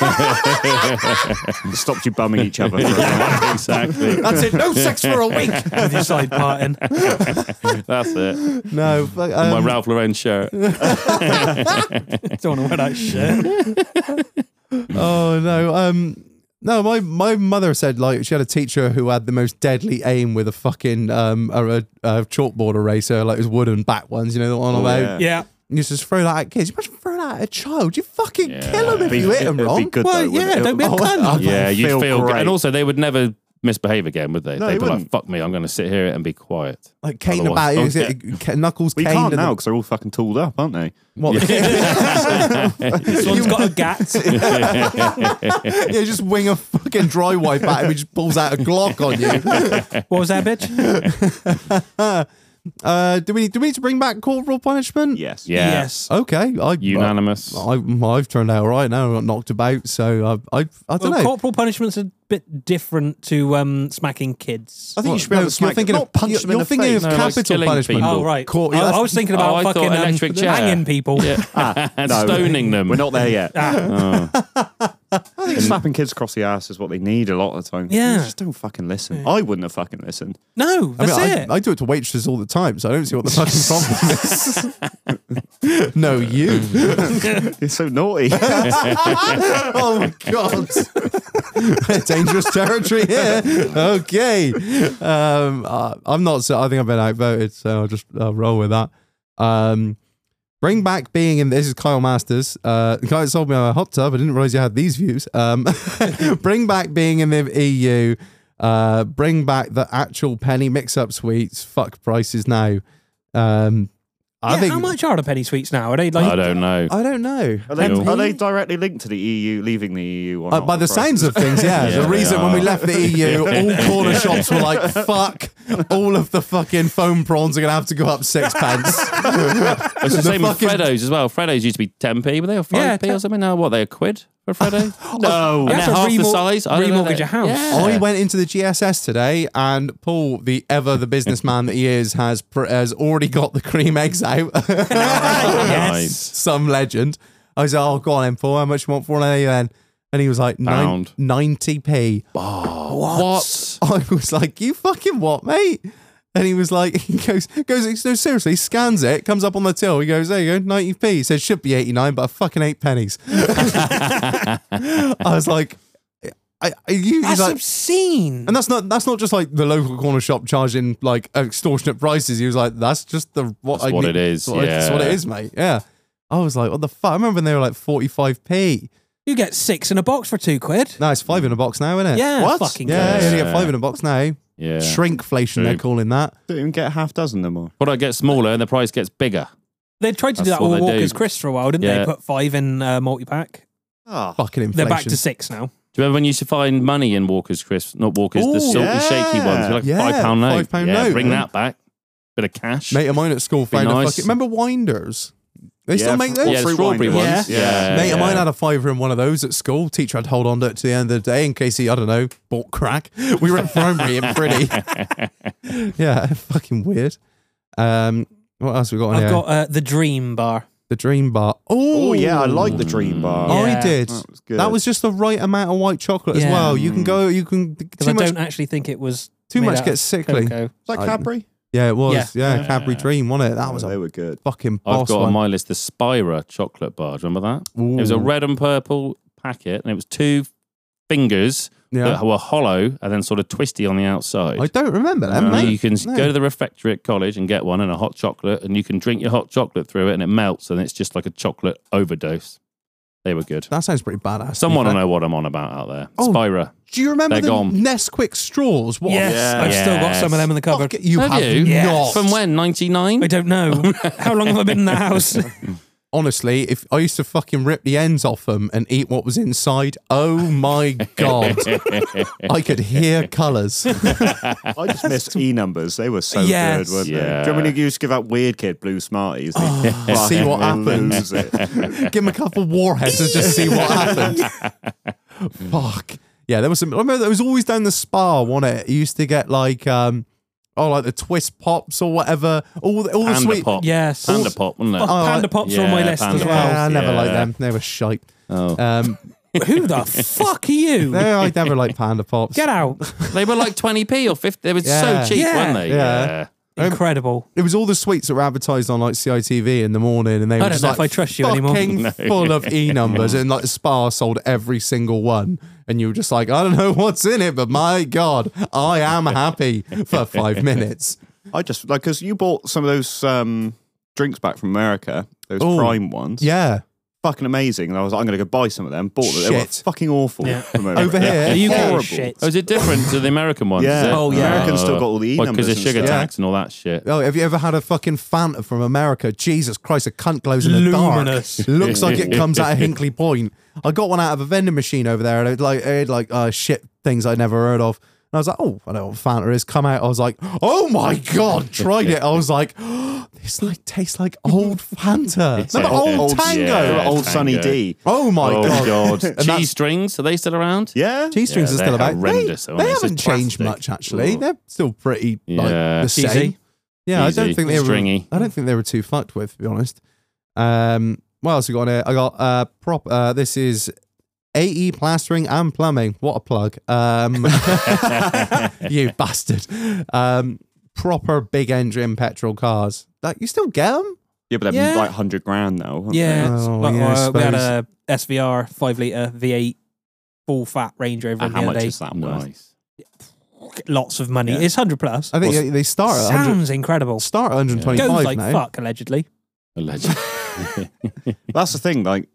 Speaker 2: Uh,
Speaker 4: Stopped you bumming each other. For a while.
Speaker 5: exactly.
Speaker 2: That's it. No sex for a week.
Speaker 1: With your side parting.
Speaker 5: That's it.
Speaker 2: No, but, um,
Speaker 5: my Ralph Lauren shirt.
Speaker 1: Don't want to wear that shit.
Speaker 2: oh no. Um, no, my, my mother said like she had a teacher who had the most deadly aim with a fucking um a, a, a chalkboard eraser, like those wooden back ones, you know, the one
Speaker 4: Oh,
Speaker 2: about.
Speaker 4: yeah.
Speaker 1: Yeah.
Speaker 2: And You just throw that at kids. You imagine throwing that at a child. You fucking
Speaker 5: Yeah.
Speaker 2: kill them if
Speaker 4: Be-
Speaker 2: you hit them
Speaker 4: it'd
Speaker 2: wrong.
Speaker 4: Be good,
Speaker 1: Well,
Speaker 4: though, wouldn't
Speaker 1: yeah,
Speaker 4: it?
Speaker 1: don't be a
Speaker 4: Oh,
Speaker 1: cunt.
Speaker 5: Yeah, you
Speaker 4: feel
Speaker 5: would feel good.
Speaker 4: great.
Speaker 5: And also, they would never misbehave again, would they?
Speaker 4: No,
Speaker 5: They'd
Speaker 4: they
Speaker 5: be like,
Speaker 4: wouldn't.
Speaker 5: fuck me, I'm going to sit here and be quiet.
Speaker 2: like cane about
Speaker 5: Otherwise-
Speaker 2: it, ca- knuckles.
Speaker 4: We
Speaker 2: cane
Speaker 4: can't
Speaker 2: to the-
Speaker 4: now because they're all fucking tooled up, aren't they?
Speaker 2: What?
Speaker 1: This one's got a gat.
Speaker 2: yeah, just wing a fucking dry wipe at him. He just pulls out a Glock on you.
Speaker 1: What was that, bitch?
Speaker 2: Uh, do we do we need to bring back corporal punishment?
Speaker 4: Yes.
Speaker 5: Yeah.
Speaker 1: Yes.
Speaker 2: Okay. I,
Speaker 5: Unanimous.
Speaker 2: I, I've turned out all right now. I got knocked about, so I I, I don't
Speaker 1: Well,
Speaker 2: know.
Speaker 1: corporal punishment's a bit different to um, smacking kids.
Speaker 4: I think
Speaker 2: Well,
Speaker 4: you should be able
Speaker 2: no,
Speaker 4: to smack
Speaker 2: you're thinking
Speaker 4: them,
Speaker 2: of
Speaker 4: not punch
Speaker 2: you're,
Speaker 4: them in
Speaker 2: you're
Speaker 4: the
Speaker 2: thinking
Speaker 4: face.
Speaker 2: of
Speaker 5: No, like
Speaker 2: capital
Speaker 5: killing
Speaker 2: punishment.
Speaker 5: people.
Speaker 1: Oh right,
Speaker 2: Cor- yeah,
Speaker 1: I,
Speaker 2: that's-
Speaker 1: I was thinking
Speaker 5: Oh,
Speaker 1: about
Speaker 5: I thought
Speaker 1: fucking um,
Speaker 5: electric chair.
Speaker 1: hanging people.
Speaker 5: Yeah. and stoning them.
Speaker 4: We're not there yet.
Speaker 1: Ah,
Speaker 4: I think slapping kids across the ass is what they need a lot of the time.
Speaker 1: Yeah.
Speaker 4: They just don't fucking listen. I wouldn't have fucking listened.
Speaker 1: no,
Speaker 2: I
Speaker 1: that's
Speaker 2: mean,
Speaker 1: it.
Speaker 2: I, I do it to waitresses all the time, so I don't see what the fucking problem is. no, you.
Speaker 4: It's so naughty.
Speaker 2: oh my god, dangerous territory here. Okay, um, uh, I'm not. So I think I've been outvoted, so I'll just I'll roll with that. Um, bring back being in. This is Kyle Masters. Uh, the guy that sold me a hot tub. I didn't realize you had these views. Um, bring back being in the EU. Uh, bring back the actual penny mix-up sweets. Fuck prices now. Um, I
Speaker 1: yeah,
Speaker 2: think
Speaker 1: how much are the penny sweets now? Are they
Speaker 5: I
Speaker 1: like?
Speaker 5: don't know.
Speaker 2: I don't know.
Speaker 4: Are they,
Speaker 5: Cool.
Speaker 4: are they directly linked to the EU leaving the EU? Or
Speaker 2: Uh,
Speaker 4: not?
Speaker 2: by the
Speaker 4: Right.
Speaker 2: sounds of things, yeah.
Speaker 5: Yeah,
Speaker 2: the
Speaker 5: they
Speaker 2: reason when we
Speaker 5: are.
Speaker 2: left the EU, all corner shops were like, fuck, all of the fucking foam prawns are going to have to go up six pence.
Speaker 5: It's the,
Speaker 2: The
Speaker 5: same
Speaker 2: fucking-
Speaker 5: with Freddos as well. Freddos used to be 10p, but they were 5p
Speaker 1: Yeah,
Speaker 5: or something. Now, what, they a quid for a Freddo?
Speaker 4: No.
Speaker 5: And
Speaker 1: have
Speaker 5: they're
Speaker 1: to
Speaker 5: half the
Speaker 1: remor-
Speaker 5: size. I don't know,
Speaker 1: remortgage
Speaker 5: they're-
Speaker 1: your house.
Speaker 5: Yeah.
Speaker 2: I went into the GSS today, and Paul, the ever the businessman that he is, has pr- has already got the cream eggs out.
Speaker 5: Nice.
Speaker 2: Some legend. I was like, oh, go on, then, Paul, how much you want for an then? And he was like, nine,
Speaker 5: Pound.
Speaker 2: 90p.
Speaker 5: What?
Speaker 2: I was like, "You fucking what, mate?" And he was like, he goes, goes, no, seriously, scans it, comes up on the till. He goes, there you go, 90p. He said, should be 89, but I fucking eight pennies. I was like, I, I, you, he's
Speaker 1: That's
Speaker 2: like,
Speaker 1: obscene.
Speaker 2: and that's not, that's not just like the local corner shop charging like extortionate prices. He was like, that's just the, what,
Speaker 5: That's what it is,
Speaker 2: That's what, that's what it
Speaker 5: yeah.
Speaker 2: is, mate. Yeah. I was like, what the fuck? I remember when they were like 45p.
Speaker 1: You get six in a box for two quid.
Speaker 2: No, it's five in a box now, isn't it?
Speaker 1: Yeah,
Speaker 4: What?
Speaker 1: fucking
Speaker 2: Yeah,
Speaker 1: good.
Speaker 2: you only get
Speaker 5: Yeah.
Speaker 2: five in a box now. eh?
Speaker 5: Yeah.
Speaker 2: Shrinkflation, they're
Speaker 5: True.
Speaker 2: calling that.
Speaker 4: Don't even get a half dozen no more.
Speaker 5: Product gets smaller and the price gets bigger.
Speaker 1: They tried to do
Speaker 5: That's
Speaker 1: that
Speaker 5: what
Speaker 1: with
Speaker 5: they do.
Speaker 1: Walker's Chris for a while, didn't they?
Speaker 5: Yeah.
Speaker 1: Put five in uh, multi pack.
Speaker 4: Ah,
Speaker 2: fucking
Speaker 1: They're
Speaker 2: inflation.
Speaker 1: back to six now.
Speaker 5: Do you remember when you used to find money in Walker's Crisps? Not Walker's,
Speaker 1: Ooh,
Speaker 5: the salty,
Speaker 4: yeah.
Speaker 5: shaky ones. They're like
Speaker 2: Yeah,
Speaker 5: five pound note.
Speaker 2: five pound
Speaker 5: yeah,
Speaker 2: note.
Speaker 5: Bring that back. Bit of cash.
Speaker 2: Mate of mine at school found a
Speaker 5: nice.
Speaker 2: fucking. Remember Winders? They still
Speaker 4: Yeah,
Speaker 2: make
Speaker 4: fr-
Speaker 2: those.
Speaker 5: yeah,
Speaker 4: fruit
Speaker 5: strawberry
Speaker 4: wine
Speaker 5: ones.
Speaker 4: ones. Yeah.
Speaker 5: Yeah.
Speaker 2: Mate of
Speaker 5: Uh, yeah.
Speaker 2: mine had a fiver in one of those at school. Teacher had to hold on to it to the end of the day in case he, I don't know, bought crack. We were at primary in pretty. yeah, fucking weird. Um, what else we got on
Speaker 1: I've
Speaker 2: here?
Speaker 1: got uh, the Dream Bar.
Speaker 2: the Dream Bar. Oh,
Speaker 4: Oh yeah, I like the Dream Bar.
Speaker 1: Yeah.
Speaker 2: I did.
Speaker 4: That was good.
Speaker 2: That was just the right amount of white chocolate as
Speaker 1: Yeah.
Speaker 2: well. You can go. You can
Speaker 1: Because I
Speaker 2: too much.
Speaker 1: don't actually think it was
Speaker 2: Too
Speaker 1: made
Speaker 2: much
Speaker 1: out
Speaker 2: gets
Speaker 1: of
Speaker 2: sickly.
Speaker 1: cocoa.
Speaker 4: Was that Cadbury?
Speaker 2: Yeah, it was. Yeah,
Speaker 1: Yeah.
Speaker 2: Cadbury Dream, wasn't it? That
Speaker 4: Oh,
Speaker 2: was
Speaker 4: they
Speaker 2: a
Speaker 4: were good.
Speaker 2: fucking boss
Speaker 5: I've got
Speaker 2: one. Mm.
Speaker 5: on my list the Spira chocolate bar. Do you remember that? It was a
Speaker 2: Ooh.
Speaker 5: red and purple packet, and it was two fingers
Speaker 2: yeah.
Speaker 5: that were hollow and then sort of twisty on the outside.
Speaker 2: I don't remember them,
Speaker 5: And
Speaker 2: mate.
Speaker 5: you can s
Speaker 2: No.
Speaker 5: go to the refectory at college and get one and a hot chocolate, and you can drink your hot chocolate through it, and it melts, and it's just like a chocolate overdose. They were good.
Speaker 2: That sounds pretty badass.
Speaker 5: Someone will
Speaker 2: on
Speaker 5: know what I'm on about out there.
Speaker 2: Oh,
Speaker 5: Spira.
Speaker 2: Do you remember
Speaker 5: They're
Speaker 2: the
Speaker 5: gone.
Speaker 2: Nesquik straws? What?
Speaker 1: Yes,
Speaker 5: Yeah.
Speaker 1: I've still got some of
Speaker 5: Yes.
Speaker 1: them in the
Speaker 2: Fuck
Speaker 1: cupboard.
Speaker 2: it, you have,
Speaker 5: Have you?
Speaker 1: Yes.
Speaker 2: not.
Speaker 5: From when?
Speaker 1: I
Speaker 5: 99?
Speaker 1: don't know. How long have I been in the house?
Speaker 2: Honestly, if I used to fucking rip the ends off them and eat what was inside, oh my god, I could hear colours.
Speaker 4: I just miss E numbers. They were so
Speaker 1: Yes.
Speaker 4: good, weren't they?
Speaker 5: Yeah.
Speaker 4: Do you remember when you used to give out weird kid blue smarties? Oh,
Speaker 2: Ah. see what happens.
Speaker 4: Lose it.
Speaker 2: Give them a couple warheads and just see what happened. Fuck. Yeah, there was some. I remember there was always down the spa, wasn't it? You used to get like, um, oh, like the twist pops or whatever. All the, all the
Speaker 5: Panda
Speaker 2: sweet.
Speaker 5: Pop.
Speaker 1: Yes.
Speaker 5: Panda Pop, wasn't it?
Speaker 2: Oh,
Speaker 1: Panda Pops are on my
Speaker 5: yeah,
Speaker 1: list as
Speaker 5: Panda
Speaker 1: well.
Speaker 2: Yeah, I never
Speaker 5: Yeah.
Speaker 2: liked them. They were shite.
Speaker 5: Oh.
Speaker 2: Um,
Speaker 1: Who the fuck are you?
Speaker 2: no, I never liked Panda Pops.
Speaker 1: Get out.
Speaker 5: They were like 20p or 50. They were
Speaker 2: Yeah.
Speaker 5: so cheap,
Speaker 1: Yeah.
Speaker 5: weren't they?
Speaker 2: Yeah.
Speaker 1: Incredible.
Speaker 2: It was all the sweets that were advertised on like CITV in the morning, and they were
Speaker 1: don't
Speaker 2: just
Speaker 1: know
Speaker 2: like
Speaker 1: if I trust you anymore.
Speaker 2: fucking full of e numbers, and like Spa sold every single one, and you were just like, I don't know what's in it, but my god, I am happy for five minutes.
Speaker 4: I just like because you bought some of those um, drinks back from America, those
Speaker 2: Oh.
Speaker 4: prime ones.
Speaker 2: Yeah,
Speaker 4: fucking amazing. And I was like, I'm going to go buy some of them. Bought them. They were
Speaker 2: Shit.
Speaker 4: fucking awful.
Speaker 1: Yeah.
Speaker 4: from
Speaker 2: Over here,
Speaker 1: The UK
Speaker 4: horrible.
Speaker 1: is shit.
Speaker 5: Oh, is it different to the American ones?
Speaker 4: Yeah.
Speaker 5: is it?
Speaker 4: Oh, yeah. Americans still got all the E
Speaker 5: Because
Speaker 4: numbers
Speaker 5: of
Speaker 4: and
Speaker 5: sugar
Speaker 4: stuff.
Speaker 5: tax and all that shit.
Speaker 2: Oh, have you ever had a fucking Fanta from America? Jesus Christ, a cunt glows in the
Speaker 1: Luminous.
Speaker 2: dark. Looks like it comes out of Hinkley Point. I got one out of a vending machine over there, and it like it had like uh, shit things I'd never heard of. And I was like, oh, I know what Fanta is. Come out. I was like, oh my god, tried it. I was like, this like tastes like old Fanta. Remember old Tango?
Speaker 5: yeah.
Speaker 4: Remember old Sunny
Speaker 5: Tango.
Speaker 4: D.
Speaker 2: Oh my
Speaker 5: oh,
Speaker 2: god.
Speaker 5: God.
Speaker 2: that's-
Speaker 5: Cheese strings, are they still around?
Speaker 4: Yeah.
Speaker 2: Cheese strings
Speaker 5: Yeah,
Speaker 2: are
Speaker 5: they're
Speaker 2: still about. They,
Speaker 5: horrendous,
Speaker 2: they
Speaker 5: aren't they? It's
Speaker 2: haven't
Speaker 5: just
Speaker 2: changed much
Speaker 5: plastic.
Speaker 2: actually.
Speaker 5: Ooh.
Speaker 2: They're still pretty like
Speaker 5: Yeah.
Speaker 2: the same.
Speaker 1: Cheesy.
Speaker 2: Yeah, I
Speaker 5: Easy.
Speaker 2: don't think they were
Speaker 5: Stringy.
Speaker 2: I
Speaker 1: Mm.
Speaker 2: don't think they were too fucked with, to be honest. Um, what else we got on here? I got uh prop. Uh, this is AE plastering and plumbing. What a plug! Um, you bastard. Um, proper big engine petrol cars. Like you still get them?
Speaker 4: Yeah, but that'd
Speaker 1: Yeah.
Speaker 4: be like 100 grand now. wouldn't
Speaker 1: Yeah,
Speaker 4: it?
Speaker 1: it's
Speaker 2: Oh,
Speaker 1: like,
Speaker 2: yeah, I
Speaker 1: uh, we had a SVR five liter V8 full fat Range Rover
Speaker 5: And
Speaker 1: the
Speaker 5: Uh, how
Speaker 1: other
Speaker 5: much
Speaker 1: day.
Speaker 5: is that worth?
Speaker 4: Nice.
Speaker 1: Lots of money. It's hundred plus.
Speaker 2: I think they- they start at 100,
Speaker 1: Sounds incredible.
Speaker 2: start at
Speaker 1: Goes
Speaker 2: 125
Speaker 1: like
Speaker 2: now.
Speaker 1: fuck allegedly.
Speaker 5: Allegedly.
Speaker 4: That's the thing. Like,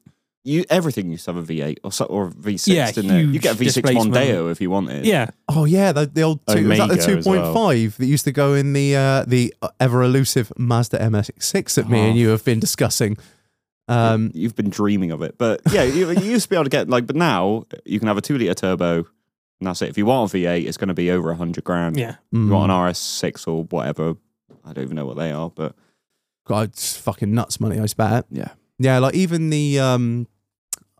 Speaker 4: you everything used to have a V8 or so, or V6,
Speaker 1: Yeah,
Speaker 4: didn't it? You
Speaker 1: huge
Speaker 4: get a V6
Speaker 1: displacement.
Speaker 4: Mondeo if you wanted.
Speaker 1: Yeah,
Speaker 2: Oh yeah, the, the old two, was that the
Speaker 5: Omega
Speaker 2: two
Speaker 5: as
Speaker 2: point
Speaker 5: well.
Speaker 2: five that used to go in the uh, the ever elusive Mazda MX-6 that me
Speaker 5: Uh-huh.
Speaker 2: and you have been discussing? Um,
Speaker 4: You've been dreaming of it, but yeah, you, you used to be able to get like, but now you can have a two liter turbo, and that's it. If you want a V8, it's going to be over hundred grand.
Speaker 1: yeah.
Speaker 4: you
Speaker 2: mm,
Speaker 4: want an RS6 or whatever. I don't even know what they are, but
Speaker 2: God, it's fucking nuts money I spent.
Speaker 4: Yeah.
Speaker 2: yeah, like even the um,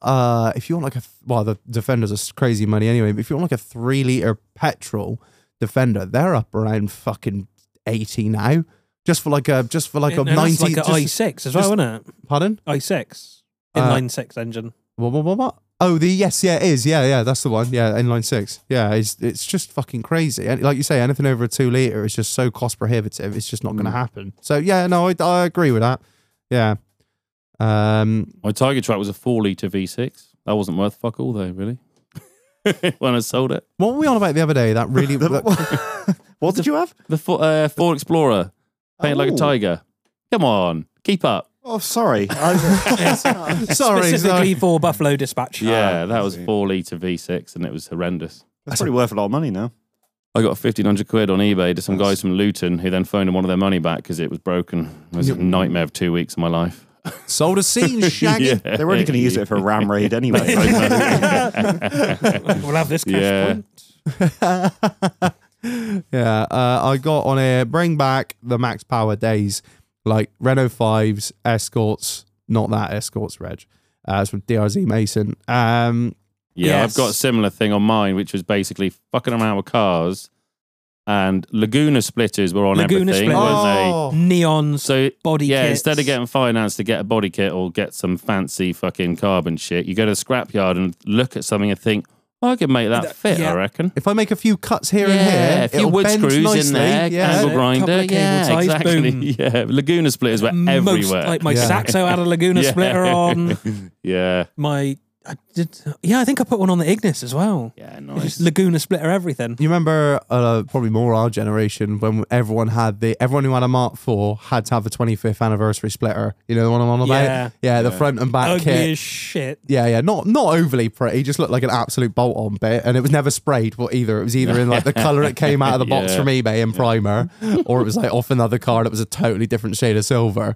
Speaker 2: uh, if you want like a th- well, the Defenders are s- crazy money anyway. But if you want like a three liter petrol Defender, they're up around fucking eighty now. Just for like a just for like a
Speaker 1: And that's
Speaker 2: ninety.
Speaker 1: like an
Speaker 2: just-
Speaker 1: i6 as well, isn't it?
Speaker 2: pardon?
Speaker 1: i6
Speaker 2: Uh,
Speaker 1: inline six engine.
Speaker 2: What, what, what, what? Oh, the yes, yeah, it is. Yeah, yeah, that's the one. Yeah, inline six. Yeah, it's it's just fucking crazy. And like you say, anything over a two liter is just so cost prohibitive. It's just not going to happen. So yeah, no, I, I agree with that. Yeah. Um.
Speaker 5: My Tiger Track was a four litre V6. That wasn't worth fuck all though, really. when I sold it,
Speaker 2: What were we on about the other day? That really. that-
Speaker 4: what did you have?
Speaker 5: the four, uh, Ford Explorer painted like a
Speaker 4: Oh.
Speaker 5: tiger. Come on, keep up.
Speaker 4: Oh, sorry. I-
Speaker 2: sorry,
Speaker 1: Specifically
Speaker 2: sorry.
Speaker 1: for Buffalo Dispatch.
Speaker 5: Yeah, that
Speaker 4: I
Speaker 5: was
Speaker 4: see.
Speaker 5: four litre V6, and it was horrendous.
Speaker 4: That's probably worth a lot of money now.
Speaker 5: I got fifteen hundred quid on eBay to some
Speaker 4: Nice.
Speaker 5: guys from Luton, who then phoned him one of their money back because it was broken. It was a nightmare of two weeks of my life.
Speaker 2: Sold a scene, Shaggy.
Speaker 4: They were only going to use it for a ram raid anyway. Like,
Speaker 1: we'll have this cash
Speaker 5: Yeah.
Speaker 1: point.
Speaker 2: yeah, uh, I got on here. Bring back the max power days, like Renault fives, escorts, not that escorts, Reg. Uh, it's from DRZ Mason. Um,
Speaker 5: Yeah,
Speaker 1: Yes.
Speaker 5: I've got a similar thing on mine, which was basically fucking around with cars, and Laguna splitters were on
Speaker 1: Laguna
Speaker 5: everything,
Speaker 1: splitters.
Speaker 5: weren't
Speaker 2: oh,
Speaker 1: Neon
Speaker 5: they? So
Speaker 1: body
Speaker 5: yeah,
Speaker 1: kits.
Speaker 5: instead of getting financed to get a body kit or get some fancy fucking carbon shit, you go to the scrapyard and look at something and think, I could make that
Speaker 1: That-
Speaker 5: fit.
Speaker 1: yeah.
Speaker 5: I reckon.
Speaker 2: if I make a few cuts here and
Speaker 5: Yeah,
Speaker 2: here,
Speaker 5: a few
Speaker 2: it'll
Speaker 5: wood
Speaker 2: bend
Speaker 5: screws
Speaker 2: nicely.
Speaker 5: in there,
Speaker 2: Yeah.
Speaker 5: angle grinder,
Speaker 1: Couple of cable
Speaker 5: yeah,
Speaker 1: ties,
Speaker 5: exactly.
Speaker 1: boom.
Speaker 5: Yeah, Laguna splitters were
Speaker 1: most,
Speaker 5: everywhere.
Speaker 1: like my
Speaker 2: Yeah.
Speaker 1: Saxo had a Laguna
Speaker 5: Yeah.
Speaker 1: splitter on.
Speaker 5: yeah,
Speaker 1: My, I did, yeah, I think I put one on the Ignis as well.
Speaker 5: yeah,
Speaker 1: It's Just
Speaker 5: nice.
Speaker 1: Laguna splitter everything.
Speaker 2: You remember uh, probably more our generation when everyone had the everyone who had a Mark IV had to have the 25th anniversary splitter. You know the one I'm on about?
Speaker 1: Yeah.
Speaker 2: the front and back
Speaker 1: Ugly
Speaker 2: kit.
Speaker 1: as shit.
Speaker 2: Yeah, yeah, not not overly pretty. Just looked like an absolute bolt on bit, and it was never sprayed. Well, either it was either in like the color it came out of the box
Speaker 5: Yeah.
Speaker 2: from eBay in primer, or it was like off another car that was a totally different shade of silver.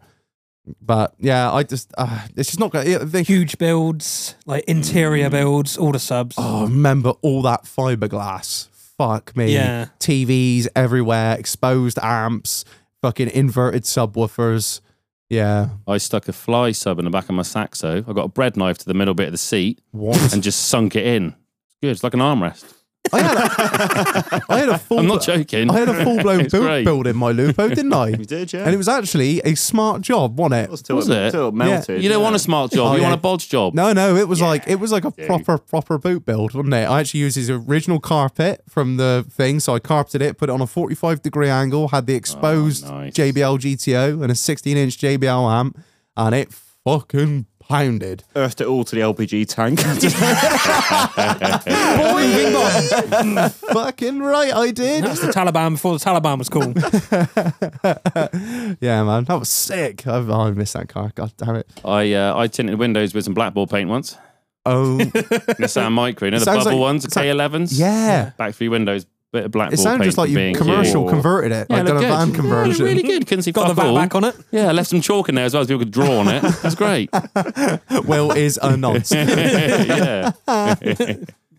Speaker 2: But yeah, I just uh, it's just not going. They,
Speaker 1: Huge builds, like interior
Speaker 5: Mm.
Speaker 1: builds, all the subs.
Speaker 2: oh, remember all that fiberglass? Fuck me.
Speaker 1: Yeah.
Speaker 2: TVs everywhere, exposed amps, fucking inverted subwoofers. Yeah,
Speaker 5: I stuck a fly sub in the back of my Saxo. I got a bread knife to the middle bit of the seat.
Speaker 2: what?
Speaker 5: and just sunk it in. It's good. It's like an armrest.
Speaker 2: I had a, I had a full.
Speaker 5: I'm not joking.
Speaker 2: I had a full blown
Speaker 5: It's
Speaker 2: build,
Speaker 5: great.
Speaker 2: build in my Lupo, didn't I?
Speaker 4: you did, yeah.
Speaker 2: And it was actually a smart job, wasn't it?
Speaker 4: was till
Speaker 5: Was
Speaker 4: it,
Speaker 5: it?
Speaker 4: Till it melted.
Speaker 5: You don't want a smart job.
Speaker 2: Oh,
Speaker 5: you
Speaker 2: yeah.
Speaker 5: want a bodge job.
Speaker 2: No, no, it was like it was like a proper proper boot build, wasn't it? I actually used his original carpet from the thing, so I carpeted it, put it on a 45 degree angle, had the exposed
Speaker 5: Oh, nice.
Speaker 2: JBL GTO and a 16 inch JBL amp, and it fucking pounded.
Speaker 4: Earthed it all to the LPG tank.
Speaker 1: Moving on.
Speaker 2: fucking right, I did.
Speaker 1: That's the Taliban before the Taliban was cool.
Speaker 2: Yeah, man, that was sick. I, oh, I miss that car. God damn it.
Speaker 5: I uh, I tinted windows with some blackboard paint once.
Speaker 2: Oh,
Speaker 5: Nissan Micro, you know the
Speaker 2: Sounds
Speaker 5: bubble
Speaker 2: like-
Speaker 5: ones, the
Speaker 2: so-
Speaker 5: K11s.
Speaker 2: yeah.
Speaker 5: Back three windows, bit of blackboard
Speaker 2: It sounded
Speaker 5: paint.
Speaker 2: just like
Speaker 5: for
Speaker 2: you
Speaker 5: being
Speaker 2: commercial
Speaker 5: cute.
Speaker 2: converted it,
Speaker 5: Yeah,
Speaker 2: like done a
Speaker 5: looked
Speaker 2: van
Speaker 5: good. Yeah,
Speaker 2: conversion.
Speaker 5: really good. Couldn't see
Speaker 1: Got the
Speaker 5: fuck
Speaker 1: VAT
Speaker 5: all.
Speaker 1: back on it.
Speaker 5: Yeah, I left some chalk in there as well so people could draw on it. That's great.
Speaker 2: Will is a nonce.
Speaker 5: yeah.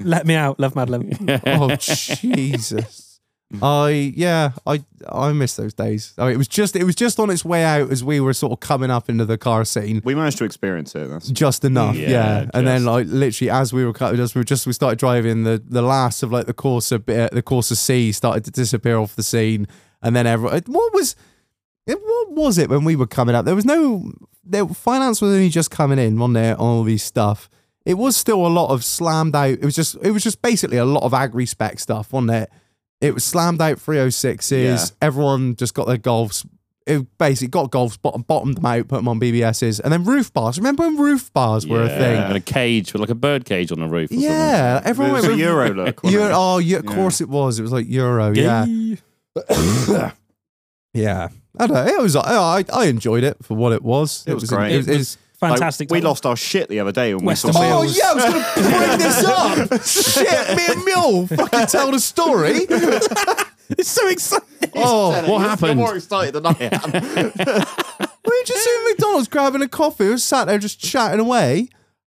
Speaker 1: Let me out, love Madeline.
Speaker 2: oh Jesus. I yeah, I I miss those days. I mean, it was just it was just on its way out as we were sort of coming up into the car scene.
Speaker 4: we managed to experience it. That's
Speaker 2: Just enough, yeah.
Speaker 5: Yeah,
Speaker 2: And then
Speaker 5: just.
Speaker 2: like literally as we were cut, just we were just we started driving the the last of like the course of uh, the course of sea started to disappear off the scene, and then everyone what was it, what was it when we were coming up? There was no there, finance was only just coming in, wasn't there? On all these stuff, it was still a lot of slammed out. It was just it was just basically a lot of agri spec stuff, wasn't it? It was slammed out 306s.
Speaker 4: Yeah.
Speaker 2: Everyone just got their golfs who basically got golfs, bottom, bottomed them out, put them on BBSs, and then roof bars. Remember when roof bars were a thing?
Speaker 5: And a cage, with like a bird cage on the roof. Or
Speaker 2: Yeah, everyone
Speaker 4: It
Speaker 2: went
Speaker 4: was a
Speaker 2: with
Speaker 4: Euro look. wasn't
Speaker 2: Euro,
Speaker 4: it?
Speaker 2: oh, yeah, of
Speaker 4: Yeah.
Speaker 2: course it was. It was like Euro, yeah, yeah. I don't know. It was. I, I enjoyed it for what it was.
Speaker 4: It was great.
Speaker 2: It was, it was-
Speaker 4: Like,
Speaker 1: Fantastic.
Speaker 4: we
Speaker 1: title.
Speaker 4: lost our shit the other day when
Speaker 1: West
Speaker 4: we
Speaker 1: of
Speaker 4: saw.
Speaker 1: Wales.
Speaker 2: oh yeah, I was going to bring this up. Shit, me and Mule fucking tell the story.
Speaker 1: It's so exciting.
Speaker 2: Oh,
Speaker 5: What happened?
Speaker 4: You're more excited than I am.
Speaker 2: we just in McDonald's grabbing a coffee. We sat there just chatting away.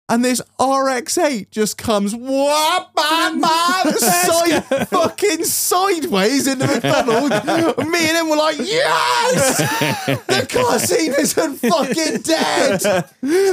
Speaker 2: And this RX8 just comes whap, bam, bam, side, fucking sideways into McDonald's. Me and him were like, yes! The car scene isn't fucking dead!
Speaker 1: It's,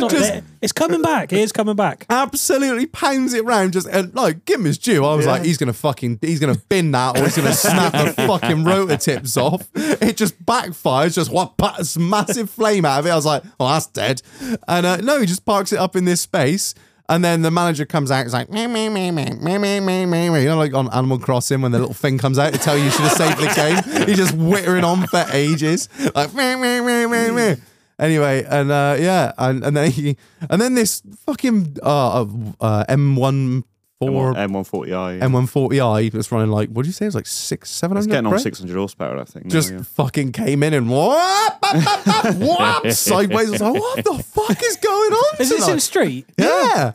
Speaker 1: not
Speaker 2: just-
Speaker 1: there. It's coming back. It is coming back.
Speaker 2: Absolutely pounds it round, just and like, give him his due. I was like, he's gonna fucking, he's gonna bin that or he's gonna snap the fucking rotor tips off. It just backfires, just what, this massive flame out of it. I was like, oh, that's dead. And uh, no, he just parks it up in this space. And then the manager comes out, it's like, meh, meh, meh, meh, meh, meh, meh, meh, meh. You know, like on Animal Crossing when the little thing comes out to tell you you should have saved the game. He's just whittering on for ages, like, meh, meh, meh, meh, meh. Anyway, and uh, yeah, and, and then he, and then this fucking uh, uh, M14
Speaker 4: uh, M140i. yeah.
Speaker 2: M140i that's running like what do you say? It's like six, seven
Speaker 4: It's
Speaker 2: hundred.
Speaker 4: getting on 600 horsepower, I think.
Speaker 2: Just
Speaker 4: now, yeah.
Speaker 2: fucking came in and whop, bop, bop, bop, whop, sideways. I was like, what the fuck is going on?
Speaker 1: Is this
Speaker 2: tonight?
Speaker 1: in street?
Speaker 2: Yeah.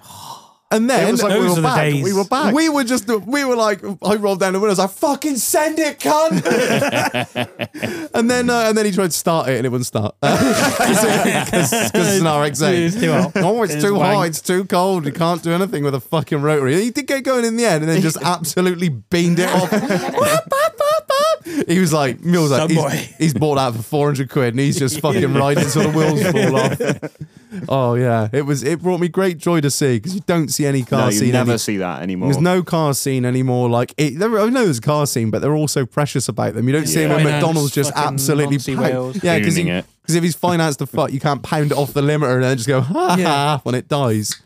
Speaker 2: And then
Speaker 4: It was like we
Speaker 1: Those
Speaker 4: were
Speaker 1: are the
Speaker 4: back.
Speaker 1: days.
Speaker 4: We were back.
Speaker 2: we were just, we were like, I rolled down the windows. I was like, fucking send it, cunt. and then, uh, and then he tried to start it, and it wouldn't start because it's an RX-8.
Speaker 1: It's too hot.
Speaker 2: Oh, it's,
Speaker 1: It's
Speaker 2: too hot.
Speaker 1: wank.
Speaker 2: It's too cold. You can't do anything with a fucking rotary. He did get going in the end, and then just absolutely beamed it off. Whap, whap, whap, whap. he was like, Mule was like,
Speaker 1: Some
Speaker 2: he's,
Speaker 1: boy.
Speaker 2: he's bought that for four hundred quid, and he's just fucking riding till the wheels fall off. Oh yeah, it was. It brought me great joy to see because you don't see any car
Speaker 4: No,
Speaker 2: scene.
Speaker 4: you never
Speaker 2: any-
Speaker 4: see that anymore.
Speaker 2: there's no car scene anymore. Like it, there, I know there's a car scene, but they're all so precious about them. You don't see them at
Speaker 1: Finance
Speaker 2: McDonald's just
Speaker 1: fucking
Speaker 2: absolutely
Speaker 1: Nazi
Speaker 2: pound-
Speaker 1: whales.
Speaker 2: Yeah, because
Speaker 5: Tuning it.
Speaker 2: because if he's financed the fuck, you can't pound it off the limiter and then just go ha ha
Speaker 1: Yeah.
Speaker 2: when it dies.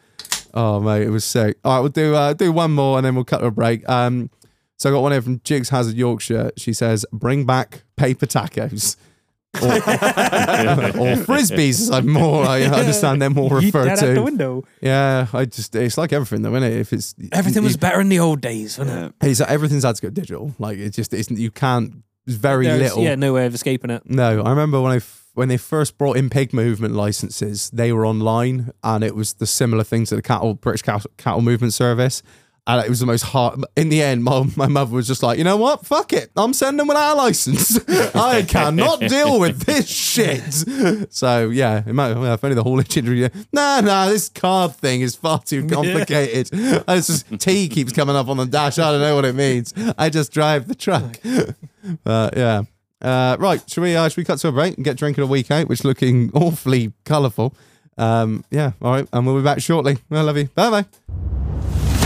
Speaker 2: Oh mate, it was sick. All right, we'll do uh, do one more and then we'll cut to a break. Um, so I got one here from Jigs Hazard Yorkshire. She says, "Bring back paper tacos." or, or frisbees, as I'm more. I understand they're more
Speaker 1: Yeet
Speaker 2: referred
Speaker 1: that out the
Speaker 2: to.
Speaker 1: window.
Speaker 2: Yeah, I just it's like everything though, isn't it? If it's
Speaker 1: Everything
Speaker 2: you-
Speaker 1: was better in the old days, wasn't it?
Speaker 2: It's like everything's had to go digital. Like it's just it's you can't. It's very
Speaker 1: There's-
Speaker 2: little.
Speaker 1: Yeah, no way of escaping it.
Speaker 2: No, I remember when I f- when they first brought in pig movement licenses, they were online, and it was the similar thing to the cattle British cattle, cattle movement service. And it was the most hard. In the end, my, my mother was just like, you know what? Fuck it. I'm sending without a license. I cannot deal with this shit. So, yeah, it might, well, if only the haulage industry. Nah, nah, this card thing is far too complicated. It's just T keeps coming up on the dash. I don't know what it means. I just drive the truck. Uh, yeah. Uh, right. Should we uh, should we cut to a break and get drink of the week out, which is looking awfully colourful. Um, yeah. All right. And we'll be back shortly. I love you. Bye bye.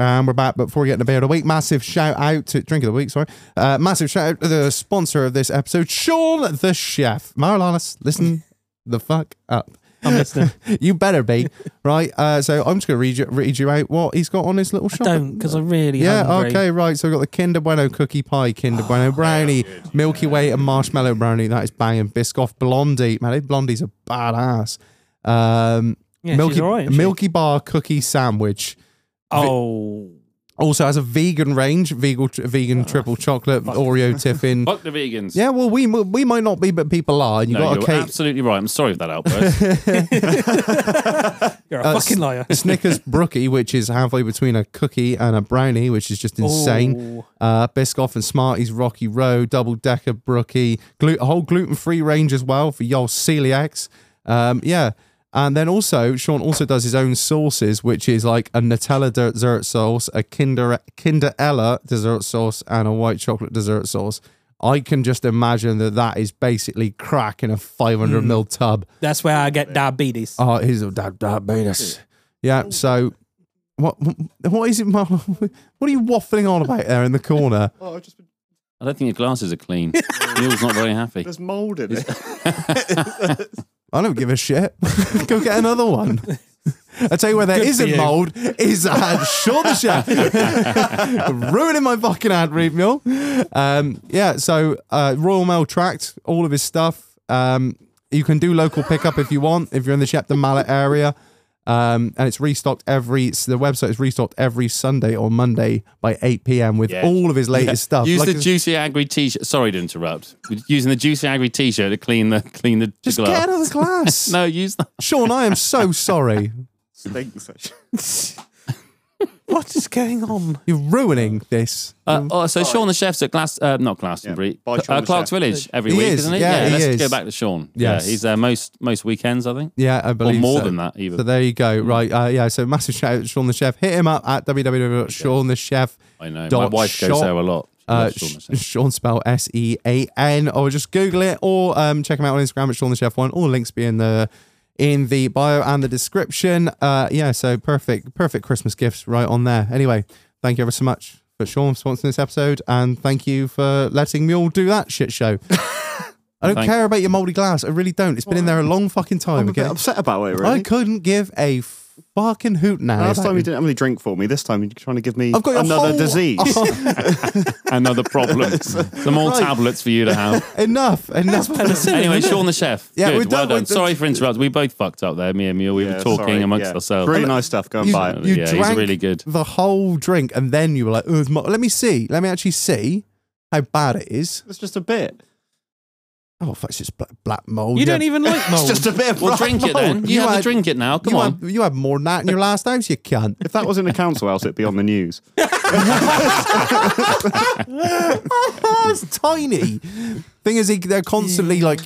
Speaker 2: And we're back. But before we get into beer of the week, massive shout out to drink of the week. Sorry, uh, massive shout out to the sponsor of this episode, Sean the Chef. Marilanas, listen the fuck up.
Speaker 1: I'm listening.
Speaker 2: you better be right. Uh, so I'm just gonna read you read you out what he's got on his little shop.
Speaker 1: Don't, because I'm really
Speaker 2: Yeah,
Speaker 1: hungry.
Speaker 2: okay, right. So we've got the Kinder Bueno cookie pie, Kinder
Speaker 1: Oh,
Speaker 2: Bueno brownie, Milky Way and marshmallow brownie. That is banging. Biscoff Blondie. Man, those Blondie's a badass. Um,
Speaker 1: Yeah, she's
Speaker 2: Milky,
Speaker 1: alright, isn't she?
Speaker 2: Milky Bar cookie sandwich.
Speaker 1: Oh,
Speaker 2: Also has a vegan range, vegan, vegan triple chocolate, Oreo tiffin.
Speaker 5: Fuck the vegans.
Speaker 2: Yeah, well, we mu- we might not be, but people are. And you
Speaker 5: No,
Speaker 2: got
Speaker 5: you're
Speaker 2: a cake,
Speaker 5: absolutely right. I'm sorry for that outburst.
Speaker 1: you're a
Speaker 2: Uh,
Speaker 1: fucking liar.
Speaker 2: Snickers Brookie, which is halfway between a cookie and a brownie, which is just insane. Uh, Biscoff and Smarties Rocky Road, Double Decker Brookie, glu- a whole gluten free range as well for y'all celiacs. Um, yeah. And then also, Sean also does his own sauces, which is like a Nutella de- dessert sauce, a Kinder Kinder Ella dessert sauce, and a white chocolate dessert sauce. I can just imagine that that is basically crack in a 500 mil tub.
Speaker 1: That's where I get diabetes.
Speaker 2: Oh, he's a dab diabetes. Yeah. So, what what is it, Marlon? What are you waffling on about there in the corner?
Speaker 4: Oh, I've just been
Speaker 5: I don't think your glasses are clean. Neil's not very happy.
Speaker 4: There's mold in it.
Speaker 2: I don't give a shit. Go get another one. I tell you where there
Speaker 1: Good for
Speaker 2: not
Speaker 1: you.
Speaker 2: mold is at Shorter Shack. Ruining my fucking ad read, Mill. Um, yeah, so uh, Royal Mail tracked all of his stuff. Um, you can do local pickup if you want, if you're in the Shepton Mallet area. Um, and it's restocked every, so the website is restocked every Sunday or Monday by 8 p.m. with
Speaker 5: Yeah.
Speaker 2: all of his latest stuff.
Speaker 5: Use
Speaker 2: Like
Speaker 5: the
Speaker 2: it's-
Speaker 5: juicy agri t-shirt. Sorry to interrupt. Using the juicy agri t-shirt to clean the clean the,
Speaker 2: just
Speaker 5: the
Speaker 2: get
Speaker 5: glass.
Speaker 2: out of the glass.
Speaker 5: No, use that.
Speaker 2: Sean, I am so sorry.
Speaker 4: Stinks.
Speaker 1: What is going on?
Speaker 2: You're ruining this.
Speaker 5: Uh, oh, so Sean the chef's at Glass, uh, not Glastonbury,
Speaker 4: by Sean
Speaker 5: uh,
Speaker 4: the
Speaker 5: Clark's
Speaker 4: Chef.
Speaker 5: Village every
Speaker 2: He
Speaker 5: week,
Speaker 2: is,
Speaker 5: is, not it?
Speaker 2: yeah, he
Speaker 5: let's
Speaker 2: is.
Speaker 5: go back to Sean.
Speaker 2: Yes.
Speaker 5: Yeah, he's there most most weekends, I think,
Speaker 2: Yeah, I
Speaker 5: or
Speaker 2: believe
Speaker 5: more
Speaker 2: so.
Speaker 5: than that Hmm. even.
Speaker 2: So there you go. Right. Uh, yeah. So massive shout out to Sean the Chef. Hit him up at www.seanthechef.
Speaker 5: I know. My
Speaker 2: dot
Speaker 5: wife goes
Speaker 2: shop.
Speaker 5: there a lot. She
Speaker 2: Uh,
Speaker 5: loves Sean the
Speaker 2: Sh-
Speaker 5: Chef.
Speaker 2: Sean spell S E A N, or just Google it, or um, check him out on Instagram at Sean the Chef One. All links be in the in the bio and the description. Uh, yeah, so perfect, perfect Christmas gifts right on there. Anyway, thank you ever so much for Sean sponsoring this episode, and thank you for letting me all do that shit show. I don't
Speaker 5: Thank-
Speaker 2: care about your moldy glass. I really don't. It's been in there a long fucking time.
Speaker 4: I'm a
Speaker 2: okay?
Speaker 4: bit upset about it,
Speaker 2: I
Speaker 4: really.
Speaker 2: couldn't give a fucking hoot now.
Speaker 4: Last time you didn't have any drink for me. This time you're trying to give me
Speaker 2: I've got your
Speaker 4: another
Speaker 2: whole-
Speaker 4: disease.
Speaker 5: Another problem. Some more
Speaker 2: Right.
Speaker 5: tablets for you to have.
Speaker 2: Enough, enough.
Speaker 5: anyway, Sean the chef.
Speaker 2: Yeah,
Speaker 5: Good.
Speaker 2: we're done-
Speaker 5: well
Speaker 2: we're
Speaker 5: done.
Speaker 2: done.
Speaker 5: Sorry for interrupting. We both fucked up there, me and Mule. We
Speaker 4: Yeah,
Speaker 5: were talking
Speaker 4: sorry,
Speaker 5: amongst
Speaker 4: yeah.
Speaker 5: ourselves.
Speaker 4: Really nice stuff. Go and
Speaker 2: You-
Speaker 4: buy it.
Speaker 2: you
Speaker 5: yeah, he's
Speaker 2: drank
Speaker 5: really good.
Speaker 2: the whole drink, and then you were like, "Oh, it's mo- "Let me see. Let me actually see how bad it is."
Speaker 4: It's just a bit.
Speaker 2: Oh, fuck, it's just black, black mold.
Speaker 1: You don't even like mold.
Speaker 4: It's just a bit of
Speaker 5: Well,
Speaker 4: black
Speaker 5: drink it
Speaker 4: mold.
Speaker 5: then. You,
Speaker 2: You
Speaker 5: have
Speaker 2: had-
Speaker 5: to drink it now. Come
Speaker 2: you
Speaker 5: on.
Speaker 2: Had, you had more than that in your last house, you cunt.
Speaker 4: If that was in a council house, it'd be on the news.
Speaker 2: it's tiny. Thing is, he- they're constantly like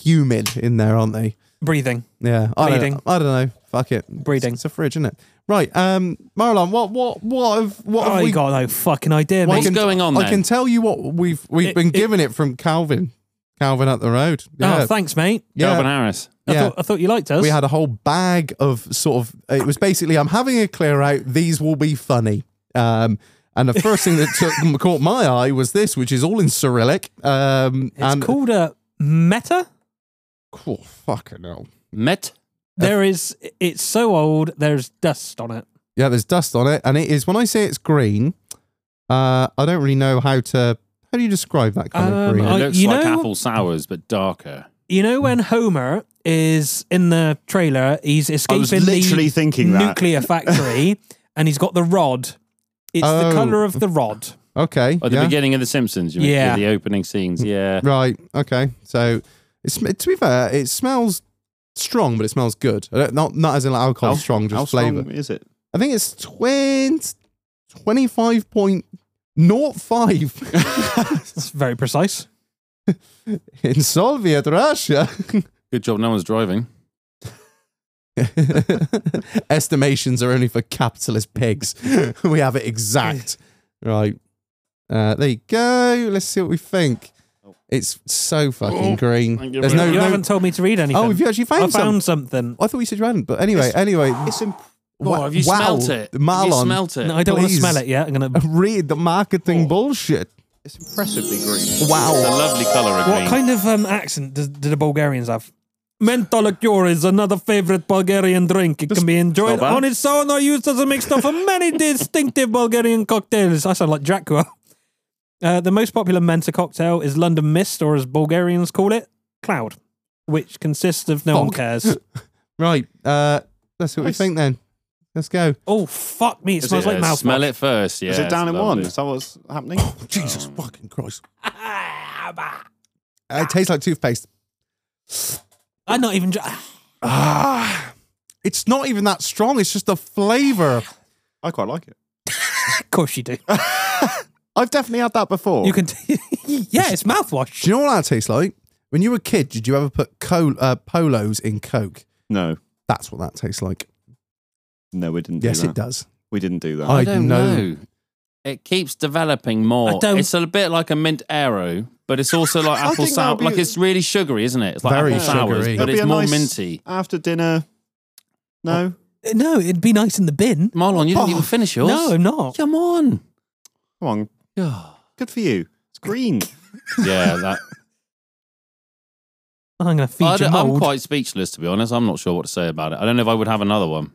Speaker 2: humid in there, aren't they?
Speaker 1: breathing.
Speaker 2: Yeah, I don't, know.
Speaker 1: Bleeding.
Speaker 2: I don't know. Fuck it,
Speaker 1: Breeding.
Speaker 2: It's a fridge, isn't it? Right, um, Marlon, what, what, what have, what have
Speaker 1: I
Speaker 2: we
Speaker 1: Oh, got no fucking idea,
Speaker 2: I
Speaker 5: What's
Speaker 1: mate.
Speaker 2: can-
Speaker 5: going on
Speaker 2: I
Speaker 5: then?
Speaker 2: can tell you what we've we've
Speaker 1: It-
Speaker 2: been
Speaker 1: it-
Speaker 2: given it from Calvin, Calvin up the road. Yeah,
Speaker 1: Oh, thanks, mate.
Speaker 2: yeah.
Speaker 5: Calvin Harris.
Speaker 1: I,
Speaker 2: Yeah.
Speaker 1: thought, I thought you liked us.
Speaker 2: we had a whole bag of sort of. It was basically I'm having a clear out. These will be funny. Um, and the first thing that took, caught my eye was this, which is all in Cyrillic. Um,
Speaker 1: it's
Speaker 2: and
Speaker 1: called a meta.
Speaker 2: Cool, fucking hell.
Speaker 5: Met.
Speaker 1: There is. It's so old. There's dust on it.
Speaker 2: Yeah, there's dust on it, and it is. When I say it's green, uh, I don't really know how to. How do you describe that kind of
Speaker 1: Um,
Speaker 2: green?
Speaker 5: It
Speaker 1: I-
Speaker 5: looks
Speaker 1: you
Speaker 5: like
Speaker 1: know-
Speaker 5: apple sours, but darker.
Speaker 1: You know when Homer is in the trailer, he's
Speaker 4: I was
Speaker 1: escaping
Speaker 4: literally
Speaker 1: the
Speaker 4: thinking that.
Speaker 1: nuclear factory, and he's got the rod. It's
Speaker 2: Oh.
Speaker 1: the color of the rod.
Speaker 2: okay,
Speaker 5: At the
Speaker 2: yeah.
Speaker 5: beginning of The Simpsons, you mean?
Speaker 1: Yeah.
Speaker 5: The opening scenes. Yeah.
Speaker 2: Right. Okay. So it's to be fair, it smells strong, but it smells good. I don't- Not not as in like alcohol
Speaker 4: How-
Speaker 2: strong, just
Speaker 4: How
Speaker 2: flavour.
Speaker 4: strong is it?
Speaker 2: I think it's 20, 25.05
Speaker 1: It's very precise.
Speaker 2: in Soviet Russia.
Speaker 5: Good job. No one's driving.
Speaker 2: Estimations are only for capitalist pigs. we have it exact. Right. Uh, there you go. Let's see what we think. It's so fucking green.
Speaker 5: Oh. thank you
Speaker 2: There's
Speaker 5: very
Speaker 2: no,
Speaker 1: you
Speaker 2: no-
Speaker 1: haven't told me to read anything.
Speaker 2: Oh, have you actually found,
Speaker 1: I found something.
Speaker 2: I thought you said you hadn't, but anyway, anyway.
Speaker 4: It's imp-
Speaker 2: Wa-
Speaker 5: Oh, have you
Speaker 2: wow.
Speaker 5: smelt it? Have you
Speaker 2: Marlon,
Speaker 5: smelt it?
Speaker 1: No, I don't want to
Speaker 2: please.
Speaker 1: smell it yet. I'm gonna.
Speaker 2: read the marketing bullshit.
Speaker 4: it's impressively green.
Speaker 5: It's a
Speaker 2: Wow.
Speaker 5: lovely colour of green.
Speaker 1: What kind of um, accent do, do the Bulgarians have? Menthol liqueur is another favorite Bulgarian drink. It can be enjoyed
Speaker 4: bad.
Speaker 1: on its own or used as a mixture for many distinctive Bulgarian cocktails. I sound like Dracula. Uh, the most popular Menta cocktail is London Mist, or as Bulgarians call it, Cloud, which consists of no one
Speaker 2: Fog.
Speaker 1: cares.
Speaker 2: Right. Uh, that's what we
Speaker 4: Nice.
Speaker 2: think then. Let's go.
Speaker 1: oh fuck me! It smells
Speaker 5: Yeah,
Speaker 1: like mouthwash.
Speaker 5: Smell it first. Yeah.
Speaker 4: is it down
Speaker 5: it's
Speaker 4: in one?
Speaker 5: lovely.
Speaker 4: Is that what's happening?
Speaker 2: Jesus fucking Christ. Uh, it tastes like toothpaste.
Speaker 1: I'm not even. dr-
Speaker 2: Ah, it's not even that strong. It's just the flavour.
Speaker 4: I quite like it.
Speaker 1: of course you do.
Speaker 4: I've definitely had that before.
Speaker 1: You can. T- yeah, it's mouthwash.
Speaker 2: Do you know what that tastes like? When you were a kid, did you ever put co- uh, polos in Coke?
Speaker 4: no,
Speaker 2: That's what that tastes like.
Speaker 4: no, we didn't.
Speaker 2: Yes,
Speaker 4: do that.
Speaker 2: it does.
Speaker 4: We didn't do that.
Speaker 2: I
Speaker 5: I don't
Speaker 2: know.
Speaker 5: know. It keeps developing more.
Speaker 1: I don't-
Speaker 5: It's a bit like a mint arrow, but it's also like
Speaker 4: I
Speaker 5: apple
Speaker 4: think that'll
Speaker 5: sour.
Speaker 4: be-
Speaker 5: Like it's really sugary, isn't it? It's like
Speaker 2: Very
Speaker 5: apple sours,
Speaker 2: sugary.
Speaker 5: but
Speaker 4: That'd
Speaker 5: it's
Speaker 4: be a
Speaker 5: more
Speaker 4: nice
Speaker 5: minty.
Speaker 4: After dinner, no.
Speaker 1: No, it'd be nice in the bin.
Speaker 5: Marlon, you didn't
Speaker 2: Oh,
Speaker 5: even finish yours.
Speaker 1: No, I'm not.
Speaker 5: Come on.
Speaker 4: Come on,
Speaker 5: Yeah.
Speaker 4: good for you. It's It's green.
Speaker 5: Yeah, that.
Speaker 1: I'm going to feed
Speaker 5: I
Speaker 1: you
Speaker 5: don't- I'm
Speaker 1: mold.
Speaker 5: quite speechless to be honest. I'm not sure what to say about it. I don't know if I would have another one.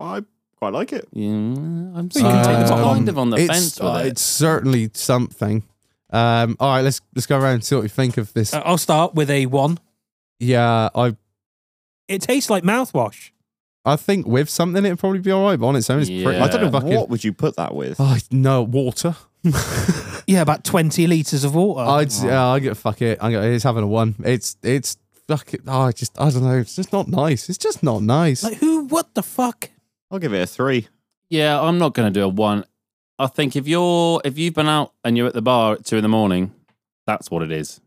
Speaker 4: I quite like it.
Speaker 5: Yeah, Mm, I'm
Speaker 1: Well, you can take the top
Speaker 5: kind
Speaker 1: one.
Speaker 5: of on the
Speaker 2: Um, it's,
Speaker 5: fence with
Speaker 2: uh,
Speaker 5: it.
Speaker 2: It's certainly something. Um, all right, let's let's go around and see what you think of this.
Speaker 4: Oh.
Speaker 1: Uh, I'll start with a one.
Speaker 2: yeah, I
Speaker 1: It tastes like mouthwash.
Speaker 2: I think with something it'd probably be all right, but on its own, it's pretty.
Speaker 5: Yeah.
Speaker 4: I don't know
Speaker 2: fucking,
Speaker 4: what would you put that with.
Speaker 2: Oh, no water.
Speaker 1: Yeah, about 20 litres of
Speaker 4: Oh.
Speaker 1: water.
Speaker 2: I'd yeah, I get fuck it. I get it's having a one. It's it's fuck it. Oh, I just I don't know. It's just not nice. It's just not nice.
Speaker 1: like, who? What the fuck?
Speaker 4: I'll give it a three.
Speaker 5: Yeah, I'm not going to do a one. I think if you're if you've been out and you're at the bar at two in the morning, that's what it is.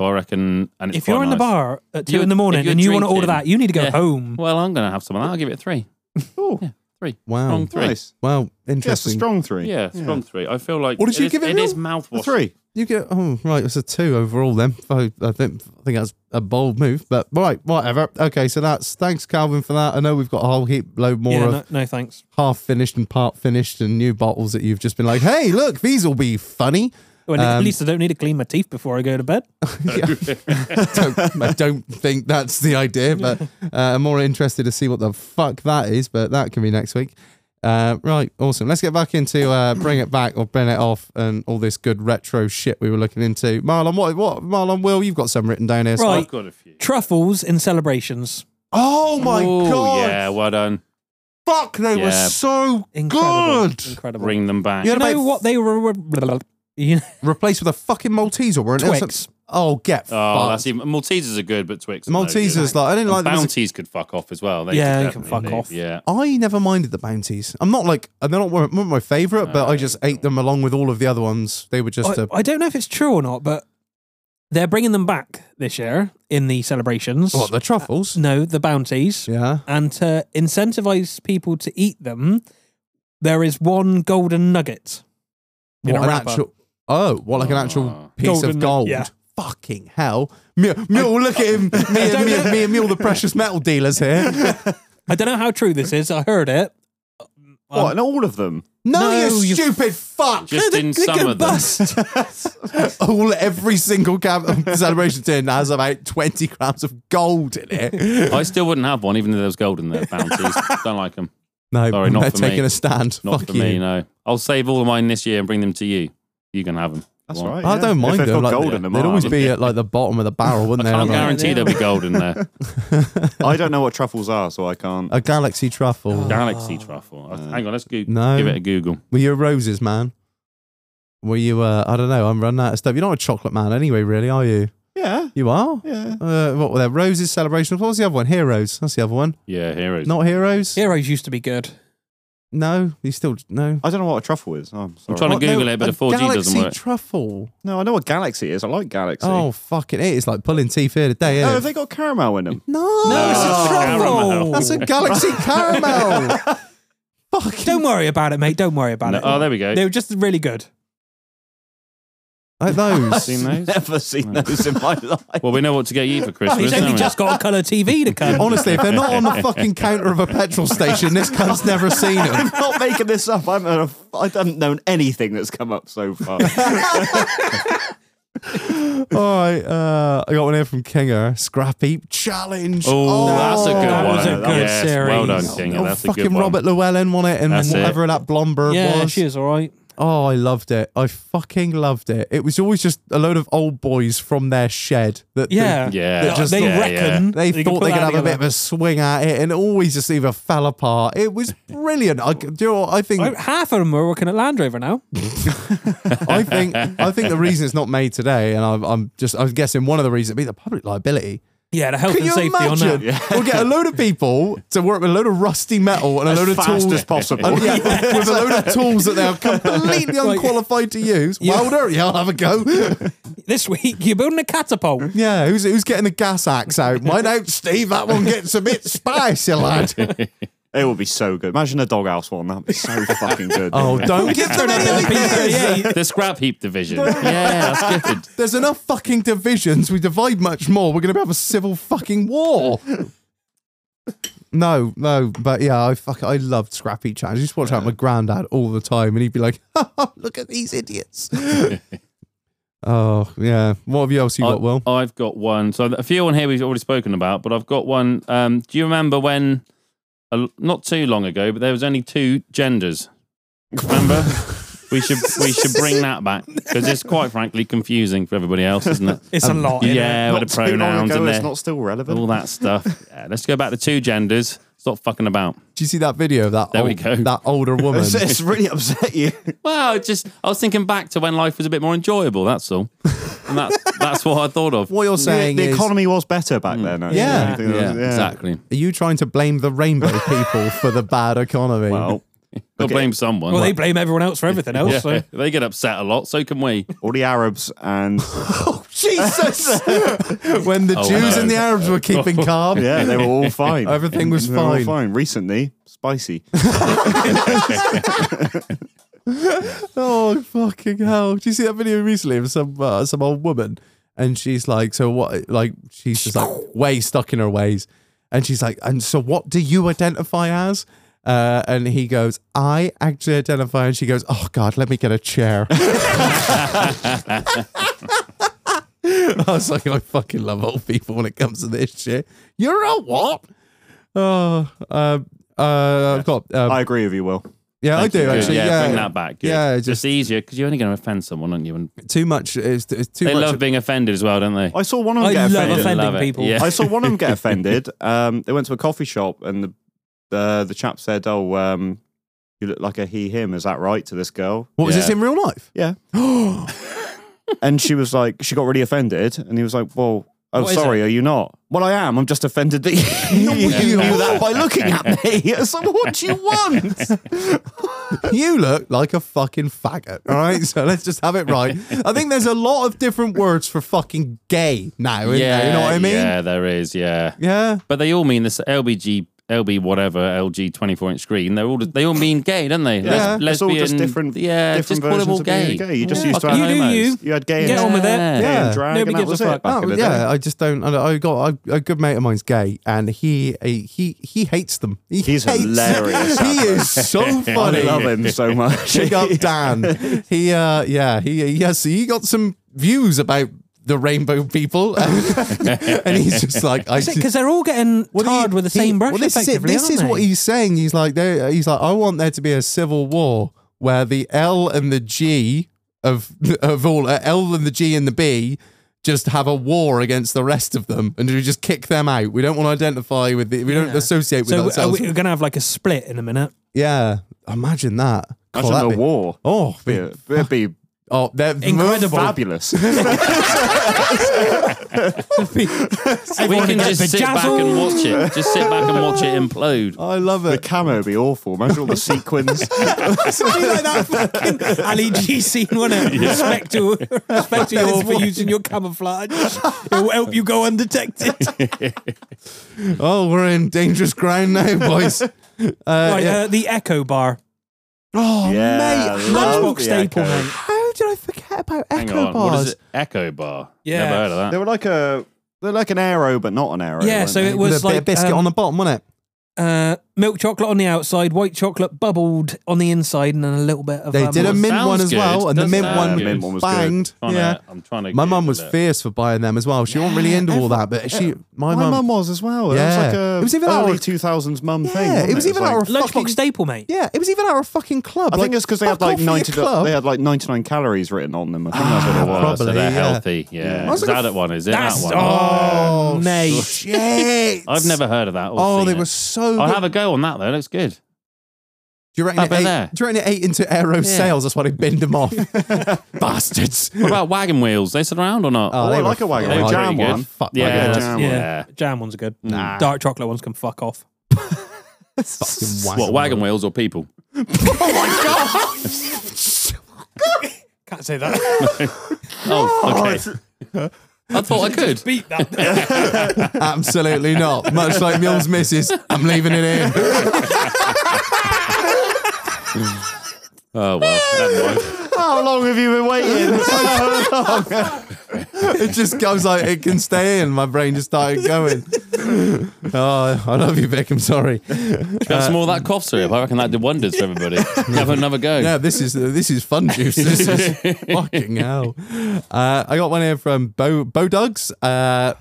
Speaker 5: So I reckon. And it's
Speaker 1: If you're
Speaker 5: quite
Speaker 1: in the
Speaker 5: nice.
Speaker 1: bar at 2
Speaker 5: You're-
Speaker 1: in the morning
Speaker 5: if you're
Speaker 1: and you want to order
Speaker 5: drinking-
Speaker 1: that, you need to go
Speaker 5: Yeah.
Speaker 1: home.
Speaker 5: well, I'm going to have some of that. I'll give it a three.
Speaker 4: Oh,
Speaker 5: Yeah.
Speaker 2: wow.
Speaker 5: Strong three.
Speaker 4: nice.
Speaker 2: Wow.
Speaker 4: Yes, a
Speaker 2: Interesting.
Speaker 4: strong three.
Speaker 5: Yeah, strong three. I feel like
Speaker 2: What did
Speaker 5: it
Speaker 2: you
Speaker 5: is-
Speaker 2: give it,
Speaker 5: It is
Speaker 4: A
Speaker 5: mouthwash.
Speaker 4: three.
Speaker 2: You get oh right. It's a two overall then. I, I think I think that's a bold move, but right, whatever. Okay, so that's thanks Calvin for that. I know we've got a whole heap load more
Speaker 1: yeah,
Speaker 2: of
Speaker 1: no, no thanks.
Speaker 2: half finished and part finished and new bottles that you've just been like, hey, look, these will be funny.
Speaker 1: Well, at
Speaker 2: Um,
Speaker 1: least I don't need to clean my teeth before I go to bed.
Speaker 2: Yeah. don't, I don't think that's the idea, but uh, I'm more interested to see what the fuck that is, but that can be next week. Uh, right, awesome. Let's get back into uh, bring it back or bring it off and all this good retro shit we were looking into. Marlon, what, what, Marlon, Will, you've got some written down here. so-
Speaker 1: Right.
Speaker 5: I've got a few.
Speaker 1: Truffles in celebrations.
Speaker 2: Oh my
Speaker 5: Ooh,
Speaker 2: god!
Speaker 5: Yeah, well done.
Speaker 2: Fuck, they were
Speaker 5: Yeah.
Speaker 2: so
Speaker 1: Incredible.
Speaker 2: good.
Speaker 1: Incredible.
Speaker 5: Bring them back.
Speaker 2: Yeah.
Speaker 1: you know
Speaker 2: about-
Speaker 1: what they were? You know,
Speaker 2: Replaced with a fucking Malteser, weren't they?
Speaker 1: Twix.
Speaker 2: Oh, get
Speaker 5: Oh,
Speaker 2: fucked.
Speaker 5: that's even Maltesers are good, but Twix. are no good.
Speaker 2: Maltesers, like I didn't
Speaker 5: And
Speaker 2: like them. as a
Speaker 5: bounties could fuck off as well. They
Speaker 1: Yeah,
Speaker 5: could
Speaker 1: they can
Speaker 5: definitely
Speaker 1: fuck
Speaker 5: leave.
Speaker 1: off.
Speaker 5: Yeah,
Speaker 2: I never minded the bounties. I'm not like and they're not one- one of my favorite, but I just ate them along with all of the other ones. They were just
Speaker 1: I,
Speaker 2: a
Speaker 1: I don't know if it's true or not, but they're bringing them back this year in the celebrations.
Speaker 2: what the truffles.
Speaker 1: no, the bounties.
Speaker 2: yeah.
Speaker 1: And to incentivize people to eat them, there is one golden nugget. in
Speaker 2: What
Speaker 1: a
Speaker 2: an
Speaker 1: wrapper.
Speaker 2: actual oh, what like an
Speaker 5: Ah.
Speaker 2: actual piece
Speaker 1: Golden-
Speaker 2: of gold.
Speaker 1: yeah.
Speaker 2: Fucking hell. Mule, Mule look at him. Me and, me, and, me and Mule, the precious metal dealers here.
Speaker 1: I don't know how true this is. I heard it.
Speaker 4: What? And all of them.
Speaker 2: No,
Speaker 1: No,
Speaker 2: you,
Speaker 1: you
Speaker 2: stupid fuck.
Speaker 5: just in some of them.
Speaker 1: bust.
Speaker 2: All every single cam- celebration tin has about 20 grams of gold in it.
Speaker 5: I still wouldn't have one, even though there was gold in there. Bounties, don't like them.
Speaker 2: No,
Speaker 5: Sorry, not
Speaker 2: they're
Speaker 5: for me.
Speaker 2: taking a stand.
Speaker 5: Not
Speaker 2: fuck
Speaker 5: for
Speaker 2: you.
Speaker 5: me, no. I'll save all of mine this year and bring them to you. You can have them.
Speaker 4: That's
Speaker 5: Well,
Speaker 4: right.
Speaker 2: I
Speaker 4: yeah.
Speaker 2: don't mind
Speaker 4: If they've
Speaker 2: them.
Speaker 4: got
Speaker 2: Like,
Speaker 4: gold in them,
Speaker 2: they'd
Speaker 4: aren't
Speaker 2: always
Speaker 4: they?
Speaker 2: be at like the bottom of the barrel, wouldn't they?
Speaker 5: I can't
Speaker 2: Like,
Speaker 5: guarantee there'll be gold in there.
Speaker 4: I don't know what truffles are, so I can't.
Speaker 2: a galaxy truffle.
Speaker 5: Galaxy truffle. I- Hang on, let's go-
Speaker 2: No.
Speaker 5: give it a Google.
Speaker 2: Were you roses, man? Were you? Uh, I don't know. I'm running out of stuff. You're not a chocolate man, anyway, really, are you?
Speaker 4: Yeah.
Speaker 2: You are.
Speaker 4: Yeah.
Speaker 2: Uh, what were there? Roses celebration. What was the other one? Heroes. That's the other one.
Speaker 5: Yeah, heroes.
Speaker 2: Not heroes.
Speaker 1: Heroes used to be good.
Speaker 2: No, you still no.
Speaker 4: I don't know what a truffle is. Oh, I'm sorry.
Speaker 5: I'm trying
Speaker 2: What?
Speaker 5: to Google
Speaker 2: No,
Speaker 5: it, but
Speaker 2: a
Speaker 5: the 4G doesn't
Speaker 2: galaxy
Speaker 5: work.
Speaker 2: truffle.
Speaker 4: No, I know what galaxy is. I like galaxy.
Speaker 2: Oh fucking! It. It's like pulling teeth here today.
Speaker 4: Oh,
Speaker 2: No,
Speaker 4: have they got caramel in them?
Speaker 2: no,
Speaker 1: No, it's a
Speaker 5: caramel.
Speaker 1: truffle.
Speaker 2: Oh, That's a galaxy caramel. fucking
Speaker 1: Don't worry about it, mate. Don't worry about
Speaker 5: No-
Speaker 1: it.
Speaker 5: oh, there we go.
Speaker 1: They were just really good.
Speaker 2: like those.
Speaker 5: Seen those?
Speaker 4: Never seen those in my life.
Speaker 5: Well, we know what to get you for Christmas.
Speaker 1: He's only
Speaker 5: don't we?
Speaker 1: just got a colour TV to come.
Speaker 2: Honestly, if they're not on the fucking counter of a petrol station, this cunt's never seen them.
Speaker 4: I'm not making this up. I'm a, I haven't known anything that's come up so far.
Speaker 2: All right, uh, I got one here from Kinger. Scrap heap challenge.
Speaker 5: Oh, that's a good
Speaker 1: that
Speaker 5: one.
Speaker 1: was a good
Speaker 5: yes, Well done,
Speaker 1: series.
Speaker 5: King.
Speaker 2: Oh,
Speaker 5: that's a
Speaker 2: fucking
Speaker 5: good one.
Speaker 2: Robert Llewellyn won it, and
Speaker 5: That's it.
Speaker 2: whatever that blonde bird
Speaker 1: yeah,
Speaker 2: was.
Speaker 1: she is all right.
Speaker 2: Oh, I loved it. I fucking loved it. It was always just a load of old boys from their shed that
Speaker 1: Yeah,
Speaker 5: Yeah.
Speaker 1: They-
Speaker 5: Just-
Speaker 1: they
Speaker 5: yeah,
Speaker 1: reckon
Speaker 5: yeah.
Speaker 2: They,
Speaker 1: can
Speaker 2: thought
Speaker 1: put
Speaker 2: they could
Speaker 1: that
Speaker 2: have a bit
Speaker 1: together.
Speaker 2: of a swing at it, and it always just either fell apart. It was brilliant. I, do you know what? I think
Speaker 1: Oh, Half of them are working at Land Rover now.
Speaker 2: I think I think the reason it's not made today, and I'm, I'm just I'm guessing one of the reasons would be the public liability.
Speaker 1: Yeah, the health and
Speaker 2: Can you
Speaker 1: safety on
Speaker 2: imagine?
Speaker 1: that.
Speaker 2: We'll get a load of people to work with a load of rusty metal and a load of
Speaker 4: fast
Speaker 2: tools
Speaker 4: as possible.
Speaker 2: and, yeah, with a load of tools that they are completely
Speaker 1: Like-
Speaker 2: unqualified to use. Welder, yeah, I'll have a go.
Speaker 1: This week you're building a catapult.
Speaker 2: yeah, who's who's getting the gas axe out? Mine out, Steve. That one gets a bit spicy, lad.
Speaker 4: It would be so good. Imagine a doghouse one. That'd be so fucking good.
Speaker 2: Oh, don't give them any ideas.
Speaker 5: The scrap heap division. yeah, that's good.
Speaker 2: There's enough fucking divisions. We divide much more. We're going to have a civil fucking war. No, no, but yeah, I fuck, I loved Scrappy Challenge. I used to watch out my granddad all the time, and he'd be like, "Look at these idiots." Oh yeah. What have you else you
Speaker 5: I-
Speaker 2: got, Will?
Speaker 5: I've got one. So a few on here we've already spoken about, but I've got one. Um, do you remember when, a l- not too long ago, but there was only two genders? Remember? we should we should bring that back because it's quite frankly confusing for everybody else, isn't it?
Speaker 1: It's a lot. innit?
Speaker 5: Um, yeah,
Speaker 4: Not
Speaker 5: with the
Speaker 4: too long
Speaker 5: pronouns
Speaker 4: ago,
Speaker 5: and
Speaker 4: it's
Speaker 5: their-
Speaker 4: not still relevant.
Speaker 5: all that stuff. Yeah, let's go back to two genders. Stop fucking about.
Speaker 2: Do you see that video of that
Speaker 5: There we
Speaker 2: old-
Speaker 5: go.
Speaker 2: that older woman?
Speaker 4: It's, it's really upset you.
Speaker 5: Well, it just I was thinking back to when life was a bit more enjoyable. That's all, and that's that's what I thought of.
Speaker 2: what you're saying
Speaker 4: the, the
Speaker 2: is,
Speaker 4: economy was better back then. actually.
Speaker 2: Yeah.
Speaker 4: I think that
Speaker 5: yeah,
Speaker 4: was- yeah.
Speaker 5: exactly.
Speaker 2: are you trying to blame the rainbow people for the bad economy?
Speaker 4: Well,
Speaker 5: They'll
Speaker 4: Okay.
Speaker 5: blame someone.
Speaker 1: Well, they blame everyone else for everything else.
Speaker 5: Yeah,
Speaker 1: So.
Speaker 5: they get upset a lot. So can we.
Speaker 4: all the Arabs and
Speaker 2: Jesus! when the Jews
Speaker 5: no.
Speaker 2: and the Arabs were keeping calm.
Speaker 4: yeah, they were all fine.
Speaker 2: Everything was
Speaker 4: They were all
Speaker 2: fine.
Speaker 4: fine. Recently, spicy.
Speaker 2: Oh fucking hell! Do you see that video recently of some uh, some old woman? And she's like, so what? Like she's just like way stuck in her ways. And she's like, and so what do you identify as? Uh, and he goes, I actually identify. And she goes, oh god, let me get a chair. I was like, I fucking love old people when it comes to this shit. You're a what? Oh, uh, uh, I've got. Um,
Speaker 4: I agree with you, Will.
Speaker 2: yeah, I
Speaker 5: Thank
Speaker 2: do
Speaker 5: you. Good.
Speaker 2: actually.
Speaker 5: Yeah,
Speaker 2: Yeah,
Speaker 5: bring that back. Good.
Speaker 2: Yeah,
Speaker 5: it's
Speaker 2: just-
Speaker 5: just easier because you're only going to offend someone, aren't you? And
Speaker 2: Too much. It's, it's too
Speaker 5: they
Speaker 2: much. Oh,
Speaker 5: love being offended as well, don't they?
Speaker 4: I saw one of them
Speaker 1: I
Speaker 4: get
Speaker 1: love
Speaker 4: offended.
Speaker 1: offending
Speaker 5: Love it.
Speaker 1: people.
Speaker 5: Yeah.
Speaker 4: I saw one of them get offended. Um, they went to a coffee shop and the the, the chap said, "Oh, um, you look like a he him. Is that right?" To this girl,
Speaker 2: What was
Speaker 5: Yeah.
Speaker 2: this in real life?
Speaker 4: yeah. and she was like, she got really offended, and he was like, "Well, oh,
Speaker 1: What is
Speaker 4: sorry, are you not?" Well, I am. I'm just offended that you, you knew that by looking at me. It's like, what do you want?
Speaker 2: you look like a fucking faggot. All right, so let's just have it right. I think there's a lot of different words for fucking gay now. Isn't there? you know what I mean? Yeah.
Speaker 5: Yeah, there is. Yeah, but they all mean this LBG, LB whatever, LG 24 inch screen. They're all they all mean gay, don't they?
Speaker 4: Yeah,
Speaker 5: Les-
Speaker 4: it's all just
Speaker 5: lesbian-
Speaker 4: different.
Speaker 5: Yeah,
Speaker 4: different
Speaker 5: just call them
Speaker 4: versions
Speaker 5: all
Speaker 4: of being
Speaker 5: gay.
Speaker 4: gay. You just
Speaker 5: Yeah.
Speaker 4: used to
Speaker 5: Fucking
Speaker 4: have,
Speaker 1: You do you.
Speaker 4: you had gay and,
Speaker 1: Get on with it.
Speaker 5: Yeah.
Speaker 4: gay
Speaker 2: Yeah.
Speaker 4: and drag,
Speaker 1: Nobody
Speaker 4: and that
Speaker 1: gives a
Speaker 4: was
Speaker 1: fuck.
Speaker 4: it. Back in
Speaker 2: oh,
Speaker 4: the day.
Speaker 2: yeah. I just don't. I, don't- I got a, a good mate of mine's gay, and he he he, he hates them. He
Speaker 4: He's
Speaker 2: hates
Speaker 4: hilarious,
Speaker 2: he is so
Speaker 4: I
Speaker 2: funny.
Speaker 4: love him so much.
Speaker 2: Big up Dan. He uh yeah, he yes, he got some views about the rainbow people. and he's just like I
Speaker 1: Because they're all getting tarred
Speaker 2: he-
Speaker 1: with the
Speaker 2: he-
Speaker 1: same brush.
Speaker 2: Well, this is, it.
Speaker 1: effectively,
Speaker 2: this
Speaker 1: aren't
Speaker 2: is
Speaker 1: they?
Speaker 2: what he's saying. He's like, there. He's like, I want there to be a civil war where the L and the G of of all uh, L and the G and the B just have a war against the rest of them, and we just kick them out. We don't want to identify with the. We don't associate with
Speaker 1: So are
Speaker 2: ourselves.
Speaker 1: we, we're going to have like a split in a minute.
Speaker 2: yeah, imagine that.
Speaker 4: Imagine
Speaker 2: God, that'd
Speaker 4: a
Speaker 2: be-
Speaker 4: war.
Speaker 2: Oh, be-
Speaker 4: Yeah, it'd be
Speaker 2: oh, they're
Speaker 1: Incredible.
Speaker 4: fabulous.
Speaker 5: We
Speaker 1: Everyone
Speaker 5: can
Speaker 1: in
Speaker 5: just
Speaker 1: the
Speaker 5: sit back
Speaker 1: jazzle.
Speaker 5: and watch it. Just sit back and watch it implode.
Speaker 2: I love
Speaker 4: the
Speaker 2: it.
Speaker 4: camo would be awful. Imagine all the sequins.
Speaker 1: It'd be like that fucking Ali G scene, wouldn't it? Respect to respect to you all for using your camouflage. It will help you go undetected.
Speaker 2: Oh, we're in dangerous ground now, boys. Uh,
Speaker 1: right,
Speaker 2: yeah.
Speaker 1: uh, the Echo Bar,
Speaker 2: oh,
Speaker 4: Yeah,
Speaker 2: mate, how,
Speaker 4: love
Speaker 1: lunchbox
Speaker 4: the
Speaker 1: staple,
Speaker 4: Echo.
Speaker 1: mate.
Speaker 2: how did I forget about
Speaker 5: Hang
Speaker 2: echo
Speaker 5: on, what is
Speaker 2: bars?
Speaker 5: it? Echo bar.
Speaker 1: Yeah.
Speaker 5: Never heard of
Speaker 4: they
Speaker 5: that.
Speaker 4: were like a they're like an arrow, but not an arrow.
Speaker 1: Yeah,
Speaker 4: weren't
Speaker 1: so
Speaker 4: they?
Speaker 1: it was
Speaker 2: With a bit
Speaker 1: like
Speaker 2: of biscuit
Speaker 1: um,
Speaker 2: on the bottom, wasn't it?
Speaker 1: uh, milk chocolate on the outside, white chocolate bubbled on the inside, and then a little bit of.
Speaker 2: They
Speaker 1: um,
Speaker 2: did a mint
Speaker 5: sounds
Speaker 2: one as
Speaker 5: good,
Speaker 2: well, and the
Speaker 5: doesn't
Speaker 2: mint
Speaker 5: sound
Speaker 2: one,
Speaker 5: good. Mint
Speaker 4: one was good.
Speaker 2: banged.
Speaker 5: Trying to-
Speaker 2: Yeah,
Speaker 5: I'm trying to.
Speaker 2: my mum was
Speaker 5: Google it.
Speaker 2: fierce for buying them as well. She wasn't really into all that, but she, my
Speaker 4: my mum
Speaker 2: mum,
Speaker 4: was as well. It was
Speaker 2: Yeah.
Speaker 4: like a
Speaker 2: It was even our-
Speaker 4: early two thousands mum thing.
Speaker 2: yeah,
Speaker 4: wasn't
Speaker 2: it was even
Speaker 4: like-
Speaker 2: our
Speaker 1: lunchbox
Speaker 2: fucking.
Speaker 1: staple, mate.
Speaker 2: Yeah, it was even our fucking club.
Speaker 4: I think
Speaker 2: Like,
Speaker 4: it's because they had
Speaker 2: fuck
Speaker 4: like
Speaker 2: off with
Speaker 4: ninety.
Speaker 2: your club. Ah,
Speaker 4: They had like ninety nine calories written on them. I think that's what it
Speaker 5: Oh,
Speaker 4: was.
Speaker 2: Probably,
Speaker 5: so they're
Speaker 2: yeah.
Speaker 5: healthy. Yeah.
Speaker 4: Yeah.
Speaker 5: Is that it one? Is it that
Speaker 1: That's
Speaker 5: one?
Speaker 1: oh, mate.
Speaker 2: Shit.
Speaker 5: I've never heard of that. or
Speaker 2: Oh,
Speaker 5: seen
Speaker 2: they
Speaker 5: it.
Speaker 2: were so.
Speaker 5: I'll
Speaker 2: good.
Speaker 5: have a go on that though. Looks good.
Speaker 2: do you reckon
Speaker 5: Up
Speaker 2: it
Speaker 5: in
Speaker 2: ate,
Speaker 5: there.
Speaker 2: Do you reckon it ate into aero sales? That's why they binned them off, bastards.
Speaker 5: What about wagon wheels? They sit around or not?
Speaker 4: Oh,
Speaker 2: they
Speaker 4: I
Speaker 2: were
Speaker 4: like a wagon.
Speaker 5: they
Speaker 2: fucking-
Speaker 5: were
Speaker 4: jam
Speaker 5: pretty good.
Speaker 4: one.
Speaker 2: Fuck
Speaker 5: yeah,
Speaker 4: wagon
Speaker 5: that's-
Speaker 4: jam
Speaker 5: yeah.
Speaker 4: one.
Speaker 1: jam ones are good.
Speaker 5: Nah.
Speaker 1: Mm. Dark chocolate ones can fuck off.
Speaker 2: Fucking
Speaker 5: What wagon wheels or people?
Speaker 1: Can't say that.
Speaker 5: Oh, okay. I thought I could.
Speaker 1: Beat that.
Speaker 2: Absolutely not. Much like Mule's missus, I'm leaving it in.
Speaker 5: Oh well, never mind.
Speaker 4: How long have you been waiting?
Speaker 2: It just goes like it can stay in. My brain just started going. Oh, I love you, Vic. I'm sorry.
Speaker 5: Got some more of that cough syrup. I reckon that did wonders for everybody. Have another go.
Speaker 2: No, this is this is fun juice. This is fucking hell. Uh, I got one here from Bo Bodugs. Uh,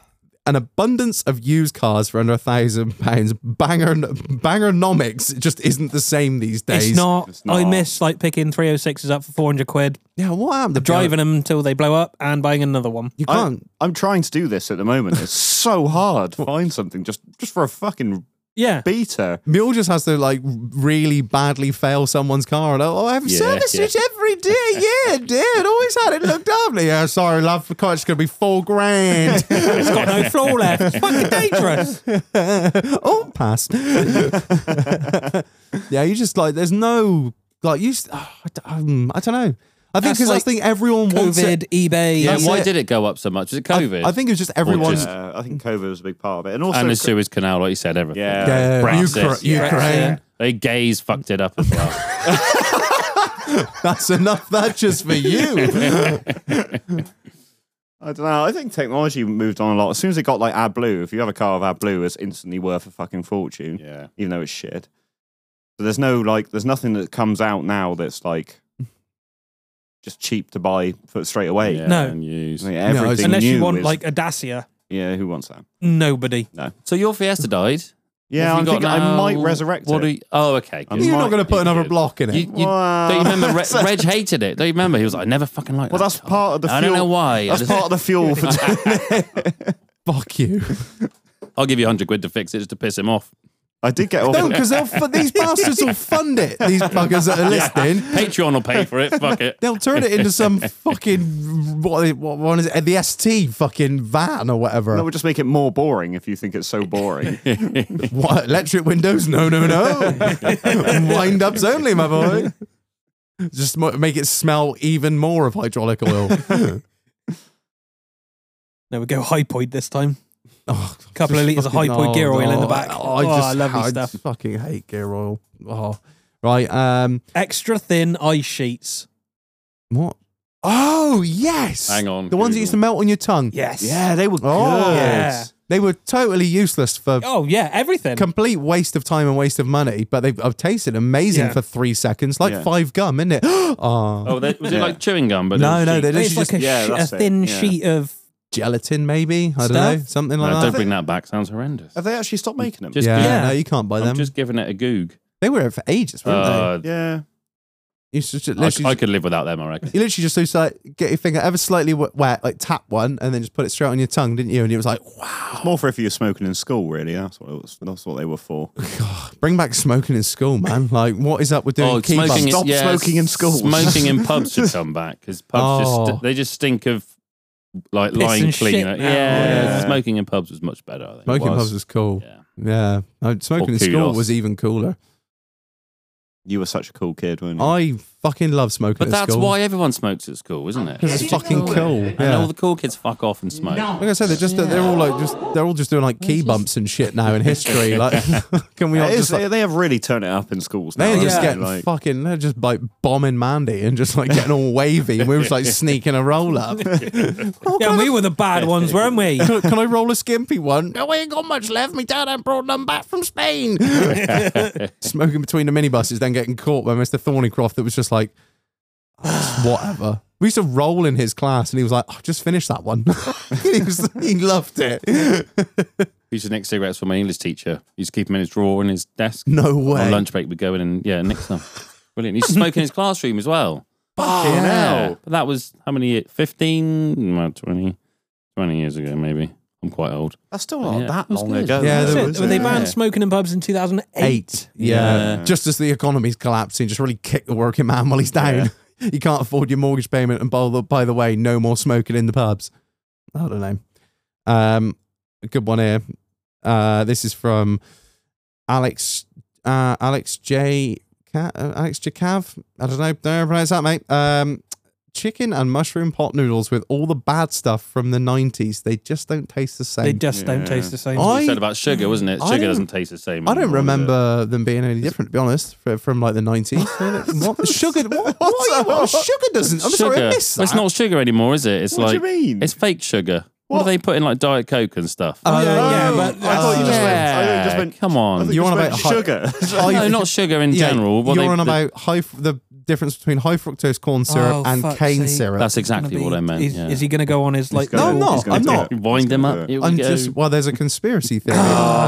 Speaker 2: an abundance of used cars for under a thousand pounds. Banger bangernomics just isn't the same these days.
Speaker 1: It's not,
Speaker 4: It's not.
Speaker 1: I miss like picking 306s up for 400 quid,
Speaker 2: Yeah, what happened to
Speaker 1: driving them till they blow up, and buying another one.
Speaker 2: You
Speaker 4: I,
Speaker 2: can't.
Speaker 4: I'm trying to do this at the moment. It's so hard to find something just just for a fucking
Speaker 1: Yeah.
Speaker 4: beta.
Speaker 2: Mule just has to like really badly fail someone's car. And, oh, I have
Speaker 5: Yeah,
Speaker 2: serviced
Speaker 5: yeah.
Speaker 2: it every day. Yeah, dude. Always had it looked after. Yeah, sorry, love. The car's going to be four grand.
Speaker 1: It's got no floor left. It's fucking dangerous.
Speaker 2: oh, pass. yeah, you just like there's no like you. s- oh, I d- um, I don't know. I think
Speaker 1: That's
Speaker 2: because
Speaker 1: like
Speaker 2: I think everyone wants it.
Speaker 1: COVID, eBay.
Speaker 5: yeah,
Speaker 2: that's
Speaker 5: why
Speaker 2: it.
Speaker 5: did it go up so much? Is it COVID?
Speaker 2: I think it's just everyone.
Speaker 5: just-
Speaker 4: Uh, I think COVID was a big part of it, and also
Speaker 5: and the Suez Canal, like you said, everything.
Speaker 4: yeah,
Speaker 2: Yeah,
Speaker 5: Brexit.
Speaker 2: Ukra-
Speaker 5: Yeah.
Speaker 2: Ukraine.
Speaker 5: They gays fucked it up as well.
Speaker 2: That's enough. That just for you.
Speaker 4: I don't know. I think technology moved on a lot. As soon as it got like AdBlue, if you have a car with AdBlue, it's instantly worth a fucking fortune,
Speaker 5: yeah.
Speaker 4: even though it's shit. So there's no like, there's nothing that comes out now that's like just cheap to buy for straight away.
Speaker 5: yeah.
Speaker 1: No.
Speaker 5: and
Speaker 4: I
Speaker 5: used.
Speaker 4: think everything
Speaker 1: Unless you
Speaker 4: new
Speaker 1: want
Speaker 4: is-
Speaker 1: like a Dacia.
Speaker 4: yeah, who wants that?
Speaker 1: Nobody.
Speaker 5: So your Fiesta died.
Speaker 4: Yeah,
Speaker 5: What have
Speaker 4: I'm
Speaker 5: you
Speaker 4: thinking
Speaker 5: got
Speaker 4: I
Speaker 5: now?
Speaker 4: might resurrect
Speaker 5: What
Speaker 4: it.
Speaker 5: do you, oh, okay. good.
Speaker 4: I'm
Speaker 2: You're not
Speaker 4: Might
Speaker 2: going to
Speaker 5: be
Speaker 2: put another
Speaker 5: good.
Speaker 2: block in it.
Speaker 5: You, you,
Speaker 4: Wow.
Speaker 5: don't you remember Re- Reg hated it? Don't you remember? He was like, I never fucking liked
Speaker 4: Well,
Speaker 5: that.
Speaker 4: that's
Speaker 5: car."
Speaker 4: part of the.
Speaker 5: I
Speaker 4: fuel.
Speaker 5: don't know why. I
Speaker 4: That's
Speaker 5: just-
Speaker 4: part of the fuel for.
Speaker 2: Fuck you.
Speaker 5: I'll give you 100 quid to fix it just to piss him off.
Speaker 4: I did get off.
Speaker 2: No, because these bastards will fund it. These buggers that are listening.
Speaker 5: Patreon will pay for it. Fuck it.
Speaker 2: They'll turn it into some fucking what? What one is it? The ST fucking van or whatever.
Speaker 4: That would just make it more boring if you think it's so boring.
Speaker 2: What electric windows? No, no, no. Wind ups only, my boy. Just mo- make it smell even more of hydraulic oil.
Speaker 1: No, we go high point this time.
Speaker 2: oh,
Speaker 1: Couple of litres of
Speaker 2: fucking-
Speaker 1: high point gear oil in the
Speaker 2: oh,
Speaker 1: back.
Speaker 2: oh, I,
Speaker 1: Oh,
Speaker 2: just,
Speaker 1: I love your
Speaker 2: I
Speaker 1: stuff.
Speaker 2: fucking hate gear oil. Oh, right. Um,
Speaker 1: Extra thin ice sheets.
Speaker 2: what? Oh yes.
Speaker 5: Hang on,
Speaker 2: The ones that used to melt on your tongue.
Speaker 1: Yes.
Speaker 4: yeah, they were.
Speaker 2: Oh,
Speaker 1: Yeah.
Speaker 2: they were totally useless for
Speaker 1: Oh, yeah, everything.
Speaker 2: complete waste of time and waste of money, but they've I've tasted amazing
Speaker 1: Yeah.
Speaker 2: for three seconds, like
Speaker 4: Yeah.
Speaker 2: five gum, isn't it? oh,
Speaker 5: Oh, they, was it
Speaker 4: Yeah.
Speaker 5: like chewing gum? But
Speaker 2: no,
Speaker 5: it was
Speaker 2: no,
Speaker 5: cheap?
Speaker 2: they
Speaker 1: it's
Speaker 2: literally
Speaker 1: like
Speaker 2: just
Speaker 1: a,
Speaker 4: yeah,
Speaker 1: she- a
Speaker 4: that's it,
Speaker 1: thin
Speaker 4: yeah.
Speaker 1: sheet of.
Speaker 2: gelatin, maybe I don't know,
Speaker 1: Stuff?
Speaker 2: something like
Speaker 5: No,
Speaker 2: that.
Speaker 5: don't bring that back. Sounds horrendous.
Speaker 4: Have they actually stopped making them?
Speaker 5: Just-
Speaker 2: yeah,
Speaker 1: Yeah.
Speaker 2: no, you can't buy
Speaker 5: I'm
Speaker 2: them.
Speaker 5: just giving it a goog.
Speaker 2: They were for ages, weren't
Speaker 5: Uh,
Speaker 4: yeah.
Speaker 2: they? You should just,
Speaker 5: I,
Speaker 2: literally,
Speaker 5: I could live without them, I reckon.
Speaker 2: you literally just used to, like get your finger ever slightly w- wet, like tap one, and then just put it straight on your tongue, didn't you? And it was like, wow,
Speaker 4: It's more for if you were smoking in school, really. That's what it was, that's what they were for.
Speaker 2: bring back smoking in school, man. Like, what is up with
Speaker 5: Oh,
Speaker 2: doing? key bumps?
Speaker 5: is-
Speaker 4: Stop smoking in schools.
Speaker 5: Smoking in pubs should come back because pubs
Speaker 2: Oh.
Speaker 5: just they just stink of like
Speaker 1: Piss
Speaker 5: lying
Speaker 1: and shit
Speaker 5: cleaner.
Speaker 1: now.
Speaker 5: Yeah,
Speaker 4: Yeah.
Speaker 5: smoking in pubs was much better. I think.
Speaker 2: Smoking
Speaker 4: was.
Speaker 2: pubs was cool.
Speaker 5: Yeah.
Speaker 2: Yeah, No, smoking in school
Speaker 5: kudos.
Speaker 2: was even cooler.
Speaker 4: You were such a cool kid, weren't you?
Speaker 2: I fucking love smoking.
Speaker 5: But
Speaker 2: at
Speaker 5: that's
Speaker 2: school.
Speaker 5: why everyone smokes at school, isn't it?
Speaker 2: Because it's fucking cool.
Speaker 5: And
Speaker 2: Yeah.
Speaker 5: all the cool kids fuck off and smoke.
Speaker 2: Like I said, they're just they're all like just they're all just doing like key bumps and shit now in history. Like, can we
Speaker 4: It
Speaker 2: all
Speaker 4: is-
Speaker 2: just like,
Speaker 4: they- they have really turned it up in schools now.
Speaker 2: they're just
Speaker 4: haven't they?
Speaker 2: getting fucking they're just like bombing Mandy and just like getting all wavy. and we were just like sneaking a roll up. Oh,
Speaker 1: Yeah,
Speaker 2: can,
Speaker 1: we were the bad ones, weren't we?
Speaker 2: I, can I roll a skimpy one? No, I ain't got much left. Me dad had brought them back from Spain. Smoking between the minibuses, then getting caught by Mister Thornycroft. That was just like "It's whatever. We used to roll in his class, and he was like, "I just finished that one." he, was, he loved it.
Speaker 5: He used to nick cigarettes from my English teacher. He used to keep them in his drawer in his desk.
Speaker 2: No
Speaker 5: On
Speaker 2: way.
Speaker 5: lunch break, we'd go in and yeah, nick some. Brilliant. He used to smoke in his classroom as well.
Speaker 2: Oh,
Speaker 5: Yeah. But that was how many years? 15, well, 20, 20 years ago, maybe. I'm quite old.
Speaker 4: That's still not
Speaker 5: Yeah.
Speaker 4: that
Speaker 5: That's
Speaker 4: long
Speaker 5: good.
Speaker 4: ago.
Speaker 2: Yeah,
Speaker 4: though,
Speaker 1: That's
Speaker 2: there
Speaker 1: it.
Speaker 4: is
Speaker 1: Well, They
Speaker 5: yeah.
Speaker 1: banned smoking in pubs in 2008.
Speaker 2: Eight. Yeah.
Speaker 5: Yeah.
Speaker 2: Just as the economy's collapsing, just really kick the working man while he's down. you can't afford your mortgage payment. And by the, by the way, no more smoking in the pubs. I don't know. Um, a good one here. Uh, this is from Alex uh, Alex J. Ca- uh, Alex Jacav. I don't know. Don't know how to pronounce that, mate. Um, chicken and mushroom pot noodles with all the bad stuff from the 90s. They just don't taste the same.
Speaker 1: They just don't
Speaker 4: Yeah.
Speaker 1: taste the same.
Speaker 2: Oh,
Speaker 5: You
Speaker 2: I-
Speaker 5: said about sugar, wasn't it?
Speaker 2: I
Speaker 5: Sugar
Speaker 2: don't-
Speaker 5: doesn't taste the same.
Speaker 2: I don't
Speaker 5: anymore, does it?
Speaker 2: remember them being any different, to be honest, from, from like the 90s. what? Sugar? What, what, are you on? Sugar doesn't. I'm sorry, I
Speaker 5: Sugar.
Speaker 2: missed that.
Speaker 5: It's not sugar anymore, is it? It's
Speaker 4: What
Speaker 5: like
Speaker 4: do you mean?
Speaker 5: it's fake sugar. What, do they put in like Diet Coke and stuff?
Speaker 2: Oh,
Speaker 1: yeah, but-
Speaker 4: I thought you just went. I thought you just
Speaker 5: Yeah,
Speaker 4: went.
Speaker 5: Come
Speaker 4: I thought
Speaker 5: on.
Speaker 4: you
Speaker 2: You're
Speaker 4: just
Speaker 2: on
Speaker 4: went
Speaker 2: about hot-
Speaker 4: sugar.
Speaker 2: Oh,
Speaker 5: no,
Speaker 2: you-
Speaker 5: not sugar in
Speaker 2: yeah,
Speaker 5: general. What
Speaker 2: you're
Speaker 5: they-
Speaker 2: on
Speaker 5: the-
Speaker 2: about high f- the difference between high fructose corn syrup
Speaker 1: Oh,
Speaker 2: and
Speaker 1: fuck's
Speaker 2: cane
Speaker 1: sake.
Speaker 2: syrup.
Speaker 5: That's exactly
Speaker 1: Gonna
Speaker 5: what
Speaker 1: be-
Speaker 5: I meant.
Speaker 1: Is,
Speaker 5: yeah.
Speaker 1: is he going to go on his like?
Speaker 4: gonna-
Speaker 2: No, I'm
Speaker 1: little-
Speaker 2: not.
Speaker 4: he's gonna
Speaker 2: I'm
Speaker 4: do
Speaker 2: not.
Speaker 4: it.
Speaker 5: Wind him up. Here we
Speaker 2: I'm
Speaker 5: go.
Speaker 2: just well, there's a conspiracy theory,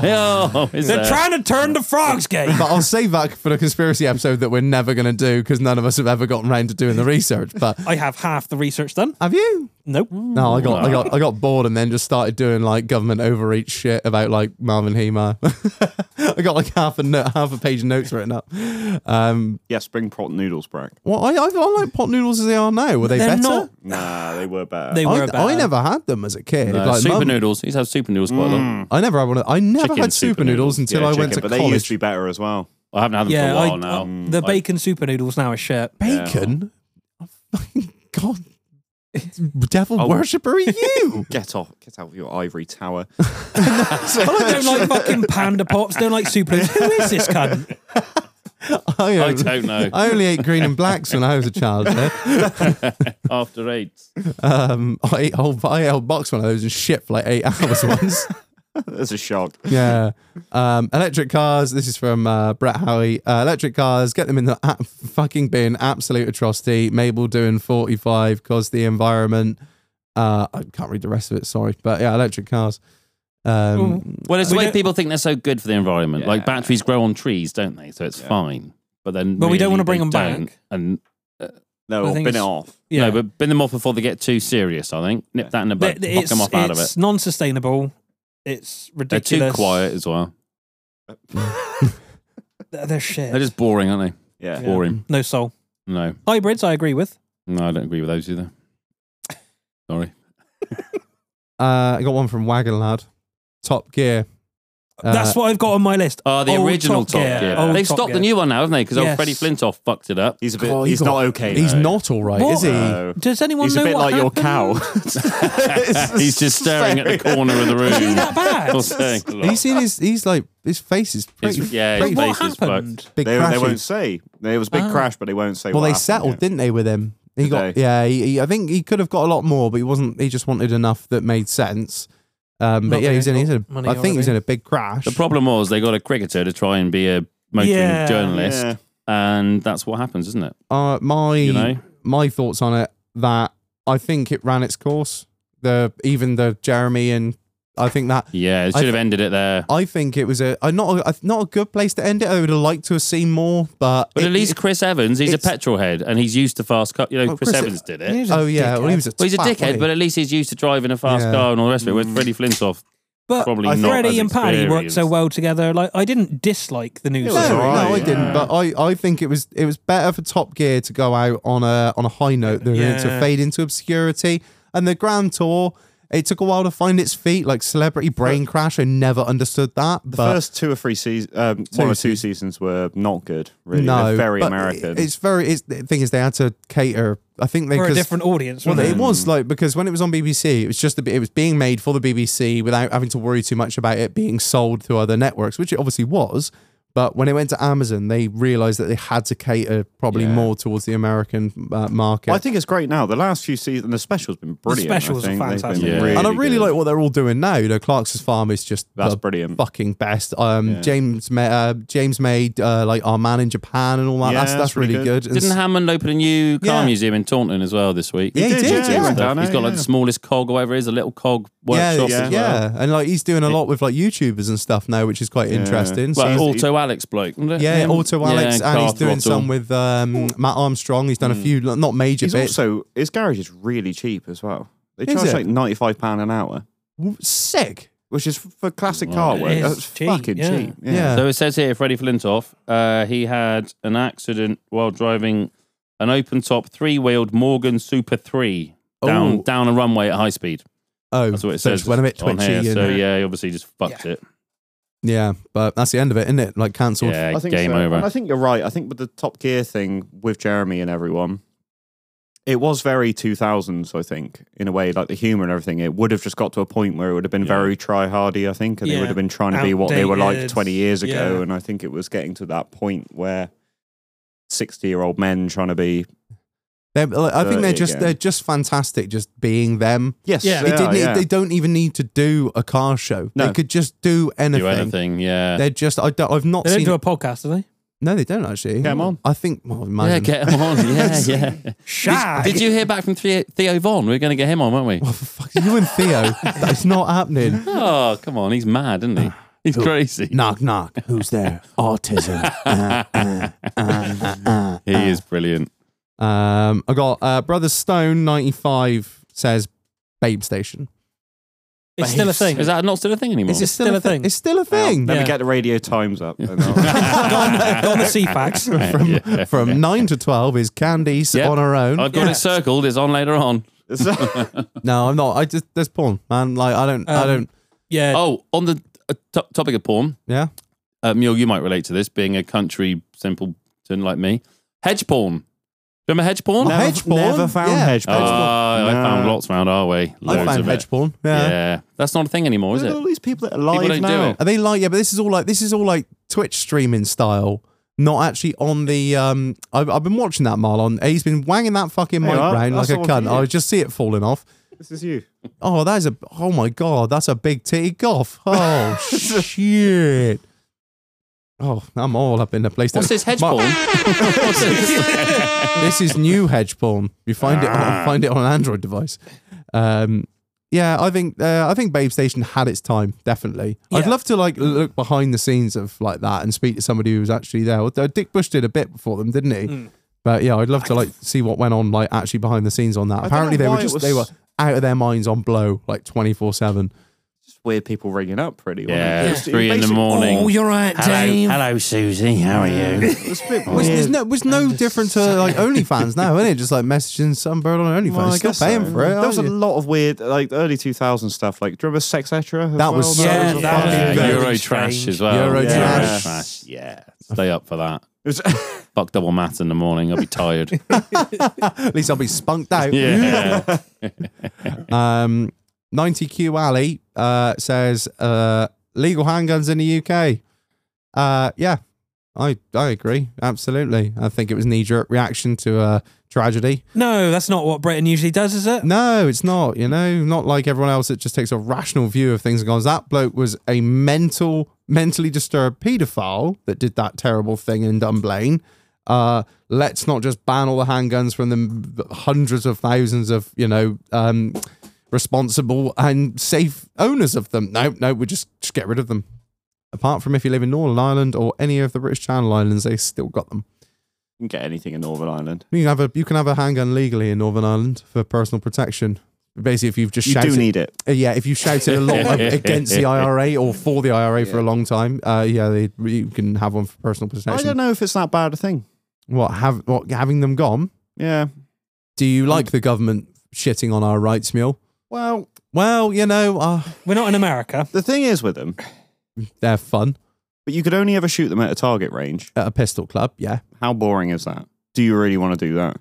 Speaker 5: Oh, is
Speaker 1: They're
Speaker 5: there?
Speaker 1: trying to turn the frogs gay.
Speaker 2: but I'll save that for the conspiracy episode that we're never going to do because none of us have ever gotten around to doing the research. But
Speaker 1: I have half the research done.
Speaker 2: have you?
Speaker 1: Nope.
Speaker 2: No, I got I got I got bored and then just started doing like government overreach shit about like Marvin Hema. I got like half a no- half a page of notes written up. Um,
Speaker 4: yeah, spring pot noodles, Brack.
Speaker 2: well, I, I I like pot noodles as they are now. Were they
Speaker 1: They're
Speaker 2: better?
Speaker 1: not.
Speaker 4: Nah, they were better.
Speaker 1: They were.
Speaker 2: I,
Speaker 1: better.
Speaker 2: I never had them as a kid.
Speaker 5: Uh,
Speaker 2: Like,
Speaker 5: super
Speaker 2: mum-
Speaker 5: noodles. He's had super noodles quite a
Speaker 1: Mm.
Speaker 5: lot.
Speaker 2: I never had one. Of, I never
Speaker 5: Chicken
Speaker 2: had super
Speaker 5: super
Speaker 2: noodles, until
Speaker 4: yeah,
Speaker 2: I
Speaker 4: chicken,
Speaker 2: went to
Speaker 4: but they used
Speaker 2: college.
Speaker 4: to be better as well.
Speaker 5: I haven't had them
Speaker 1: Yeah,
Speaker 5: for a while
Speaker 1: I- Mm. um,
Speaker 5: now.
Speaker 1: the
Speaker 5: I-
Speaker 1: bacon super noodles now is shit.
Speaker 2: Bacon. Fucking God. Devil worshipper are you?
Speaker 4: Get off, get out of your ivory tower.
Speaker 1: I don't like fucking panda pops. Don't like super. noodles. Who is this cunt?
Speaker 2: I,
Speaker 5: I
Speaker 2: only-
Speaker 5: don't know.
Speaker 2: I only ate green and blacks when I was a child. eh?
Speaker 5: After eight.
Speaker 2: Um, I ate whole, I ate a whole box one of those and shit for like eight hours once.
Speaker 4: That's a shock.
Speaker 2: yeah. Um, electric cars. This is from uh, Brett Howie. Uh, electric cars. Get them in the a- fucking bin. Absolute atrocity. Mabel doing forty-five. Cause the environment. Uh, I can't read the rest of it. Sorry, but yeah, electric cars. Um,
Speaker 5: Well, it's
Speaker 1: We
Speaker 5: the way
Speaker 1: don't-
Speaker 5: people think they're so good for the environment. Like batteries grow on trees, don't they? So it's fine. But then,
Speaker 1: But we don't
Speaker 5: really
Speaker 1: wanna bring
Speaker 5: they
Speaker 1: 'em
Speaker 5: don't.
Speaker 1: back.
Speaker 5: And
Speaker 4: No,
Speaker 1: I
Speaker 4: I'll
Speaker 1: think
Speaker 4: bin it
Speaker 1: it's-
Speaker 4: off.
Speaker 1: Yeah.
Speaker 5: no, but bin them off before they get too serious. I think nip that in the
Speaker 1: But
Speaker 5: bud, knock
Speaker 1: it's,
Speaker 5: them off out of it.
Speaker 1: it's non-sustainable. It's
Speaker 5: They're
Speaker 1: ridiculous.
Speaker 5: too quiet as well.
Speaker 1: They're, they're shit.
Speaker 5: They're just boring, aren't
Speaker 4: Yeah.
Speaker 5: they?
Speaker 1: Yeah.
Speaker 5: Boring.
Speaker 1: no soul.
Speaker 5: No,
Speaker 1: Hybrids, I agree with.
Speaker 5: no, I don't agree with those either. Sorry.
Speaker 2: uh, I got one from Wagon Lad. Top Gear. Uh,
Speaker 1: That's what I've got on my list.
Speaker 5: Oh, the
Speaker 1: Old
Speaker 5: original Top Gear.
Speaker 1: Old
Speaker 5: They've
Speaker 1: Top
Speaker 5: stopped the
Speaker 1: Gear.
Speaker 5: new one now, haven't they? Because
Speaker 1: Yes.
Speaker 5: old Freddie Flintoff fucked it up.
Speaker 4: He's a bit.
Speaker 2: Oh, he
Speaker 4: he's
Speaker 2: got-
Speaker 4: not okay.
Speaker 2: He's
Speaker 4: though.
Speaker 2: not all right,
Speaker 1: What?
Speaker 2: is he?
Speaker 4: No.
Speaker 1: Does anyone
Speaker 4: He's
Speaker 1: know
Speaker 4: a bit
Speaker 1: what
Speaker 4: like your
Speaker 1: happened?
Speaker 4: cow.
Speaker 5: He's just staring at the corner of the room.
Speaker 1: Is he that bad?
Speaker 5: Or saying a lot.
Speaker 2: Have you seen his? He's like his face is
Speaker 5: It's-
Speaker 2: pretty.
Speaker 5: yeah,
Speaker 1: But
Speaker 5: his
Speaker 2: pretty
Speaker 1: what
Speaker 5: face is fucked.
Speaker 1: happened?
Speaker 2: big
Speaker 4: They, they
Speaker 2: crashy. Oh.
Speaker 4: won't say. There was a big
Speaker 1: Ah.
Speaker 4: crash, but they won't say.
Speaker 2: Well,
Speaker 4: what
Speaker 2: they
Speaker 4: happened,
Speaker 2: settled,
Speaker 4: yeah.
Speaker 2: didn't they, with him? He
Speaker 4: Did
Speaker 2: got
Speaker 4: they?
Speaker 2: yeah. He, he- I think he could have got a lot more, but he wasn't. He just wanted enough that made sense. Um, but
Speaker 1: Not
Speaker 2: yeah, he's in.
Speaker 1: getting
Speaker 2: He's in
Speaker 1: money
Speaker 2: a, I
Speaker 1: out of
Speaker 2: think he's
Speaker 5: eh?
Speaker 1: him.
Speaker 2: in a big crash.
Speaker 5: The problem was they got a cricketer to try and be a motoring
Speaker 1: Yeah.
Speaker 5: journalist,
Speaker 4: Yeah.
Speaker 5: and that's what happens, isn't it?
Speaker 2: uh, my
Speaker 5: You know,
Speaker 2: my thoughts on it that I think it ran its course. The even the Jeremy and I think that
Speaker 5: yeah, it
Speaker 2: I
Speaker 5: should have
Speaker 2: th-
Speaker 5: ended it there.
Speaker 2: I think it was a, a not a, not a good place to end it. I would have liked to have seen more, but
Speaker 5: But
Speaker 2: it-
Speaker 5: at least
Speaker 2: it-
Speaker 5: Chris Evans, he's a
Speaker 2: it's-
Speaker 5: petrol head, and he's used to fast car. You know,
Speaker 2: Well,
Speaker 5: Chris,
Speaker 2: Chris-
Speaker 5: Evans did it.
Speaker 1: He's a
Speaker 2: oh yeah, well, he was a
Speaker 5: well, he's a
Speaker 2: twat, wasn't
Speaker 5: dickhead,
Speaker 2: he?
Speaker 5: but at least he's used to driving a fast
Speaker 2: Yeah.
Speaker 5: car and all the rest of it. Whereas Freddie Flintoff,
Speaker 1: But
Speaker 5: Probably
Speaker 1: I-
Speaker 5: not
Speaker 1: Freddie
Speaker 5: as
Speaker 1: and Patty worked so
Speaker 5: experienced.
Speaker 1: well together. Like I didn't dislike the new
Speaker 4: It was
Speaker 1: series.
Speaker 2: No,
Speaker 4: alright.
Speaker 2: no, I
Speaker 4: yeah.
Speaker 2: didn't. But I, I think it was it was better for Top Gear to go out on a on a high note than to
Speaker 1: Yeah.
Speaker 2: fade into obscurity. And the Grand Tour, it took a while to find its feet. Like Celebrity Brain Crash, I never understood that.
Speaker 4: The
Speaker 2: but
Speaker 4: first two or three seasons, um, one or two seasons were not good. Really,
Speaker 2: no,
Speaker 4: They're very
Speaker 2: but
Speaker 4: American.
Speaker 2: It's very. It's, the thing is, they had to cater. I think they
Speaker 1: For a
Speaker 2: 'cause-
Speaker 1: different audience.
Speaker 2: Well,
Speaker 1: wasn't
Speaker 2: it was like because when it was on BBC, it was just a bit, it was being made for the BBC without having to worry too much about it being sold through other networks, which it obviously was. But when it went to Amazon, they realised that they had to cater probably
Speaker 4: Yeah.
Speaker 2: more towards the American uh, market.
Speaker 4: Well, I think it's great now. The last few seasons, the special's been brilliant. I
Speaker 1: specials are
Speaker 4: think. They've been
Speaker 1: fantastic.
Speaker 5: Yeah.
Speaker 4: really
Speaker 2: and I really
Speaker 4: good.
Speaker 2: like what they're all doing now. You know, Clarkson's Farm is just
Speaker 4: That's
Speaker 2: the
Speaker 4: brilliant.
Speaker 2: fucking best. Um, James Ma- uh, James made uh, like our man in Japan and all that.
Speaker 4: Yeah,
Speaker 2: that's, that's really good. And
Speaker 5: didn't
Speaker 2: s-
Speaker 5: Hammond open a new car
Speaker 2: Yeah.
Speaker 5: museum in Taunton as well this week?
Speaker 2: Yeah, he
Speaker 4: did,
Speaker 2: did.
Speaker 4: yeah,
Speaker 2: yeah.
Speaker 4: he was
Speaker 5: Stuff.
Speaker 4: done
Speaker 5: He's
Speaker 4: it,
Speaker 5: got like
Speaker 4: yeah.
Speaker 5: the smallest cog or whatever it is, a little cog workshop.
Speaker 2: yeah,
Speaker 5: as well.
Speaker 2: yeah, and like he's doing a lot with like YouTubers and stuff now, which is quite interesting. So
Speaker 5: Well,
Speaker 2: he's-
Speaker 5: Auto Alex bloke. wasn't it?
Speaker 2: Yeah,
Speaker 5: Him?
Speaker 2: Auto
Speaker 5: Um, Yeah,
Speaker 2: Alex, and he's
Speaker 5: Car
Speaker 2: doing
Speaker 5: Throttle.
Speaker 2: some with um, Matt Armstrong. He's
Speaker 5: Mm.
Speaker 2: done a few, like, not major
Speaker 4: He's
Speaker 2: bits.
Speaker 4: also his garage is really cheap as well. They
Speaker 2: Is
Speaker 4: charge
Speaker 2: it?
Speaker 4: like ninety five pound an hour,
Speaker 2: Sick.
Speaker 4: which is for classic
Speaker 5: Wow.
Speaker 4: car work.
Speaker 1: It is
Speaker 4: That's
Speaker 1: cheap,
Speaker 4: fucking
Speaker 1: yeah.
Speaker 4: cheap. Yeah.
Speaker 2: Yeah.
Speaker 5: So it says here, Freddie Flintoff, uh, he had an accident while driving an open top three wheeled Morgan Super 3 down
Speaker 2: Oh.
Speaker 5: down a runway at high speed.
Speaker 2: Oh,
Speaker 5: That's what it
Speaker 2: so
Speaker 5: says.
Speaker 2: it's When I'm a bit
Speaker 5: on
Speaker 2: twitchy.
Speaker 5: here.
Speaker 2: and- uh,
Speaker 5: So yeah, he obviously just fucked it.
Speaker 2: yeah, but that's the end of it, isn't it? Like cancelled.
Speaker 5: Yeah,
Speaker 4: I think
Speaker 5: game
Speaker 4: so. And I
Speaker 5: over.
Speaker 4: think you're right. I think with the Top Gear thing with Jeremy and everyone, it was very 2000s. I think in a way, like the humor and everything, it would have just got to a point where it would have been very try hardy. I think, and they
Speaker 1: Yeah.
Speaker 4: would have been trying to be what they were like
Speaker 1: Outdated.
Speaker 4: 20 years ago.
Speaker 1: Yeah.
Speaker 4: And I think it was getting to that point where 60 year old men trying to be
Speaker 2: They're, like, I think
Speaker 4: Uh,
Speaker 2: they're
Speaker 4: yeah,
Speaker 2: just
Speaker 4: yeah.
Speaker 2: they're just fantastic, just being them.
Speaker 4: Yes,
Speaker 1: Yeah.
Speaker 4: they,
Speaker 2: They,
Speaker 4: are,
Speaker 2: didn't,
Speaker 4: yeah.
Speaker 2: they don't even need to do a car show.
Speaker 4: No.
Speaker 2: They could just do anything.
Speaker 5: do anything. Yeah.
Speaker 2: They're just I don't, I've not
Speaker 1: They don't
Speaker 2: seen.
Speaker 1: do a podcast, do they?
Speaker 2: no, they don't actually. Get
Speaker 4: 'em on.
Speaker 2: I think. Well, imagine.
Speaker 5: yeah, get him on. Yeah, yeah.
Speaker 1: Shy.
Speaker 5: Did you hear back from Theo, Theo Vaughn? We were going to get him on, weren't we?
Speaker 2: Oh, for fuck, you and Theo. That's not happening.
Speaker 5: Oh, come on. He's mad, isn't he? He's crazy.
Speaker 2: Knock knock.
Speaker 3: Who's there? Autism. Uh, uh, uh, uh.
Speaker 5: He is brilliant.
Speaker 2: Um, I got uh, Brother Stone ninety five says Babe Station.
Speaker 1: It's still a thing.
Speaker 5: Is that not still a thing anymore?
Speaker 1: Is it still a thing?
Speaker 2: It's still a thing.
Speaker 4: Let
Speaker 1: Yeah.
Speaker 4: me get the radio times up. And I'll-
Speaker 1: Go on the CFAX.
Speaker 5: Yeah,
Speaker 2: from
Speaker 5: yeah.
Speaker 2: from nine to twelve is Candice
Speaker 5: Yeah. Uh,
Speaker 2: on her own.
Speaker 5: I've got
Speaker 1: Yeah.
Speaker 5: it circled. It's on later on.
Speaker 2: no, I'm not. I just there's porn, man. Like I don't, I
Speaker 1: Um,
Speaker 2: don't.
Speaker 1: Yeah.
Speaker 5: Oh, on the uh, to- topic of porn,
Speaker 2: Yeah,
Speaker 5: uh, Mule, you might relate to this, being a country simpleton like me. Hedge porn. Remember hedge porn?
Speaker 2: No. hedge porn?
Speaker 4: Never found
Speaker 2: Yeah.
Speaker 4: hedge
Speaker 5: Oh,
Speaker 4: porn.
Speaker 5: I
Speaker 4: No.
Speaker 5: found lots round our way. Loads
Speaker 2: Uh, I found
Speaker 5: of it.
Speaker 2: hedge porn.
Speaker 5: Yeah.
Speaker 2: Yeah.
Speaker 5: that's not a thing anymore, is
Speaker 4: Look at
Speaker 5: it?
Speaker 4: all these people that are live
Speaker 5: People don't do
Speaker 4: now.
Speaker 5: it.
Speaker 2: are they like? Yeah, but this is all like this is all like Twitch streaming style. Not actually on the. Um, I've, I've been watching that Marlon. He's been wanging that fucking mic
Speaker 4: on,
Speaker 2: round like
Speaker 4: that's
Speaker 2: a
Speaker 4: the one for
Speaker 2: cunt.
Speaker 4: you.
Speaker 2: I just see it falling off.
Speaker 4: This is you.
Speaker 2: Oh, that's a. Oh my god, that's a big titty golf. Oh shit. Oh, I'm all up in the place.
Speaker 5: What's this hedge
Speaker 2: My-
Speaker 5: porn? What's this?
Speaker 2: this is new hedge porn. You find it on, find it on an Android device. Um, yeah, I think uh, I think Babe Station had its time. Definitely, I'd
Speaker 1: Yeah.
Speaker 2: love to like look behind the scenes of like that and speak to somebody who was actually there. Although Dick Bush did a bit before them, didn't he? But yeah, I'd love to like see what went on like actually behind the scenes on that.
Speaker 4: don't
Speaker 2: Apparently,
Speaker 4: know
Speaker 2: they were
Speaker 4: why it
Speaker 2: just
Speaker 4: was-
Speaker 2: they were out of their minds on blow like twenty four seven.
Speaker 4: Just weird people ringing up, pretty. wasn't
Speaker 5: yeah,
Speaker 4: it? It
Speaker 5: it's
Speaker 4: was- it
Speaker 5: three in the
Speaker 4: basically-
Speaker 5: morning.
Speaker 1: Oh, you're right, Dave.
Speaker 5: hello, Susie. How are you?
Speaker 4: It was a bit
Speaker 2: Was,
Speaker 4: weird.
Speaker 2: there's no, was no different to like OnlyFans now, isn't it? Just like messaging some bird on OnlyFans,
Speaker 4: Well, I
Speaker 2: still
Speaker 4: guess so.
Speaker 2: paying for it.
Speaker 4: There was a
Speaker 2: aren't you?
Speaker 4: lot of weird, like early 2000 stuff. Like, do you remember Sex Etra?
Speaker 2: That was so
Speaker 1: Yeah,
Speaker 2: fucking
Speaker 1: that was
Speaker 5: yeah,
Speaker 1: very
Speaker 5: Euro
Speaker 1: strange.
Speaker 5: trash as well.
Speaker 2: Euro
Speaker 5: yeah.
Speaker 4: trash.
Speaker 5: trash. Yeah, stay up for that.
Speaker 4: was-
Speaker 5: Fuck double mat in the morning. I'll be tired.
Speaker 2: At least I'll be spunked out.
Speaker 5: yeah,
Speaker 2: Um, 90Q Ali uh, says uh, legal handguns in the UK. Uh, yeah, I I agree absolutely. I think it was knee jerk reaction to a tragedy.
Speaker 1: No, that's not what Britain usually does, is it?
Speaker 2: No, it's not. You know, not like everyone else that just takes a rational view of things and goes, "That bloke was a mental, mentally disturbed paedophile that did that terrible thing in Dunblane." Uh, let's not just ban all the handguns from the m- hundreds of thousands of you know um, responsible and safe owners of them. No, no, we just just get rid of them. Apart from if you live in Northern Ireland or any of the British Channel Islands, they still got them.
Speaker 4: You can get anything in Northern Ireland.
Speaker 2: You can have a you can have a handgun legally in Northern Ireland for personal protection. Basically, if you've just
Speaker 4: You
Speaker 2: shouted,
Speaker 4: do need it.
Speaker 2: uh, yeah, if you shouted a lot ab- against the IRA or for the IRA for a long time, uh, yeah, they, you can have one for personal
Speaker 4: I don't
Speaker 2: protection.
Speaker 4: know if it's that bad a thing.
Speaker 2: What have what having them gone?
Speaker 4: Yeah.
Speaker 2: Do you like the government shitting on our rights, Mule?
Speaker 4: Um, Well,
Speaker 2: Well, you know, uh,
Speaker 1: We're not in America.
Speaker 4: the thing is with them,
Speaker 2: they're fun
Speaker 4: but you could only ever shoot them at a target range.
Speaker 2: at a pistol club. Yeah,
Speaker 4: How boring is that? Do you really want to do that?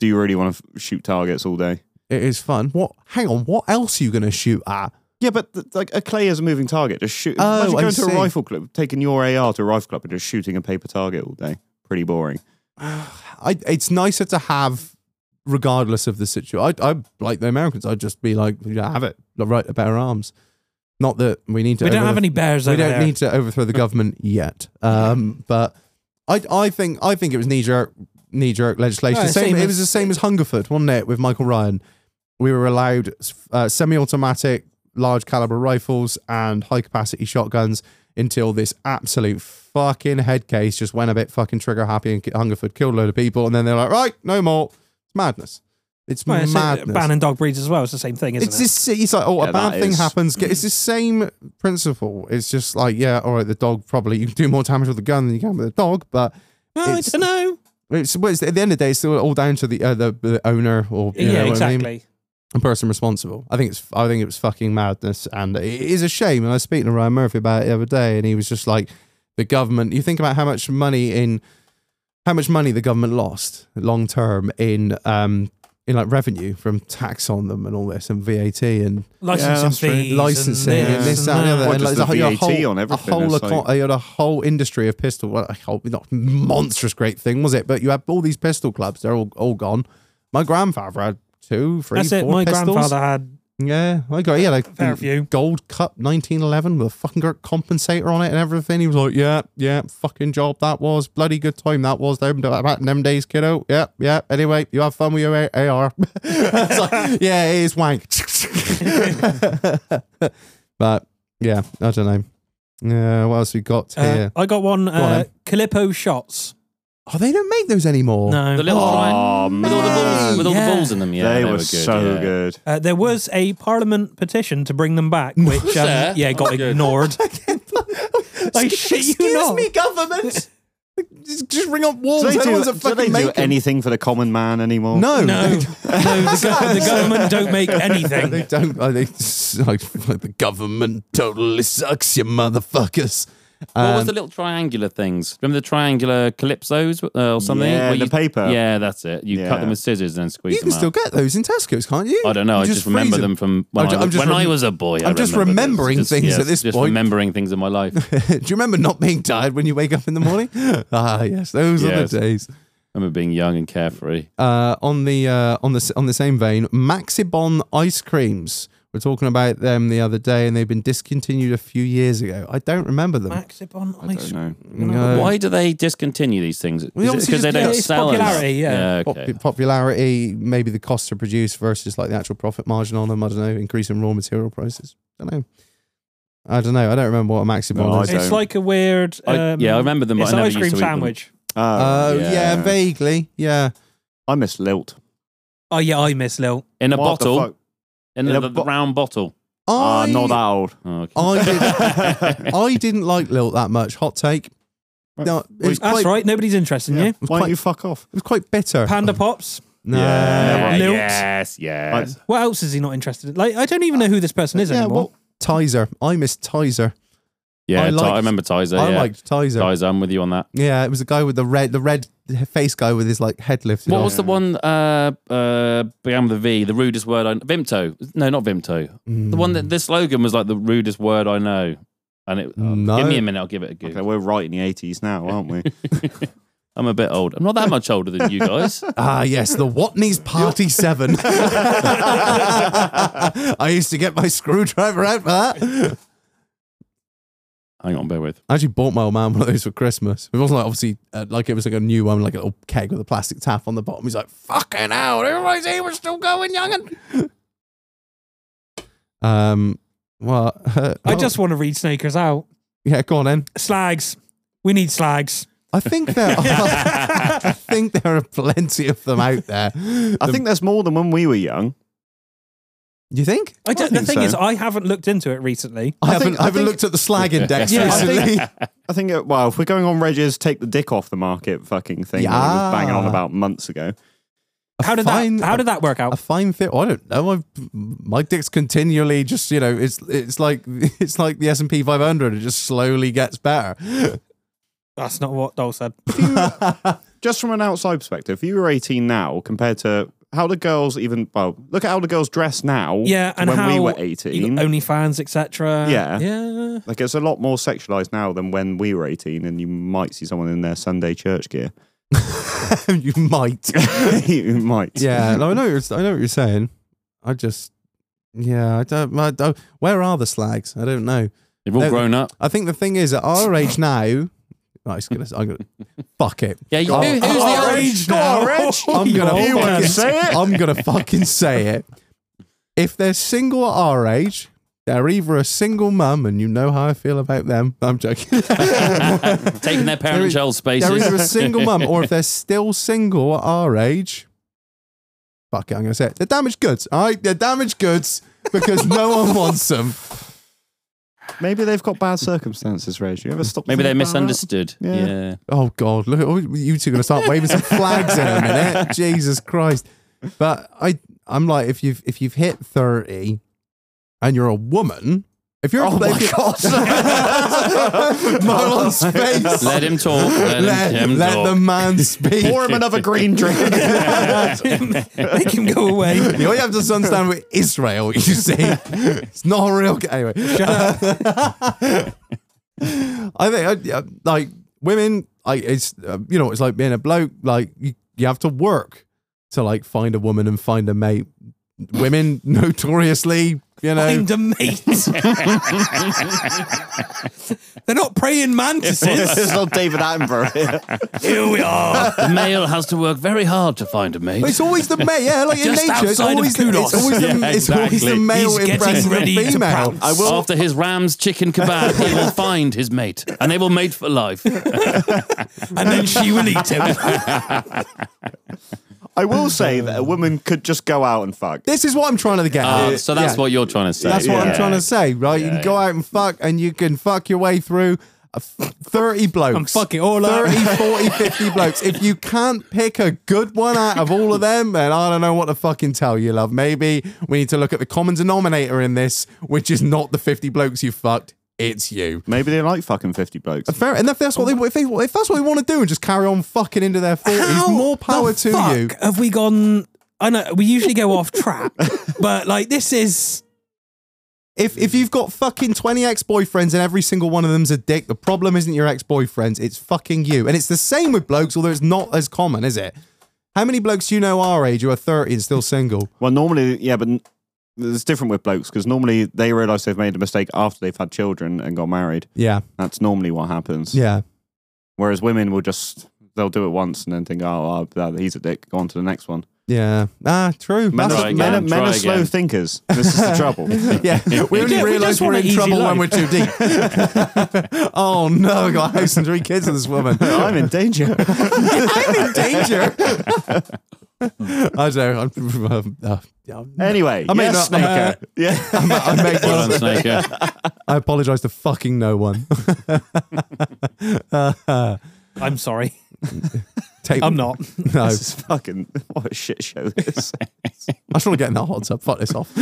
Speaker 4: Do you really want to f- shoot targets all day?
Speaker 2: it is fun. What? Hang on, what else are you going to shoot at?
Speaker 4: Yeah, but th- like a clay is a moving target. Just shoot.
Speaker 2: Oh,
Speaker 4: imagine
Speaker 2: I
Speaker 4: going to
Speaker 2: see.
Speaker 4: a rifle club, taking your AR to a rifle club, and just shooting a paper target all day. Pretty boring.
Speaker 2: I, it's nicer to have, regardless of the situation. I, I like the Americans. I'd just be like, yeah, have it. Right, to better arms. Not that we need to.
Speaker 1: We don't
Speaker 2: overthrow-
Speaker 1: have any bears
Speaker 2: We
Speaker 1: over
Speaker 2: don't
Speaker 1: there.
Speaker 2: need to overthrow the government yet. Um, but I, I think, I think it was knee jerk, knee jerk legislation.
Speaker 1: Right,
Speaker 2: same,
Speaker 1: same
Speaker 2: it
Speaker 1: as-
Speaker 2: was the same as Hungerford, wasn't it, with Michael Ryan? We were allowed uh, semi-automatic, large caliber rifles and high capacity shotguns until this absolute fucking head case just went a bit fucking trigger happy and Hungerford killed a load of people, and then they're like, right, no more. It's madness. It's
Speaker 1: Right, it's like
Speaker 2: madness.
Speaker 1: banning dog breeds as well. It's the same thing, isn't
Speaker 2: It's
Speaker 1: it?
Speaker 2: this. It's like, oh,
Speaker 4: Yeah,
Speaker 2: a bad
Speaker 4: that
Speaker 2: thing
Speaker 4: is-
Speaker 2: happens. Get- It's
Speaker 1: Mm.
Speaker 2: the same principle. It's just like, yeah, all right, the dog probably you can do more damage with the gun than you can with the dog, but
Speaker 1: Well, Oh, I
Speaker 2: it's-
Speaker 1: don't know.
Speaker 2: it's, well, it's at the end of the day, it's still all down to the uh, the, the owner or you
Speaker 1: yeah,
Speaker 2: know what I mean?
Speaker 1: exactly.
Speaker 2: and person responsible. I think it's I think it was fucking madness, and it is a shame. And I was speaking to Ryan Murphy about it the other day, and he was just like, the government. You think about how much money in how much money the government lost long term in um in like revenue from tax on them and all this and VAT and
Speaker 4: that's
Speaker 1: Licensing
Speaker 4: true.
Speaker 1: fees.
Speaker 2: licensing
Speaker 1: and
Speaker 2: and this, that, and the other.
Speaker 4: Well,
Speaker 2: And
Speaker 4: just
Speaker 2: like,
Speaker 4: the
Speaker 2: you
Speaker 4: VAT
Speaker 2: whole-
Speaker 4: on everything,
Speaker 2: A whole,
Speaker 4: it's
Speaker 2: econ-
Speaker 4: like-
Speaker 2: you had a whole industry of pistol. Well, a whole, not monstrous great thing, was it? But you had all these pistol clubs. They're all, all gone. My grandfather had two, three,
Speaker 1: That's it.
Speaker 2: four
Speaker 1: My
Speaker 2: pistols.
Speaker 1: grandfather had
Speaker 2: Yeah, I got yeah like
Speaker 1: Fair few.
Speaker 2: gold cup 1911 with a fucking gr- compensator on it and everything. He was like, yeah, yeah, fucking job that was, bloody good time that was. Them back in them days, kiddo. Yeah, yeah. Anyway, you have fun with your A- AR. It's like, yeah, it is wank. but yeah, I don't know. Yeah, what else we got
Speaker 1: Uh,
Speaker 2: here?
Speaker 1: I got one.
Speaker 2: on
Speaker 1: uh,
Speaker 2: then.
Speaker 1: Calippo shots. Uh,
Speaker 2: Oh, they don't make those anymore.
Speaker 1: No,
Speaker 5: The little
Speaker 4: Oh,
Speaker 5: one with all the balls, with all
Speaker 1: man.
Speaker 5: the balls in them. Yeah,
Speaker 4: they, were
Speaker 5: good,
Speaker 4: so
Speaker 5: yeah.
Speaker 4: good.
Speaker 1: uh, there was a Parliament petition to bring them back, which um,
Speaker 5: there?
Speaker 1: yeah got
Speaker 5: That's good.
Speaker 1: ignored. I shit you
Speaker 2: Excuse
Speaker 1: not.
Speaker 2: me, government. just, just ring up walls.
Speaker 4: Do they do,
Speaker 2: Everyone's a
Speaker 4: do
Speaker 2: fucking
Speaker 4: they do
Speaker 2: maker.
Speaker 4: anything for the common man anymore?
Speaker 2: No,
Speaker 1: No, no, the, go- the government don't make
Speaker 2: They
Speaker 1: anything.
Speaker 2: don't. I think like, like the government totally sucks, you motherfuckers.
Speaker 5: What was
Speaker 2: Um,
Speaker 5: the little triangular things? Remember the triangular calypsos uh, or something?
Speaker 4: Yeah,
Speaker 5: Where
Speaker 4: the
Speaker 5: you-
Speaker 4: paper.
Speaker 5: Yeah, that's it. You cut
Speaker 4: Yeah.
Speaker 5: them with scissors and then squeeze
Speaker 2: you
Speaker 5: them
Speaker 2: can still
Speaker 5: out.
Speaker 2: get those in Tesco's, can't you?
Speaker 5: I don't know.
Speaker 2: You
Speaker 5: I just,
Speaker 2: freeze
Speaker 5: remember them from when,
Speaker 2: I'm ju-
Speaker 5: I,
Speaker 2: I'm just
Speaker 5: when I
Speaker 2: rem-
Speaker 5: was a boy. I
Speaker 2: I'm just
Speaker 5: remember this.
Speaker 2: remembering things at this
Speaker 5: just
Speaker 2: point.
Speaker 5: remembering things in my life. I
Speaker 2: do you remember not being tired when you wake up in the morning? ah, yes, those are
Speaker 5: Yes.
Speaker 2: the days.
Speaker 5: remember being young and carefree.
Speaker 2: uh, on the uh, on the s- on the same vein, Maxibon ice creams. We are talking about them the other day, and they've been discontinued a few years ago. I don't remember them.
Speaker 1: Maxibon
Speaker 4: I don't
Speaker 1: ice.
Speaker 4: know.
Speaker 2: No.
Speaker 5: Why do they discontinue these things?
Speaker 2: Well,
Speaker 5: Because
Speaker 2: obviously
Speaker 5: they
Speaker 2: just-
Speaker 5: don't
Speaker 2: yeah,
Speaker 1: it's
Speaker 5: sell enough?
Speaker 1: popularity, yeah.
Speaker 2: Pop-
Speaker 5: okay.
Speaker 2: Popularity, maybe the cost to produce versus like the actual profit margin on them. I don't know. Increase in raw material prices. I don't know. I don't know. I don't remember what a Maxibon
Speaker 4: No, I
Speaker 2: is.
Speaker 4: don't.
Speaker 1: It's like a weird. Um,
Speaker 5: I- yeah, I remember them, but
Speaker 1: It's
Speaker 5: I
Speaker 1: an
Speaker 5: never
Speaker 1: ice
Speaker 5: used
Speaker 1: cream
Speaker 5: to eat them.
Speaker 1: sandwich.
Speaker 4: Oh,
Speaker 2: Oh yeah. vaguely. Yeah.
Speaker 4: I miss Lilt.
Speaker 1: Oh yeah, I miss Lil.
Speaker 5: In a
Speaker 4: What the
Speaker 5: bottle.
Speaker 4: fuck?
Speaker 5: In,
Speaker 4: In
Speaker 5: a,
Speaker 4: a
Speaker 5: the
Speaker 4: bo-
Speaker 5: round bottle.
Speaker 4: Ah, not that old.
Speaker 5: Oh, okay.
Speaker 2: I did, I didn't like Lilt that much. Hot take. No, it was
Speaker 1: That's
Speaker 2: quite,
Speaker 1: right. Nobody's interested in
Speaker 4: Yeah.
Speaker 1: you.
Speaker 4: Why don't you fuck off?
Speaker 2: It was quite bitter.
Speaker 1: Panda Pops.
Speaker 2: no.
Speaker 5: Yeah,
Speaker 1: Lilt.
Speaker 5: yes, yes.
Speaker 1: What else is he not interested in? Like, I don't even know who this person is
Speaker 2: yeah,
Speaker 1: anymore.
Speaker 2: well, Tizer. I miss Tizer.
Speaker 5: Yeah,
Speaker 2: I
Speaker 5: I,
Speaker 2: liked-
Speaker 5: I remember Tizer.
Speaker 2: I
Speaker 5: yeah.
Speaker 2: liked Tizer.
Speaker 5: Tizer, I'm with you on that.
Speaker 2: Yeah, it was the guy with the red, the red face guy with his like head lifted.
Speaker 5: What
Speaker 2: off.
Speaker 5: was the one uh, uh, began with a V? The rudest word I Vimto. No, not Vimto. The one that the slogan was like the rudest word I know. And it
Speaker 2: No.
Speaker 5: give me a minute, I'll give it a go.
Speaker 4: Okay, we're right in the 80s now, aren't we?
Speaker 5: I'm a bit old. I'm not that much older than you guys.
Speaker 2: Ah, yes, the Watney's Party Seven. I used to get my screwdriver out for that.
Speaker 5: Hang on, bear with.
Speaker 2: I actually bought my old man one of those for Christmas. It wasn't like obviously uh, like it was like a new one, like a little keg with a plastic tap on the bottom. He's like, "Fucking hell, everybody's here, we're still going, young'un." Um, what?
Speaker 1: I just want to read Snakers out.
Speaker 2: yeah, go on then.
Speaker 1: Slags. We need slags.
Speaker 2: I think there, I think there are plenty of them out there.
Speaker 4: I think there's more than when we were young.
Speaker 2: You think?
Speaker 1: I don't, the
Speaker 4: think
Speaker 1: thing
Speaker 4: so.
Speaker 1: is, I haven't looked into it recently.
Speaker 2: I, haven't,
Speaker 4: think-
Speaker 2: I
Speaker 4: I
Speaker 2: haven't
Speaker 4: think-
Speaker 2: looked at the slag index
Speaker 1: Yeah, I
Speaker 2: recently.
Speaker 1: think-
Speaker 4: I think, uh, well, if we're going on Reggie's take the dick off the market fucking thing that we
Speaker 2: Yeah.
Speaker 4: was banging on about months ago.
Speaker 1: How did
Speaker 2: fine-
Speaker 1: that? How did that work
Speaker 2: a
Speaker 1: out?
Speaker 2: fine fit. I don't know. I've, my dick's continually just you know it's it's like it's like the S and P 500. It just slowly gets better.
Speaker 1: That's not what Dole said.
Speaker 4: Just from an outside perspective, if you were 18 now compared to how the girls even, well, look at how the girls dress now
Speaker 1: Yeah,
Speaker 4: to
Speaker 1: and
Speaker 4: when
Speaker 1: how
Speaker 4: we were
Speaker 1: you
Speaker 4: 18.
Speaker 1: got OnlyFans, etc.
Speaker 4: Yeah.
Speaker 1: yeah.
Speaker 4: like it's a lot more sexualized now than when we were 18 and you might see someone in their Sunday church gear.
Speaker 2: you might.
Speaker 4: you might.
Speaker 2: Yeah, no, I know. You're, I know what you're saying. I just. Yeah, I don't, I don't. Where are the slags? I don't know.
Speaker 5: They've all
Speaker 2: No.
Speaker 5: grown up.
Speaker 2: I think the thing is at our age now. I'm just gonna. I'm gonna fuck it.
Speaker 5: Yeah, you, who, who's the
Speaker 1: Our
Speaker 5: old?
Speaker 1: age now.
Speaker 2: I'm gonna.
Speaker 1: You
Speaker 2: fucking-
Speaker 1: wanna
Speaker 4: say it?
Speaker 2: I'm gonna fucking say it. If they're single at our age, they're either a single mum, and you know how I feel about them. I'm joking.
Speaker 5: Taking their
Speaker 2: There
Speaker 5: parent
Speaker 2: is-
Speaker 5: child
Speaker 2: they're
Speaker 5: spaces.
Speaker 2: either a single mum, or if they're still single at our age, fuck it. I'm gonna say it. They're damaged goods. All right, they're damaged goods because no one wants them.
Speaker 4: Maybe they've got bad circumstances, Reg. You ever stop?
Speaker 5: Maybe they're
Speaker 4: thinking about that?
Speaker 5: misunderstood.
Speaker 4: Yeah.
Speaker 5: yeah.
Speaker 2: Oh God, look! oh, You two are gonna start waving some flags in a minute. Jesus Christ! But I, I'm like, if you've if you've hit thirty, and you're a woman, if you're oh my God, Marlon's face.
Speaker 5: Let him talk. Let,
Speaker 2: Let,
Speaker 5: him
Speaker 2: let
Speaker 5: talk.
Speaker 2: the man speak.
Speaker 4: Pour him another green drink.
Speaker 1: Make him go away.
Speaker 2: You only have to understand with Israel, you see. It's not a real. Anyway. I think, I, I- like, women, I, it's, uh, you know, it's like being a bloke, like, you, you have to work. to like find a woman and find a mate. Women notoriously, you know,
Speaker 1: Find a mate. They're not praying mantises.
Speaker 4: is not David Attenborough.
Speaker 1: Here we are.
Speaker 5: The male has to work very hard to find a mate.
Speaker 2: It's always the male, yeah, like in
Speaker 1: Just
Speaker 2: nature. It's
Speaker 1: outside of
Speaker 2: always, the, it's,
Speaker 1: kudos.
Speaker 2: always the,
Speaker 5: Yeah,
Speaker 2: it's always the
Speaker 5: exactly.
Speaker 2: male
Speaker 1: He's getting
Speaker 2: impressing
Speaker 1: ready
Speaker 2: the
Speaker 1: to
Speaker 2: female.
Speaker 1: pounce.
Speaker 4: I will.
Speaker 5: After his ram's chicken kebab, he will find his mate, and they will mate for life.
Speaker 1: And then she will eat him.
Speaker 4: I will say that a woman could just go out and fuck.
Speaker 2: This is what I'm trying to get
Speaker 5: Ah,
Speaker 1: Uh,
Speaker 2: at.
Speaker 5: so that's
Speaker 2: Yeah.
Speaker 5: what you're trying to say.
Speaker 2: That's what I'm
Speaker 5: Yeah.
Speaker 2: trying to say, right? you can go out and fuck, and you can fuck your way through a f- 30 blokes.
Speaker 1: And fuck it all up.
Speaker 2: 30, 40, 50 blokes. If you can't pick a good one out of all of them, then I don't know what to fucking tell you, love. Maybe we need to look at the common denominator in this, which is not the 50 blokes you fucked, it's you.
Speaker 4: Maybe they like fucking 50 blokes.
Speaker 2: Fair, and if that's what they if, they if that's what they want to do and just carry on fucking into their forties,
Speaker 1: How
Speaker 2: more power
Speaker 1: the
Speaker 2: to
Speaker 1: fuck
Speaker 2: you.
Speaker 1: Have we gone? I know we usually go off track, but like this is
Speaker 2: If if you've got fucking twenty ex boyfriends and every single one of them's a dick, the problem isn't your ex boyfriends, it's fucking you. And it's the same with blokes, although it's not as common, is it? How many blokes do you know our age who are thirty and still single?
Speaker 4: Well, normally, yeah, but n- it's different with blokes because normally they realise they've made a mistake after they've had children and got married.
Speaker 2: Yeah,
Speaker 4: That's normally what happens.
Speaker 2: yeah.
Speaker 4: Whereas women will just they'll do it once and then think, oh, oh, that- he's a dick. Go on to the next one.
Speaker 2: Yeah. Ah, true.
Speaker 4: Men,
Speaker 2: That's-
Speaker 5: Try
Speaker 4: are, men, are,
Speaker 5: again,
Speaker 4: men
Speaker 5: try
Speaker 4: are slow
Speaker 5: again.
Speaker 4: thinkers. This is the trouble.
Speaker 2: yeah, we only
Speaker 1: Yeah, we
Speaker 2: realise
Speaker 1: just
Speaker 2: we are
Speaker 1: want
Speaker 2: in
Speaker 1: an easy
Speaker 2: trouble
Speaker 1: life.
Speaker 2: when we're too deep. oh no, I got a house and three kids with this woman.
Speaker 4: I'm in danger.
Speaker 2: I'm in danger. I don't know. I'm, um, uh, yeah.
Speaker 4: Anyway,
Speaker 2: I
Speaker 4: I
Speaker 2: mean,
Speaker 4: mean, yes,
Speaker 2: uh,
Speaker 4: Snaker. yeah.
Speaker 2: I, make one
Speaker 5: Well
Speaker 2: up.
Speaker 5: done, Snake, yeah.
Speaker 2: I apologize to fucking no one.
Speaker 1: I'm sorry.
Speaker 2: Take,
Speaker 1: I'm not.
Speaker 2: No, I
Speaker 4: This is fucking what a shit show. This.
Speaker 2: just want to get in that hot tub. Fuck this off.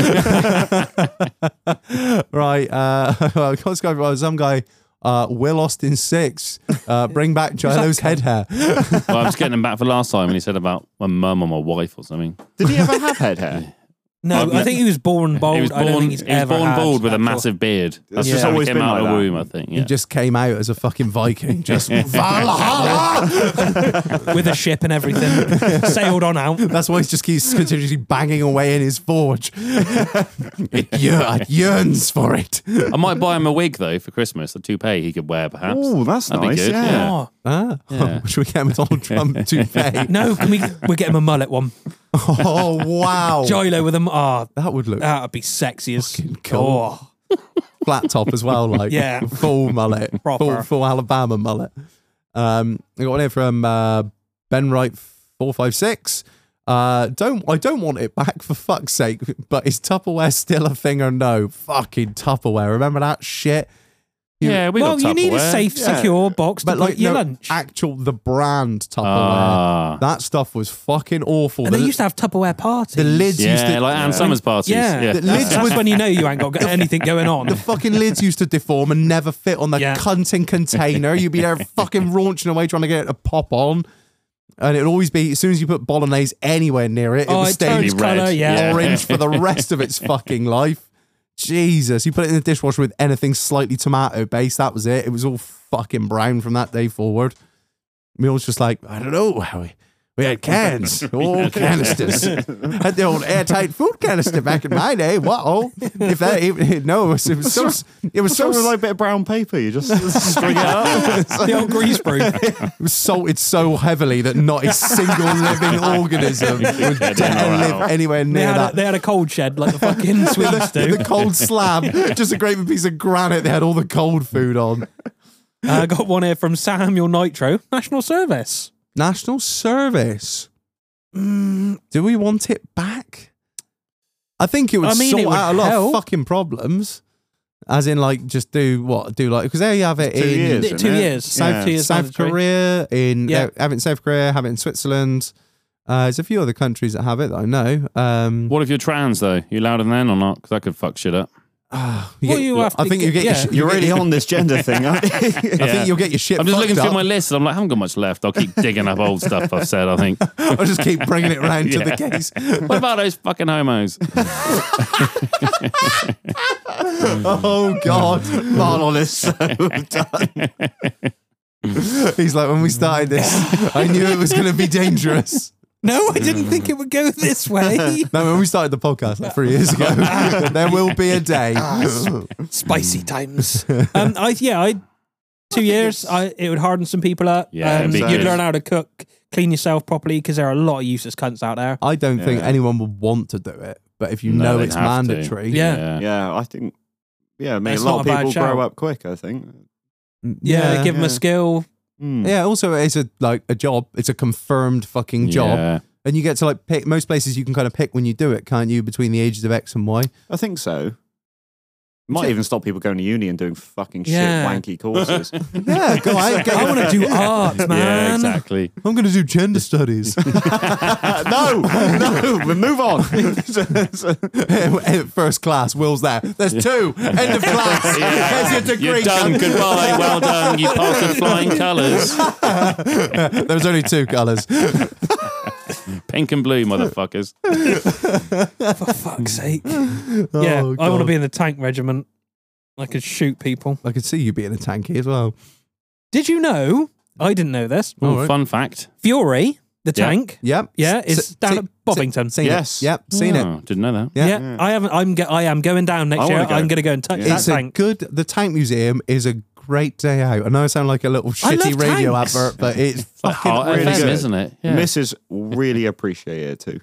Speaker 2: right. Uh, well, let's go. well, Some guy, uh, Will Austin six, uh, bring back Gilo's head hair.
Speaker 5: Well, I was getting him back for last time when he said about my mum or my wife or something.
Speaker 4: Did he ever have head hair?
Speaker 1: No,
Speaker 5: I've
Speaker 1: I think he was born bald.
Speaker 5: he was
Speaker 1: I don't
Speaker 5: born,
Speaker 1: think
Speaker 5: he
Speaker 1: he's
Speaker 5: was
Speaker 1: ever
Speaker 5: born
Speaker 1: had
Speaker 5: bald with a
Speaker 1: actual-
Speaker 5: massive beard. That's
Speaker 1: Yeah.
Speaker 5: just
Speaker 1: It's
Speaker 5: how he
Speaker 4: always
Speaker 5: came
Speaker 4: been
Speaker 5: out of
Speaker 4: like
Speaker 5: the
Speaker 4: that.
Speaker 5: womb, I think. Yeah.
Speaker 2: He just came out as a fucking Viking. Just Valhalla.
Speaker 1: with a ship and everything. Sailed on out.
Speaker 2: That's why he just keeps continuously banging away in his forge. it, year- it yearns for it.
Speaker 5: I might buy him a wig though for Christmas, a toupee he could wear perhaps.
Speaker 4: Oh, that's
Speaker 5: That'd be
Speaker 4: nice.
Speaker 5: good,
Speaker 4: Yeah.
Speaker 5: yeah.
Speaker 1: Oh,
Speaker 2: Ah,
Speaker 5: Yeah.
Speaker 2: should we get him a Donald Trump toupee?
Speaker 1: no, can we? We're getting a mullet one.
Speaker 2: Oh wow,
Speaker 1: Jilo with a. m- Ah,
Speaker 2: that would look
Speaker 1: that'd be sexy as.
Speaker 2: cool.
Speaker 1: Oh,
Speaker 2: flat top as well, like
Speaker 1: Yeah.
Speaker 2: full mullet, full,
Speaker 1: Proper.
Speaker 2: full Alabama mullet. Um, I got one here from uh, Ben Wright four five six. Uh, don't I don't want it back for fuck's sake. But is Tupperware still a thing or no? Fucking Tupperware. Remember that shit.
Speaker 5: yeah, we
Speaker 1: well,
Speaker 5: got
Speaker 1: you need a
Speaker 5: Tupperware.
Speaker 1: safe,
Speaker 4: Yeah.
Speaker 1: secure box to
Speaker 2: But
Speaker 1: put
Speaker 2: like
Speaker 1: your
Speaker 2: no,
Speaker 1: lunch.
Speaker 2: actual the brand Tupperware.
Speaker 5: Ah.
Speaker 2: that stuff was fucking awful.
Speaker 1: and they
Speaker 2: the,
Speaker 1: used to have Tupperware parties.
Speaker 2: the lids used
Speaker 5: Yeah,
Speaker 2: to
Speaker 5: like Anne Summers parties.
Speaker 1: Yeah,
Speaker 5: Yeah.
Speaker 1: That's,
Speaker 2: lids
Speaker 1: that's
Speaker 2: with-
Speaker 1: when you know you ain't got anything going on.
Speaker 2: The fucking lids used to deform and never fit on the
Speaker 1: Yeah.
Speaker 2: cunting container. You'd be there fucking raunching away trying to get it to pop on. And it'd always be, as soon as you put bolognese anywhere near it, it
Speaker 1: oh,
Speaker 2: would
Speaker 1: it
Speaker 2: stay
Speaker 1: turns
Speaker 5: Really red.
Speaker 1: colour. Yeah,
Speaker 5: Yeah.
Speaker 2: orange for the rest of its fucking life. Jesus. You put it in the dishwasher with anything slightly tomato based. That was it. It was all fucking brown from that day forward. Meal's just like, I don't know how we. We had cans, old canisters. had the old airtight food canister back in my day. Whoa! If that even no, it was, it was so it was
Speaker 4: So
Speaker 2: so
Speaker 4: with like a bit of brown paper, you just string it up.
Speaker 1: the old grease brew.
Speaker 2: It was salted so heavily that not a single living organism would
Speaker 5: Yeah,
Speaker 2: dare
Speaker 5: no,
Speaker 2: live anywhere
Speaker 1: They
Speaker 2: near
Speaker 1: had,
Speaker 2: that.
Speaker 1: a, they had a cold shed like the fucking Swedes do.
Speaker 2: the cold slab, just a great big piece of granite. They had all the cold food on.
Speaker 1: Uh, I got one here from Samuel Nitro, National Service.
Speaker 2: National service. Do we want it back? I think it would
Speaker 1: I mean,
Speaker 2: sort
Speaker 1: it would
Speaker 2: out a lot
Speaker 1: help.
Speaker 2: of fucking problems. As in, like, just do what? Do like, because there you have it
Speaker 4: Two
Speaker 2: in
Speaker 4: years.
Speaker 1: Two
Speaker 4: Isn't it?
Speaker 1: years,
Speaker 2: South,
Speaker 4: Yeah.
Speaker 1: two years
Speaker 2: South
Speaker 1: mandatory.
Speaker 2: Korea, in
Speaker 1: Yeah.
Speaker 2: they have it in South Korea, have it in Switzerland. Uh, there's a few other countries that have it that I know. Um,
Speaker 5: What if you're trans though? You allowed him then or not? Because that could fuck shit up.
Speaker 2: You
Speaker 1: Well,
Speaker 2: get-
Speaker 1: you have
Speaker 2: I
Speaker 1: to
Speaker 2: think
Speaker 1: get-
Speaker 2: you get.
Speaker 1: yeah.
Speaker 2: Your, sh-
Speaker 4: You're really on this gender thing, aren't you?
Speaker 2: I think you'll get your shit.
Speaker 5: I'm just
Speaker 2: fucked
Speaker 5: looking
Speaker 2: up.
Speaker 5: through my list and I'm like, I haven't got much left. I'll keep digging up old stuff I've said, I think.
Speaker 2: I'll just keep bringing it around to the
Speaker 5: Yeah.
Speaker 2: case.
Speaker 5: What about those fucking homos?
Speaker 2: Oh God,
Speaker 4: Marlon is so done.
Speaker 2: he's like when we started this, I knew it was going to be dangerous.
Speaker 1: No, I didn't think it would go this way.
Speaker 2: No, when we started the podcast like three years ago, there will be a day.
Speaker 1: Spicy times. Um, I yeah, I two years. I it would harden some people up.
Speaker 5: Yeah,
Speaker 1: um,
Speaker 5: it'd be
Speaker 1: you'd
Speaker 5: good.
Speaker 1: learn how to cook, clean yourself properly because there are a lot of useless cunts out there.
Speaker 2: I don't think
Speaker 4: Yeah.
Speaker 2: anyone would want to do it, but if you
Speaker 5: No,
Speaker 2: know
Speaker 5: they
Speaker 2: it's
Speaker 5: have to.
Speaker 2: mandatory,
Speaker 1: Yeah.
Speaker 4: yeah, I think. Yeah, I mean,
Speaker 1: That's
Speaker 4: a lot
Speaker 1: not
Speaker 4: of
Speaker 1: a bad
Speaker 4: people
Speaker 1: shout.
Speaker 4: grow up quick. I think.
Speaker 1: Yeah,
Speaker 2: yeah.
Speaker 1: give them
Speaker 4: yeah.
Speaker 1: a skill.
Speaker 5: Hmm.
Speaker 4: Mm.
Speaker 2: Yeah, Also, it's a like a job. It's a confirmed fucking job,
Speaker 5: Yeah.
Speaker 2: and you get to like pick. Most places you can kind of pick when you do it, can't you? Between the ages of X and Y.
Speaker 4: I think so. Might even stop people going to uni and doing fucking
Speaker 1: Yeah.
Speaker 4: shit wanky courses.
Speaker 2: Yeah, go on.
Speaker 1: I want to do art, man.
Speaker 5: Yeah, exactly.
Speaker 2: I'm going to do gender studies.
Speaker 4: no, no, we move on.
Speaker 2: First class, Will's there. There's two. End of class. There's your degree.
Speaker 5: You're done. Goodbye. Well done. You passed with flying colours.
Speaker 2: there was only two colours.
Speaker 5: Pink and blue, motherfuckers.
Speaker 1: For fuck's sake. yeah, I want to be in the tank regiment. I could shoot people.
Speaker 2: I could see you being a tanky as well.
Speaker 1: Did you know? I didn't know this.
Speaker 5: Ooh,
Speaker 2: All right.
Speaker 5: Fun fact.
Speaker 1: Fury, the
Speaker 5: Yeah.
Speaker 1: tank.
Speaker 2: Yep.
Speaker 1: Yeah, it's
Speaker 2: Se-
Speaker 1: down
Speaker 2: se-
Speaker 1: at Bobbington.
Speaker 2: Seen
Speaker 4: Yes.
Speaker 2: It. Yep. Seen it.
Speaker 4: Hmm.
Speaker 5: Oh, Didn't know that.
Speaker 2: Yeah.
Speaker 1: yeah, I haven't. I'm. Go, I am going down next
Speaker 4: I
Speaker 1: year.
Speaker 4: wanna go.
Speaker 1: I'm going to go and touch that
Speaker 2: It's a
Speaker 1: tank.
Speaker 2: good. The Tank Museum is a great day out. I know I sound like a little
Speaker 1: I
Speaker 2: shitty
Speaker 1: love
Speaker 2: radio
Speaker 1: tanks.
Speaker 2: advert, but it's
Speaker 4: Oh,
Speaker 5: Like
Speaker 2: fucking
Speaker 5: Heart
Speaker 2: really
Speaker 5: FM,
Speaker 2: good.
Speaker 5: isn't it? Yeah.
Speaker 4: Mrs. really appreciate it too.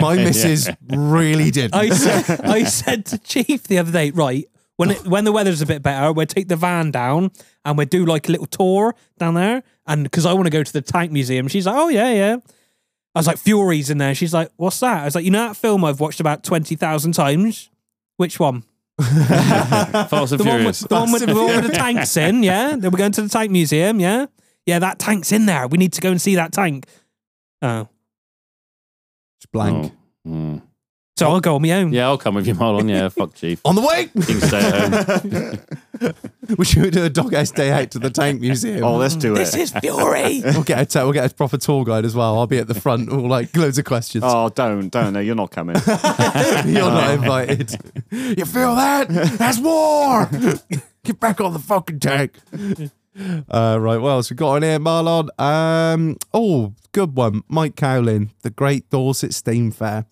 Speaker 2: My missus really did.
Speaker 1: I said, I said to Chief the other day, right, when it, when the weather's a bit better, we'll take the van down and we'll do like a little tour down there. And because I want to go to the tank museum, she's like, oh, yeah, yeah. I was like, Fury's in there. She's like, what's that? I was like, you know that film I've watched about 20,000 times? Which one?
Speaker 5: Fast and
Speaker 1: The one, with,
Speaker 5: Furious.
Speaker 1: the, one with, the one with the tanks in, yeah? Then we're going to the tank museum, yeah? Yeah, that tank's in there. We need to go and see that tank. Oh.
Speaker 2: It's blank.
Speaker 5: Oh. Mm.
Speaker 1: So I'll go on my own.
Speaker 5: Yeah, I'll come with you, Marlon. Yeah, fuck chief.
Speaker 2: On the way,
Speaker 5: You can stay at home.
Speaker 2: we should do a dog ass day out to the Tank Museum.
Speaker 4: Oh, let's do
Speaker 1: This
Speaker 4: it.
Speaker 1: is Fury.
Speaker 2: we'll get a ta- we'll get a proper tour guide as well. I'll be at the front. All like loads of questions.
Speaker 4: Oh, don't, don't. No, you're not coming.
Speaker 2: You're not invited. You feel that? That's war. Get back on the fucking tank. Uh, right, what else we got on here, Marlon? Um, oh, good one. Mike Cowlin, the Great Dorset Steam Fair.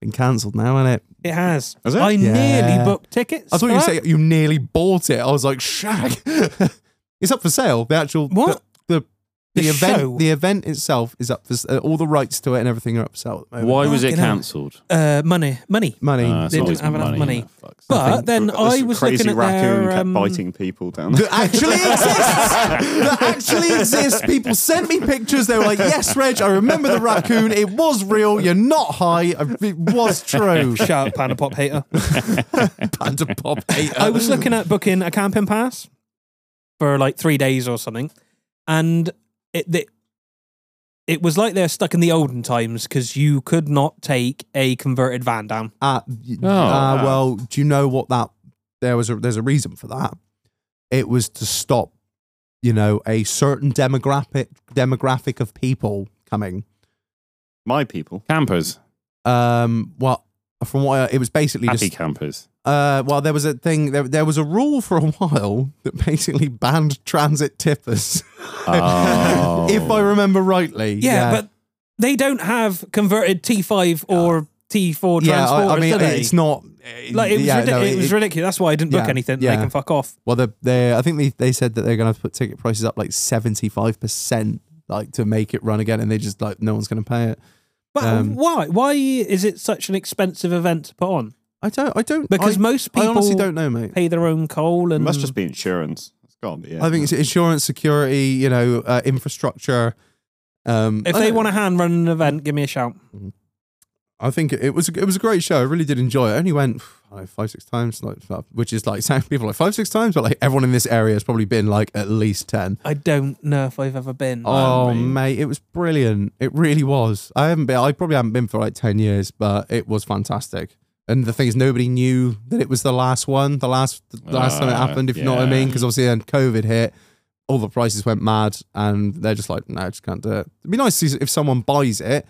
Speaker 2: Been cancelled now, hasn't it?
Speaker 1: It has.
Speaker 4: Has it?
Speaker 1: I
Speaker 2: Yeah.
Speaker 1: nearly booked tickets.
Speaker 2: I thought
Speaker 1: for
Speaker 2: you
Speaker 1: that.
Speaker 2: say you nearly bought it. I was like, shag. it's up for sale. The actual
Speaker 1: What?
Speaker 2: the the,
Speaker 1: The
Speaker 2: event
Speaker 1: show?
Speaker 2: the event itself is up for s- uh, all the rights to it and everything are up for sale. At the moment.
Speaker 5: Why was it
Speaker 1: Fucking hell.
Speaker 5: cancelled?
Speaker 1: uh, money, money.
Speaker 2: Money.
Speaker 5: Uh, it's
Speaker 1: They
Speaker 5: always
Speaker 1: didn't have enough money.
Speaker 5: that fucks.
Speaker 1: But then
Speaker 4: We've got this
Speaker 1: I was
Speaker 4: crazy
Speaker 1: looking at
Speaker 4: raccoon
Speaker 1: their
Speaker 4: kept
Speaker 1: um,
Speaker 4: biting people down.
Speaker 2: that actually exists. that actually exists. People sent me pictures. They were like, "Yes, Reg, I remember the raccoon. It was real. You're not high. It was true."
Speaker 1: Shout out Panda Pop hater.
Speaker 2: Panda pop hater.
Speaker 1: I was looking at booking a camping pass for like three days or something, and it it, it was like they're stuck in the olden times because you could not take a converted van down.
Speaker 2: Uh, y-
Speaker 1: Oh,
Speaker 2: uh, well, do you know what that? There was a there's a reason for that. It was to stop, you know, a certain demographic demographic of people coming.
Speaker 4: My people.
Speaker 5: Campers.
Speaker 2: Um, well, from what I, it was basically
Speaker 5: Happy
Speaker 2: just
Speaker 5: campers.
Speaker 2: Uh, well, there was a thing. There, there was a rule for a while that basically banned transit tippers,
Speaker 5: Oh.
Speaker 2: if I remember rightly.
Speaker 1: Yeah, but they don't have converted T five or T four
Speaker 2: yeah,
Speaker 1: transporters.
Speaker 2: I, I mean,
Speaker 1: do they?
Speaker 2: it's not.
Speaker 1: like it was,
Speaker 2: yeah,
Speaker 1: ridi-
Speaker 2: no,
Speaker 1: it was ridiculous. That's why I didn't book
Speaker 2: yeah,
Speaker 1: anything.
Speaker 2: yeah.
Speaker 1: They can fuck off.
Speaker 2: Well, they they I think they, they said that they're going to put ticket prices up like seventy five percent, like to make it run again, and they just like no one's going to pay it.
Speaker 1: But
Speaker 2: Um,
Speaker 1: why? Why is it such an expensive event to put on?
Speaker 2: I don't. I don't.
Speaker 1: Because
Speaker 2: I-
Speaker 1: most
Speaker 2: I honestly
Speaker 1: people-
Speaker 2: don't know, mate.
Speaker 1: Pay their own coal
Speaker 4: It
Speaker 1: and
Speaker 4: must just be insurance. It's got to be.
Speaker 2: I think it's insurance, security, you know, uh, infrastructure. Um,
Speaker 1: If
Speaker 2: I
Speaker 1: they
Speaker 2: don't-
Speaker 1: want to hand run an event, give me a shout.
Speaker 2: I think it was it was a great show. I really did enjoy it. I only went I don't know, five six times, like which is like some people like five six times, but like everyone in this area has probably been like at least ten.
Speaker 1: I don't know if I've ever been.
Speaker 2: Oh
Speaker 4: mean-
Speaker 2: mate, it was brilliant. It really was. I haven't been. I probably haven't been for like ten years, but it was fantastic. And the thing is, nobody knew that it was the last one, the last the last time it
Speaker 5: Ah,
Speaker 2: happened. If you know what I
Speaker 5: yeah.
Speaker 2: mean, because obviously then COVID hit, all the prices went mad, and they're just like, no, I just can't do it. It'd be nice to see if someone buys it,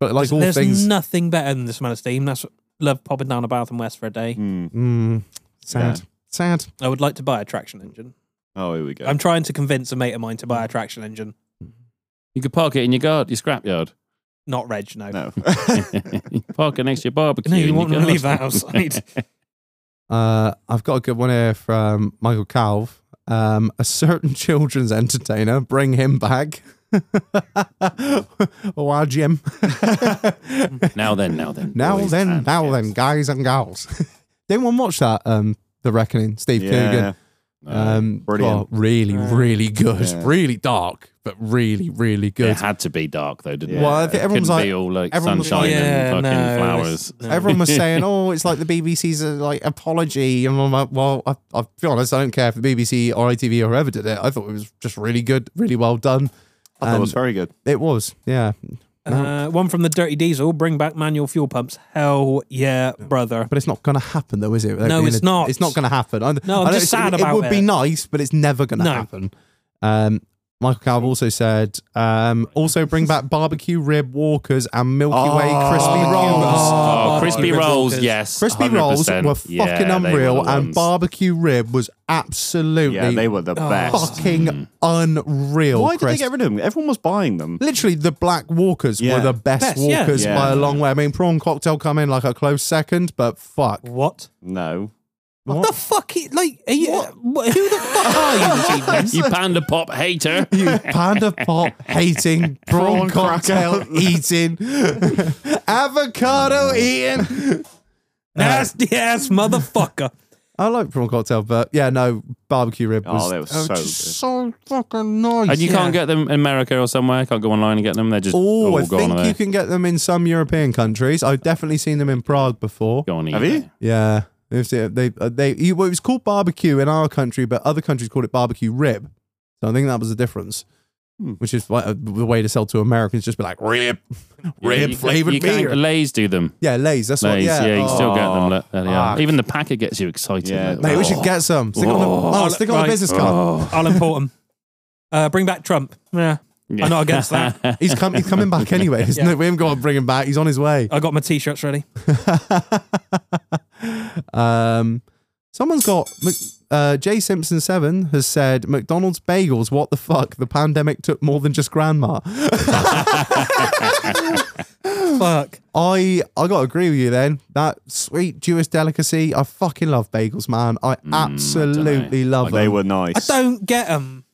Speaker 2: but like all
Speaker 1: There's
Speaker 2: things,
Speaker 1: nothing better than the smell of steam. That's what, love popping down a Bath and West for a day.
Speaker 4: Mm.
Speaker 2: Mm, sad.
Speaker 4: Yeah.
Speaker 2: Sad.
Speaker 1: I would like to buy a traction engine.
Speaker 4: Oh, here we go.
Speaker 1: I'm trying to convince a mate of mine to buy a traction engine.
Speaker 5: You could park it in your guard, your scrapyard.
Speaker 1: Not Reg, no. No,
Speaker 4: No.
Speaker 5: Parking next to your barbecue.
Speaker 1: you
Speaker 5: and
Speaker 1: want
Speaker 5: you
Speaker 1: to
Speaker 5: go,
Speaker 1: leave that outside.
Speaker 2: Uh, I've got a good one here from Michael Calve. Um, a certain children's entertainer, bring him back. oh, our Jim.
Speaker 5: Now then, now then.
Speaker 2: Now
Speaker 5: boys
Speaker 2: then,
Speaker 5: and
Speaker 2: now
Speaker 5: girls.
Speaker 2: then, guys and gals. Did anyone watch that? Um, The Reckoning, Steve
Speaker 4: yeah.
Speaker 2: Coogan.
Speaker 5: uh,
Speaker 2: Um,
Speaker 4: brilliant.
Speaker 2: oh, really, really good.
Speaker 4: Yeah.
Speaker 2: Really dark, but really, really good.
Speaker 5: It had to be dark though, didn't it?
Speaker 2: Well, I think everyone's
Speaker 5: Couldn't
Speaker 2: like,
Speaker 5: be all like
Speaker 2: everyone was
Speaker 5: sunshine
Speaker 2: like-
Speaker 5: and fucking
Speaker 1: no,
Speaker 5: flowers.
Speaker 1: it's- uh, no.
Speaker 2: Everyone was saying, "Oh, it's like the BBC's uh, like apology," and I'm like, "Well, I, I'll be honest, I don't care if the BBC or ITV or whoever did it. I thought it was just really good, really well done.
Speaker 4: I thought it was
Speaker 2: And
Speaker 4: very good.
Speaker 2: it was, yeah.
Speaker 1: Uh, one from the Dirty Diesel. Bring back manual fuel pumps. Hell yeah, brother.
Speaker 2: But it's not going to happen, though, is it? Without
Speaker 1: No,
Speaker 2: being
Speaker 1: it's not.
Speaker 2: It's not going to happen. I,
Speaker 1: No, I'm
Speaker 2: I know
Speaker 1: just
Speaker 2: it's-
Speaker 1: sad
Speaker 2: it,
Speaker 1: about
Speaker 2: It would be
Speaker 1: it.
Speaker 2: nice, but it's never going to
Speaker 1: No.
Speaker 2: happen. Um, Michael Calve also said, um, "Also bring back barbecue rib walkers and Milky Way
Speaker 5: Ah.
Speaker 2: crispy rolls."
Speaker 5: Oh,
Speaker 1: Oh,
Speaker 5: crispy
Speaker 1: barbecue
Speaker 5: rolls,
Speaker 1: rolls.
Speaker 5: yes.
Speaker 2: Crispy
Speaker 5: 100%.
Speaker 2: rolls were fucking
Speaker 5: Yeah, they were the
Speaker 2: unreal, and
Speaker 5: ones.
Speaker 2: barbecue rib was absolutely
Speaker 4: Yeah, they were the best.
Speaker 2: fucking unreal.
Speaker 4: Why did they
Speaker 2: Chris.
Speaker 4: get rid of them? Everyone was buying them.
Speaker 2: Literally, the black walkers
Speaker 4: Yeah.
Speaker 2: were the best,
Speaker 1: Best, yeah.
Speaker 2: walkers
Speaker 4: Yeah.
Speaker 2: by a long way. I mean, prawn cocktail come in like a close second, but fuck.
Speaker 1: What?
Speaker 4: No.
Speaker 1: What, the fuck? i- Like, are you, what- who the fuck are you this evening?
Speaker 5: You panda pop hater.
Speaker 2: You panda pop hating, prawn cocktail eating,
Speaker 4: Hmm.
Speaker 2: avocado eating.
Speaker 1: Nasty ass motherfucker.
Speaker 2: I like prawn cocktail, but yeah, no, barbecue rib
Speaker 4: Oh,
Speaker 2: was,
Speaker 4: they were
Speaker 2: uh,
Speaker 4: so
Speaker 2: just
Speaker 4: good.
Speaker 2: so fucking nice.
Speaker 5: And you can't get them in America or somewhere. Can't go online and get them. They're just
Speaker 2: Oh,
Speaker 5: all
Speaker 2: I
Speaker 5: gone
Speaker 2: think
Speaker 5: away.
Speaker 2: you can get them in some European countries. I've definitely seen them in Prague before.
Speaker 5: Go on eBay.
Speaker 4: Have you?
Speaker 2: Yeah. If they, they, uh, they, you- well, it was called barbecue in our country, but other countries called it barbecue rib. So I think that was the difference,
Speaker 5: Hmm.
Speaker 2: which is why, uh, the way to sell to Americans. Just be like rib,
Speaker 5: Yeah,
Speaker 2: rib
Speaker 5: you can-
Speaker 2: flavored
Speaker 5: you can-
Speaker 2: beer.
Speaker 5: Lays do them.
Speaker 2: yeah, Lays. That's what.
Speaker 5: Lays, yeah,
Speaker 2: Yeah,
Speaker 5: you can still get them.
Speaker 4: Oh,
Speaker 5: Look, there they are.
Speaker 2: fuck.
Speaker 5: Even the packet gets you excited.
Speaker 4: Yeah.
Speaker 5: Look.
Speaker 2: Mate, we should get some. Stick on the,
Speaker 5: Oh.
Speaker 2: oh, stick on
Speaker 1: Right.
Speaker 2: the business card.
Speaker 1: I'll import him. Uh, bring back Trump. Yeah. I'm not against
Speaker 5: Oh.
Speaker 1: that.
Speaker 2: He's, com- he's coming back anyway. Isn't
Speaker 1: Yeah.
Speaker 2: it? We haven't got to bring him back. He's on his way.
Speaker 1: I got my t shirts ready.
Speaker 2: um, someone's got Mc- uh, Jay Simpson Seven has said McDonald's bagels. What the fuck? The pandemic took more than just grandma.
Speaker 1: Fuck.
Speaker 2: I I gotta agree with you then. That sweet Jewish delicacy. I fucking love bagels, man. I
Speaker 5: Mm,
Speaker 2: absolutely love
Speaker 4: They
Speaker 2: them.
Speaker 4: were nice.
Speaker 1: I don't get him.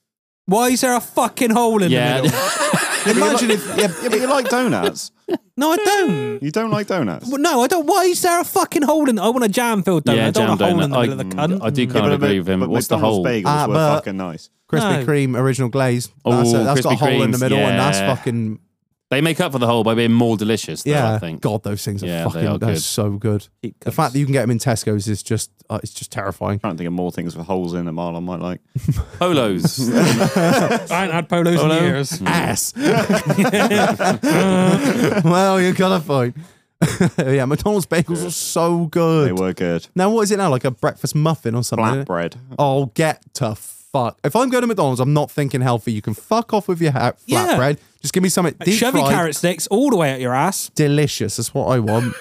Speaker 1: Why is there a fucking hole in
Speaker 5: Yeah.
Speaker 1: the middle?
Speaker 2: Imagine if yeah,
Speaker 4: Yeah, but you like donuts.
Speaker 1: No, I don't.
Speaker 4: You don't like donuts.
Speaker 1: Well, No, I don't. Why is there a fucking hole in? I want a jam filled donut.
Speaker 5: Yeah,
Speaker 1: I don't
Speaker 5: jam
Speaker 1: want a hole in the
Speaker 5: donut.
Speaker 1: middle of the cunt.
Speaker 5: I do
Speaker 4: Yeah,
Speaker 5: kind of
Speaker 4: but-
Speaker 5: agree with him.
Speaker 4: but
Speaker 5: What's the
Speaker 4: McDonald's
Speaker 5: whole?
Speaker 4: bagels
Speaker 2: Ah,
Speaker 4: were
Speaker 2: but-
Speaker 4: fucking nice.
Speaker 2: Krispy
Speaker 1: No.
Speaker 2: Kreme original glaze. That's,
Speaker 5: Ooh,
Speaker 2: it. that's got a
Speaker 5: Krispy
Speaker 2: hole in the
Speaker 5: Kremes,
Speaker 2: middle, and that's
Speaker 5: yeah.
Speaker 2: fucking
Speaker 5: They make up for the whole by being more delicious. Though,
Speaker 2: yeah.
Speaker 5: I think.
Speaker 2: God, those things are
Speaker 5: Yeah, they
Speaker 2: fucking.
Speaker 5: are
Speaker 2: They're
Speaker 5: good.
Speaker 2: so good. The fact that you can get them in Tesco's is just uh, it's just terrifying.
Speaker 4: I can't think of more things with holes in them all I might like.
Speaker 5: Polos.
Speaker 1: I ain't had polos
Speaker 5: Polo?
Speaker 1: in years.
Speaker 2: ass. well, you got a point. yeah, McDonald's bagels are so
Speaker 4: They
Speaker 2: good.
Speaker 4: were good.
Speaker 2: Now, what is it now? Like a breakfast muffin or something?
Speaker 4: Flatbread.
Speaker 2: Oh, get to fuck. If I'm going to McDonald's, I'm not thinking healthy. You can fuck off with your ha-
Speaker 1: Yeah.
Speaker 2: flatbread. Just give me something deep
Speaker 1: Shove your
Speaker 2: fried,
Speaker 1: carrot sticks all the way out your ass.
Speaker 2: delicious. That's what I want.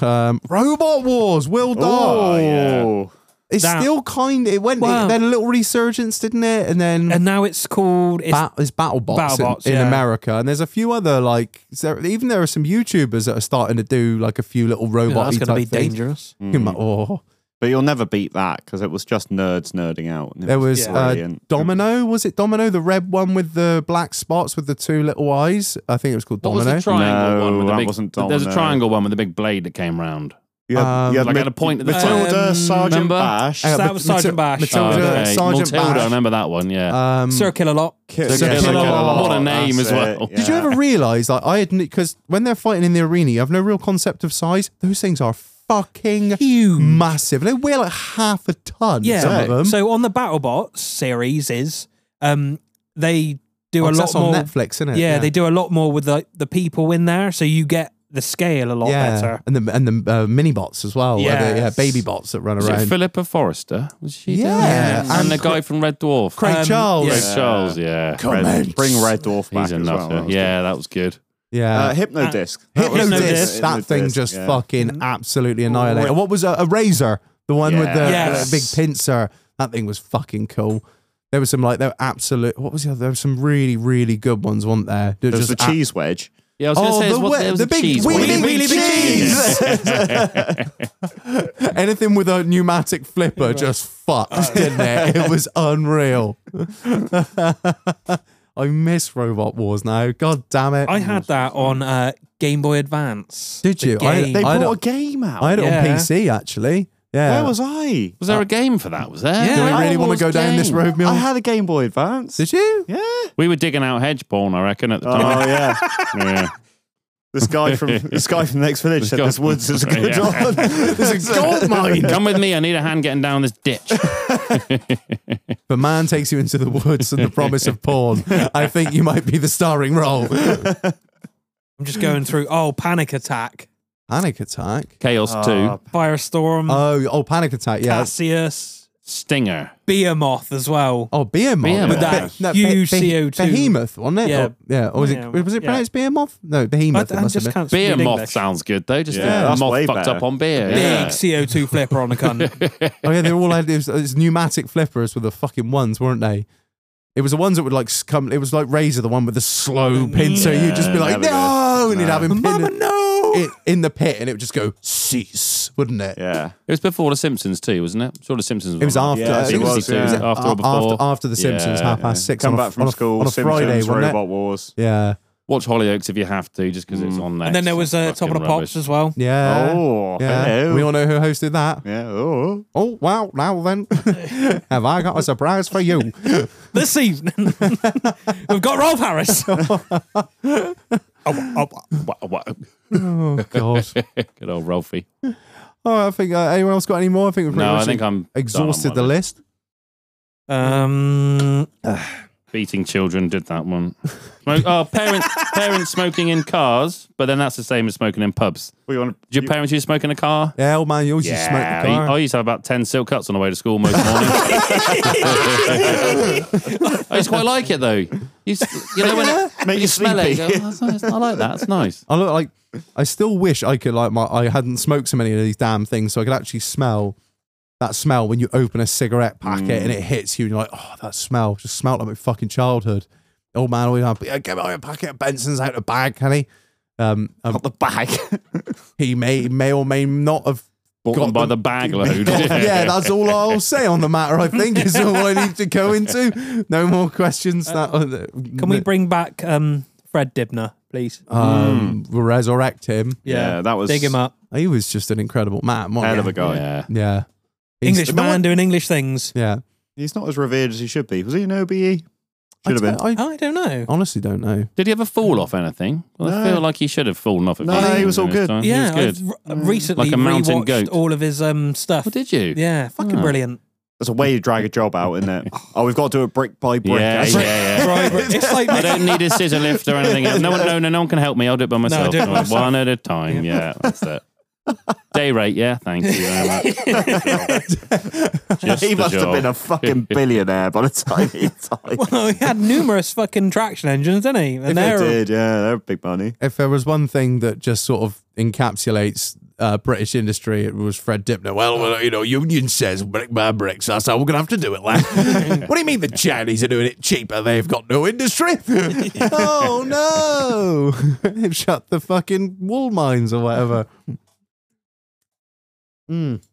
Speaker 2: um, Robot Wars, Will Dahl.
Speaker 4: Oh,
Speaker 2: It's
Speaker 1: That-
Speaker 2: still kind. It went.
Speaker 1: Wow.
Speaker 2: It, then a little resurgence, didn't it? And then
Speaker 1: And now it's called. It's,
Speaker 2: Ba- there's BattleBots,
Speaker 1: BattleBots,
Speaker 2: in, in
Speaker 1: yeah.
Speaker 2: America, and there's a few other like is there, even there are some YouTubers that are starting to do like a few little
Speaker 1: Yeah,
Speaker 2: robot
Speaker 1: that's
Speaker 2: type
Speaker 1: going to be
Speaker 2: things.
Speaker 1: dangerous. Mm.
Speaker 2: You might- oh,
Speaker 4: But you'll never beat that because it was just nerds nerding out. and it
Speaker 2: there was
Speaker 1: Yeah.
Speaker 2: uh,
Speaker 4: brilliant.
Speaker 2: Domino. Was it Domino? The red one with the black spots with the two little eyes. I think it was called
Speaker 5: What was
Speaker 2: Domino.
Speaker 5: the triangle
Speaker 4: No,
Speaker 5: one with the
Speaker 4: that
Speaker 5: big?
Speaker 4: wasn't
Speaker 5: There's a
Speaker 4: domino.
Speaker 5: triangle one with the big blade that came round.
Speaker 4: You had,
Speaker 2: Um,
Speaker 4: you had
Speaker 5: Like
Speaker 4: Ma-
Speaker 5: at a point at the time.
Speaker 4: Matilda,
Speaker 1: Um,
Speaker 4: Sergeant
Speaker 5: remember?
Speaker 4: Bash.
Speaker 2: Hang on,
Speaker 1: That
Speaker 2: Uh, but
Speaker 1: was Sergeant
Speaker 2: Matil-
Speaker 1: Bash.
Speaker 2: Matilda,
Speaker 5: Oh, okay.
Speaker 2: Sergeant
Speaker 5: Matilda, I
Speaker 2: Bash.
Speaker 5: remember that one. Yeah.
Speaker 2: Um,
Speaker 1: Sir Killer Lot.
Speaker 2: Sir
Speaker 5: Killer
Speaker 2: Killer
Speaker 5: Lot.
Speaker 2: Lot.
Speaker 5: Oh, What a name as well.
Speaker 2: Did you ever realise like I had because when they're fighting in the arena, you have no real concept of size. Those things are fucking
Speaker 1: Huge.
Speaker 2: massive. They weigh like half a ton.
Speaker 1: Yeah.
Speaker 2: some of them.
Speaker 1: So on the BattleBots series is um they do
Speaker 2: Oh,
Speaker 1: a
Speaker 2: 'cause
Speaker 1: lot
Speaker 2: that's on
Speaker 1: more.
Speaker 2: Netflix, isn't it?
Speaker 1: Yeah, they do a lot more with the the people in there, so you get the scale a lot better.
Speaker 2: And the and the uh, mini bots as well. Yeah, yeah,
Speaker 1: Yes.
Speaker 2: baby bots that run
Speaker 5: Was it
Speaker 2: around.
Speaker 5: Philippa Forrester? Was she? doing
Speaker 2: Yeah.
Speaker 5: that?
Speaker 2: And
Speaker 5: And the guy from Red Dwarf.
Speaker 2: Craig
Speaker 1: Um,
Speaker 2: Charles.
Speaker 1: yeah.
Speaker 5: Craig
Speaker 1: Yes.
Speaker 5: Charles. Yeah.
Speaker 4: Red, bring Red Dwarf back
Speaker 5: He's
Speaker 4: as
Speaker 5: a
Speaker 4: well.
Speaker 5: nutter.
Speaker 4: that was
Speaker 5: yeah, that was good.
Speaker 4: good.
Speaker 2: Yeah.
Speaker 4: Uh, Hypnodisc. That was-
Speaker 2: Hypnodisc. That thing
Speaker 4: Hypnodisc,
Speaker 2: just
Speaker 4: yeah.
Speaker 2: fucking absolutely annihilated. And What was a, a razor? The one with the,
Speaker 1: Yes.
Speaker 2: the big pincer. That thing was fucking cool. There was some like there were absolute. What was the other? There were some really really good ones, weren't there? They're
Speaker 4: There was the
Speaker 2: a-
Speaker 4: cheese wedge.
Speaker 5: Yeah, I was going to say there's what,
Speaker 2: whe-
Speaker 5: there was
Speaker 2: Oh, the
Speaker 5: a cheese one.
Speaker 1: wheelie- wheelie
Speaker 2: cheese. Anything with a pneumatic flipper just fucked, didn't it? It was unreal. I miss Robot Wars now. God damn it!
Speaker 1: I had that on uh, Game Boy Advance.
Speaker 2: Did
Speaker 1: The
Speaker 2: you? I-
Speaker 1: game.
Speaker 4: They
Speaker 2: I
Speaker 4: bought
Speaker 2: don't-
Speaker 4: a game out.
Speaker 2: I had it on
Speaker 1: Yeah.
Speaker 2: PC actually. Yeah.
Speaker 4: Where was I?
Speaker 5: Was there a game for that? Was there?
Speaker 1: Yeah.
Speaker 2: Do we
Speaker 1: I
Speaker 2: really want
Speaker 5: was
Speaker 2: to go down this
Speaker 5: game.
Speaker 2: road, Mill?
Speaker 4: I had a Game Boy Advance.
Speaker 2: Did you?
Speaker 4: yeah.
Speaker 5: We were digging out hedge porn, I reckon, at the
Speaker 4: Oh
Speaker 5: time.
Speaker 4: yeah.
Speaker 5: yeah.
Speaker 4: This guy from this guy from the next village said
Speaker 5: guy-
Speaker 4: this woods is a good
Speaker 5: Yeah.
Speaker 4: one. There's a gold mine.
Speaker 5: Come with me. I need a hand getting down this ditch.
Speaker 2: The man takes you into the woods and the promise of porn. I think you might be the starring role.
Speaker 1: I'm just going through. Oh, Panic Attack,
Speaker 2: Panic Attack.
Speaker 5: Chaos
Speaker 4: Ah.
Speaker 5: 2.
Speaker 1: Firestorm,
Speaker 2: Oh, oh, Panic Attack. Yeah.
Speaker 1: Cassius,
Speaker 5: Stinger.
Speaker 1: Behemoth as well.
Speaker 2: Oh, Behemoth.
Speaker 5: Behemoth. With that
Speaker 1: huge CO2.
Speaker 2: Behemoth, wasn't it?
Speaker 1: Yeah.
Speaker 2: Or- yeah. Or was it,
Speaker 1: Yeah.
Speaker 2: was it
Speaker 1: Yeah.
Speaker 2: pronounced Behemoth? No, Behemoth.
Speaker 1: I,
Speaker 2: it
Speaker 1: I
Speaker 2: must have
Speaker 1: just
Speaker 2: been.
Speaker 1: can't speak
Speaker 5: Beer moth
Speaker 1: English.
Speaker 5: sounds good, though. Just
Speaker 4: Yeah,
Speaker 5: a
Speaker 4: that's
Speaker 5: moth
Speaker 4: way
Speaker 5: fucked
Speaker 4: better.
Speaker 5: up on beer.
Speaker 1: Big
Speaker 5: Yeah.
Speaker 1: CO2 flipper on a cunt.
Speaker 2: Oh, yeah. They all had it was, it was pneumatic flippers with the fucking ones, weren't they? It was the ones that would like come. It was like Razor, the one with the slow pin. So you'd just be
Speaker 4: Oh, Yeah,
Speaker 2: like,
Speaker 4: never
Speaker 2: no, and you'd have him
Speaker 1: Mama,
Speaker 2: pin
Speaker 1: no!
Speaker 2: it in the pit, and it would just go cease, wouldn't it?
Speaker 4: Yeah.
Speaker 5: It was before The Simpsons, too, wasn't it? Sure, The Simpsons
Speaker 2: It was
Speaker 5: on.
Speaker 2: after.
Speaker 4: Yeah,
Speaker 2: I think
Speaker 4: it was,
Speaker 5: 62,
Speaker 4: yeah.
Speaker 5: was it? After or
Speaker 2: a-
Speaker 5: before?
Speaker 2: After, after the Simpsons,
Speaker 5: Yeah.
Speaker 2: half past six.
Speaker 4: Come
Speaker 2: on a-
Speaker 4: back from
Speaker 2: on a-
Speaker 4: school.
Speaker 2: on a
Speaker 4: Simpsons,
Speaker 2: Friday, wasn't
Speaker 4: Robot
Speaker 2: it?
Speaker 4: Wars.
Speaker 2: Yeah,
Speaker 5: Watch Hollyoaks if you have to, just because
Speaker 2: Mm.
Speaker 5: it's on there.
Speaker 1: And then there was uh,
Speaker 5: Fucking
Speaker 1: Top of the
Speaker 5: rubbish.
Speaker 1: Pops as well.
Speaker 2: yeah.
Speaker 4: Oh,
Speaker 2: Yeah,
Speaker 4: hello.
Speaker 2: we all know who hosted that.
Speaker 4: yeah. Oh.
Speaker 2: Oh, wow, now then, have I got a surprise for you?
Speaker 1: This evening, we've got Rolf Harris.
Speaker 5: Oh, wow, wow, wow.
Speaker 2: Oh, God.
Speaker 5: Good old Rolfie.
Speaker 2: Oh, I think, uh, anyone else got any more? I think we've pretty
Speaker 5: No, I
Speaker 2: much
Speaker 5: think I'm
Speaker 2: exhausted
Speaker 5: done
Speaker 2: the
Speaker 5: on one.
Speaker 2: list.
Speaker 1: Um,
Speaker 5: Beating children did that one. Smoke, oh, parents, parents smoking in cars, but then that's the same as smoking in pubs.
Speaker 4: We want to.
Speaker 5: Did your parents used to smoke in a car?
Speaker 2: Yeah, old man, you always used to smoke
Speaker 5: Yeah,
Speaker 2: the car.
Speaker 5: I I used to have about 10 silk cuts on the way to school most mornings. I used to quite like it though. You, s- you know, when it,
Speaker 4: Make you
Speaker 5: smell it, you
Speaker 4: sleepy.
Speaker 5: go, oh, that's nice. I like that. That's nice.
Speaker 2: I look like, I still wish I could, like, my, I hadn't smoked so many of these damn things, so I could actually smell that smell when you open a cigarette packet and it hits you and you're like, oh, that smell just smelled like my fucking childhood. Old man always had, yeah, get me a packet of Benson's out of the bag, can he? Um, um,
Speaker 4: the bag.
Speaker 2: he may, may or may not have
Speaker 5: Bought
Speaker 2: Got
Speaker 5: them by
Speaker 2: them-
Speaker 5: the bag load.
Speaker 2: yeah, that's all I'll say on the matter. I think is all I need to go into. No more questions. That
Speaker 1: can we bring back um, Fred Dibner, please?
Speaker 2: um, resurrect him?
Speaker 4: Mm. Yeah, that was
Speaker 1: Dig him up.
Speaker 2: He was just an incredible man. wasn't
Speaker 4: Hell
Speaker 2: he?
Speaker 4: of a guy.
Speaker 5: Yeah.
Speaker 2: Yeah, He's-
Speaker 1: English
Speaker 2: the
Speaker 1: man
Speaker 2: one-
Speaker 1: doing English things.
Speaker 2: Yeah,
Speaker 4: He's not as revered as he should be. Was he an OBE?
Speaker 2: I
Speaker 4: Should have been.
Speaker 2: don't- I
Speaker 1: Oh, I don't know.
Speaker 2: honestly don't know.
Speaker 5: Did he ever fall off anything? Well,
Speaker 4: No.
Speaker 5: I feel like he should have fallen off. a
Speaker 4: No,
Speaker 5: few
Speaker 4: he
Speaker 5: things
Speaker 4: was all
Speaker 5: in his
Speaker 4: good.
Speaker 5: time.
Speaker 1: Yeah,
Speaker 5: he was
Speaker 1: I've
Speaker 5: good.
Speaker 1: re- recently
Speaker 5: Like a mountain
Speaker 1: rewatched
Speaker 5: goat.
Speaker 1: all of his um, stuff.
Speaker 5: Well, did you?
Speaker 1: Yeah, fucking
Speaker 5: Oh.
Speaker 1: brilliant.
Speaker 4: There's a way you drag a job out, isn't it? Oh, we've got to do it brick by brick.
Speaker 5: Yeah,
Speaker 4: That's
Speaker 5: yeah,
Speaker 4: right.
Speaker 5: yeah.
Speaker 1: it's like
Speaker 5: I don't need a scissor lift or anything. No one, no, no, no one can help me. I'll do it by
Speaker 1: I'll
Speaker 5: myself.
Speaker 1: do it by myself.
Speaker 5: One at a time. Yeah, that's it. Day rate, yeah. Thank you very much. Just
Speaker 4: He
Speaker 5: the
Speaker 4: must have
Speaker 5: job.
Speaker 4: been a fucking billionaire by the time he died.
Speaker 1: Well, he had numerous fucking traction engines, didn't he? And
Speaker 4: they
Speaker 1: they're
Speaker 4: did, yeah. They're big money.
Speaker 2: If there was one thing that just sort of encapsulates. Uh, British industry, it was Fred Dibner. Well, well, you know, union says brick by bricks. That's how we're going to have to do it, lad. what do you mean the Chinese are doing it cheaper? They've got no industry. oh, no. They've shut the fucking wool mines or whatever.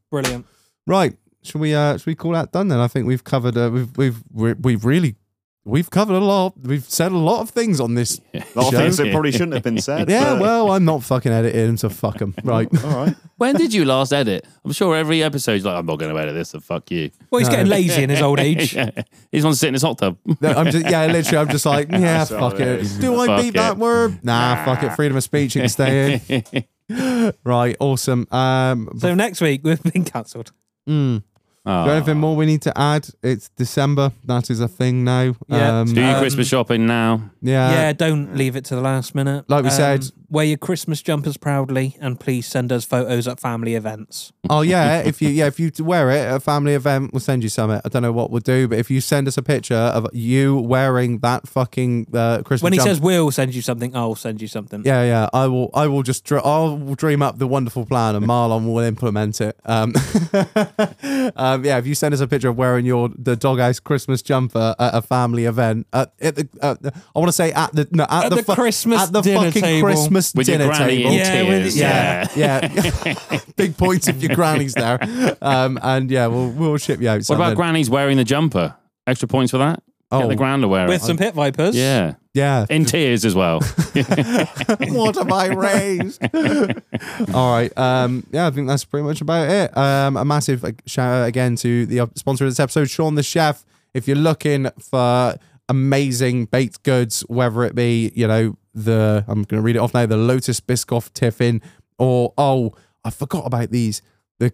Speaker 1: brilliant.
Speaker 2: Right. Should we uh should we call that done then? I think we've covered uh, we've we've we're- we've really we've covevered a lot. We've said a lot of things on this.
Speaker 4: A lot of
Speaker 2: Show.
Speaker 4: things that probably shouldn't have been said.
Speaker 2: Yeah,
Speaker 4: but-
Speaker 2: well, I'm not fucking editing, so fuck them. Right.
Speaker 4: All right.
Speaker 5: When did you last edit? I'm sure every episode's like, I'm not going to edit this, so fuck you.
Speaker 1: Well, he's getting lazy in his old age.
Speaker 5: He's on sit in his hot tub.
Speaker 2: No, I'm just yeah, literally I'm just like, yeah,
Speaker 4: That's
Speaker 2: fuck
Speaker 4: all it
Speaker 2: it.
Speaker 4: is.
Speaker 2: Do I
Speaker 5: Fuck
Speaker 2: beat that
Speaker 5: it.
Speaker 2: word? Nah, fuck it. Freedom of speech, it can stay in. right, awesome. Um
Speaker 1: So next week we've been cancelled.
Speaker 2: mm,
Speaker 5: Oh.
Speaker 2: got anything more we need to add? It's December. That is a thing now.
Speaker 1: Yeah.
Speaker 2: Um,
Speaker 5: Do your
Speaker 1: Um,
Speaker 5: Christmas shopping now.
Speaker 2: yeah.
Speaker 1: yeah, don't leave it to the last minute.
Speaker 2: Uh, Like we
Speaker 1: Um,
Speaker 2: said,
Speaker 1: Wear your Christmas jumpers proudly, and please send us photos at family events.
Speaker 2: Oh yeah, if you yeah if you wear it at a family event, we'll send you some. I don't know what we'll do, but if you send us a picture of you wearing that fucking uh, Christmas
Speaker 1: When he
Speaker 2: jumper-
Speaker 1: says we'll send you something, I'll send you something.
Speaker 2: yeah yeah, I will I will just dr- I'll dream up the wonderful plan and Marlon will implement it. Um, um, yeah, if you send us a picture of wearing your the doghouse Christmas jumper at a family event, uh, at the uh, I want to say at the no at,
Speaker 1: At the Christmas
Speaker 2: at the
Speaker 1: dinner
Speaker 2: fucking
Speaker 1: table.
Speaker 2: Christmas
Speaker 5: With your
Speaker 2: dinner
Speaker 5: granny
Speaker 2: table
Speaker 5: in
Speaker 1: Yeah, with-
Speaker 5: tears.
Speaker 2: yeah, yeah. Big points if your granny's there. Um, and yeah, we'll we'll ship you out.
Speaker 5: What
Speaker 2: Something.
Speaker 5: about grannies wearing the jumper? Extra points for that? Get
Speaker 2: Oh.
Speaker 5: the grand to wear
Speaker 1: With
Speaker 5: it.
Speaker 1: some pit vipers.
Speaker 5: yeah.
Speaker 2: Yeah.
Speaker 5: In tears as well.
Speaker 2: what have I raised? All right. Um, yeah, I think that's pretty much about it. Um, a massive like, shout out again to the uh, sponsor of this episode, Sean the Chef. If you're looking for amazing baked goods, whether it be, you know, the, I'm going to read it off now, the Lotus Biscoff Tiffin, or, oh, I forgot about these, the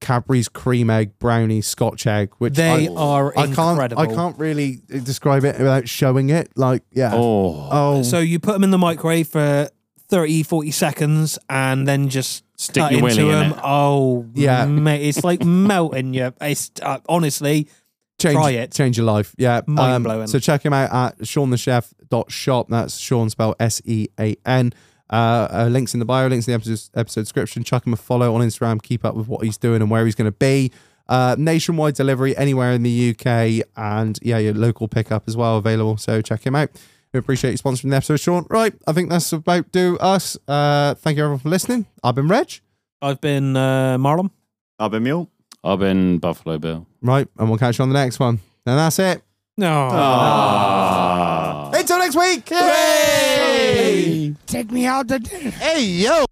Speaker 2: Cadbury's Cream Egg Brownie Scotch Egg, which
Speaker 1: They
Speaker 2: I,
Speaker 1: are
Speaker 2: I can't,
Speaker 1: incredible.
Speaker 2: I can't really describe it without showing it. Like, yeah.
Speaker 5: oh.
Speaker 2: Oh,
Speaker 1: So you put them in the microwave for 30, 40 seconds and then just
Speaker 5: Stick
Speaker 1: cut
Speaker 5: your
Speaker 1: into
Speaker 5: willy in
Speaker 1: them.
Speaker 5: it.
Speaker 1: Oh,
Speaker 2: Yeah.
Speaker 1: Mate, it's like melting your. It's, uh, honestly,
Speaker 2: change,
Speaker 1: Try it.
Speaker 2: Change your life. Yeah. um,
Speaker 1: Mind-blowing.
Speaker 2: so check him out at seanthechef.shop. That's Sean spelled S E A N. Uh, uh, links in the bio, links in the episode, episode description. Chuck him a follow on Instagram. Keep up with what he's doing and where he's going to be. Uh, nationwide delivery anywhere in the UK and yeah, your local pickup as well available. So check him out. We appreciate you sponsoring the episode, Sean. Right, I think that's about do us. Uh, thank you everyone for listening. I've been Reg.
Speaker 1: I've been uh, Marlon.
Speaker 4: I've been mule.
Speaker 5: I've been Buffalo Bill.
Speaker 2: Right, and we'll catch you on the next one. And that's it.
Speaker 1: No.
Speaker 2: Until next week. Hey! Take me out to dinner. Hey yo.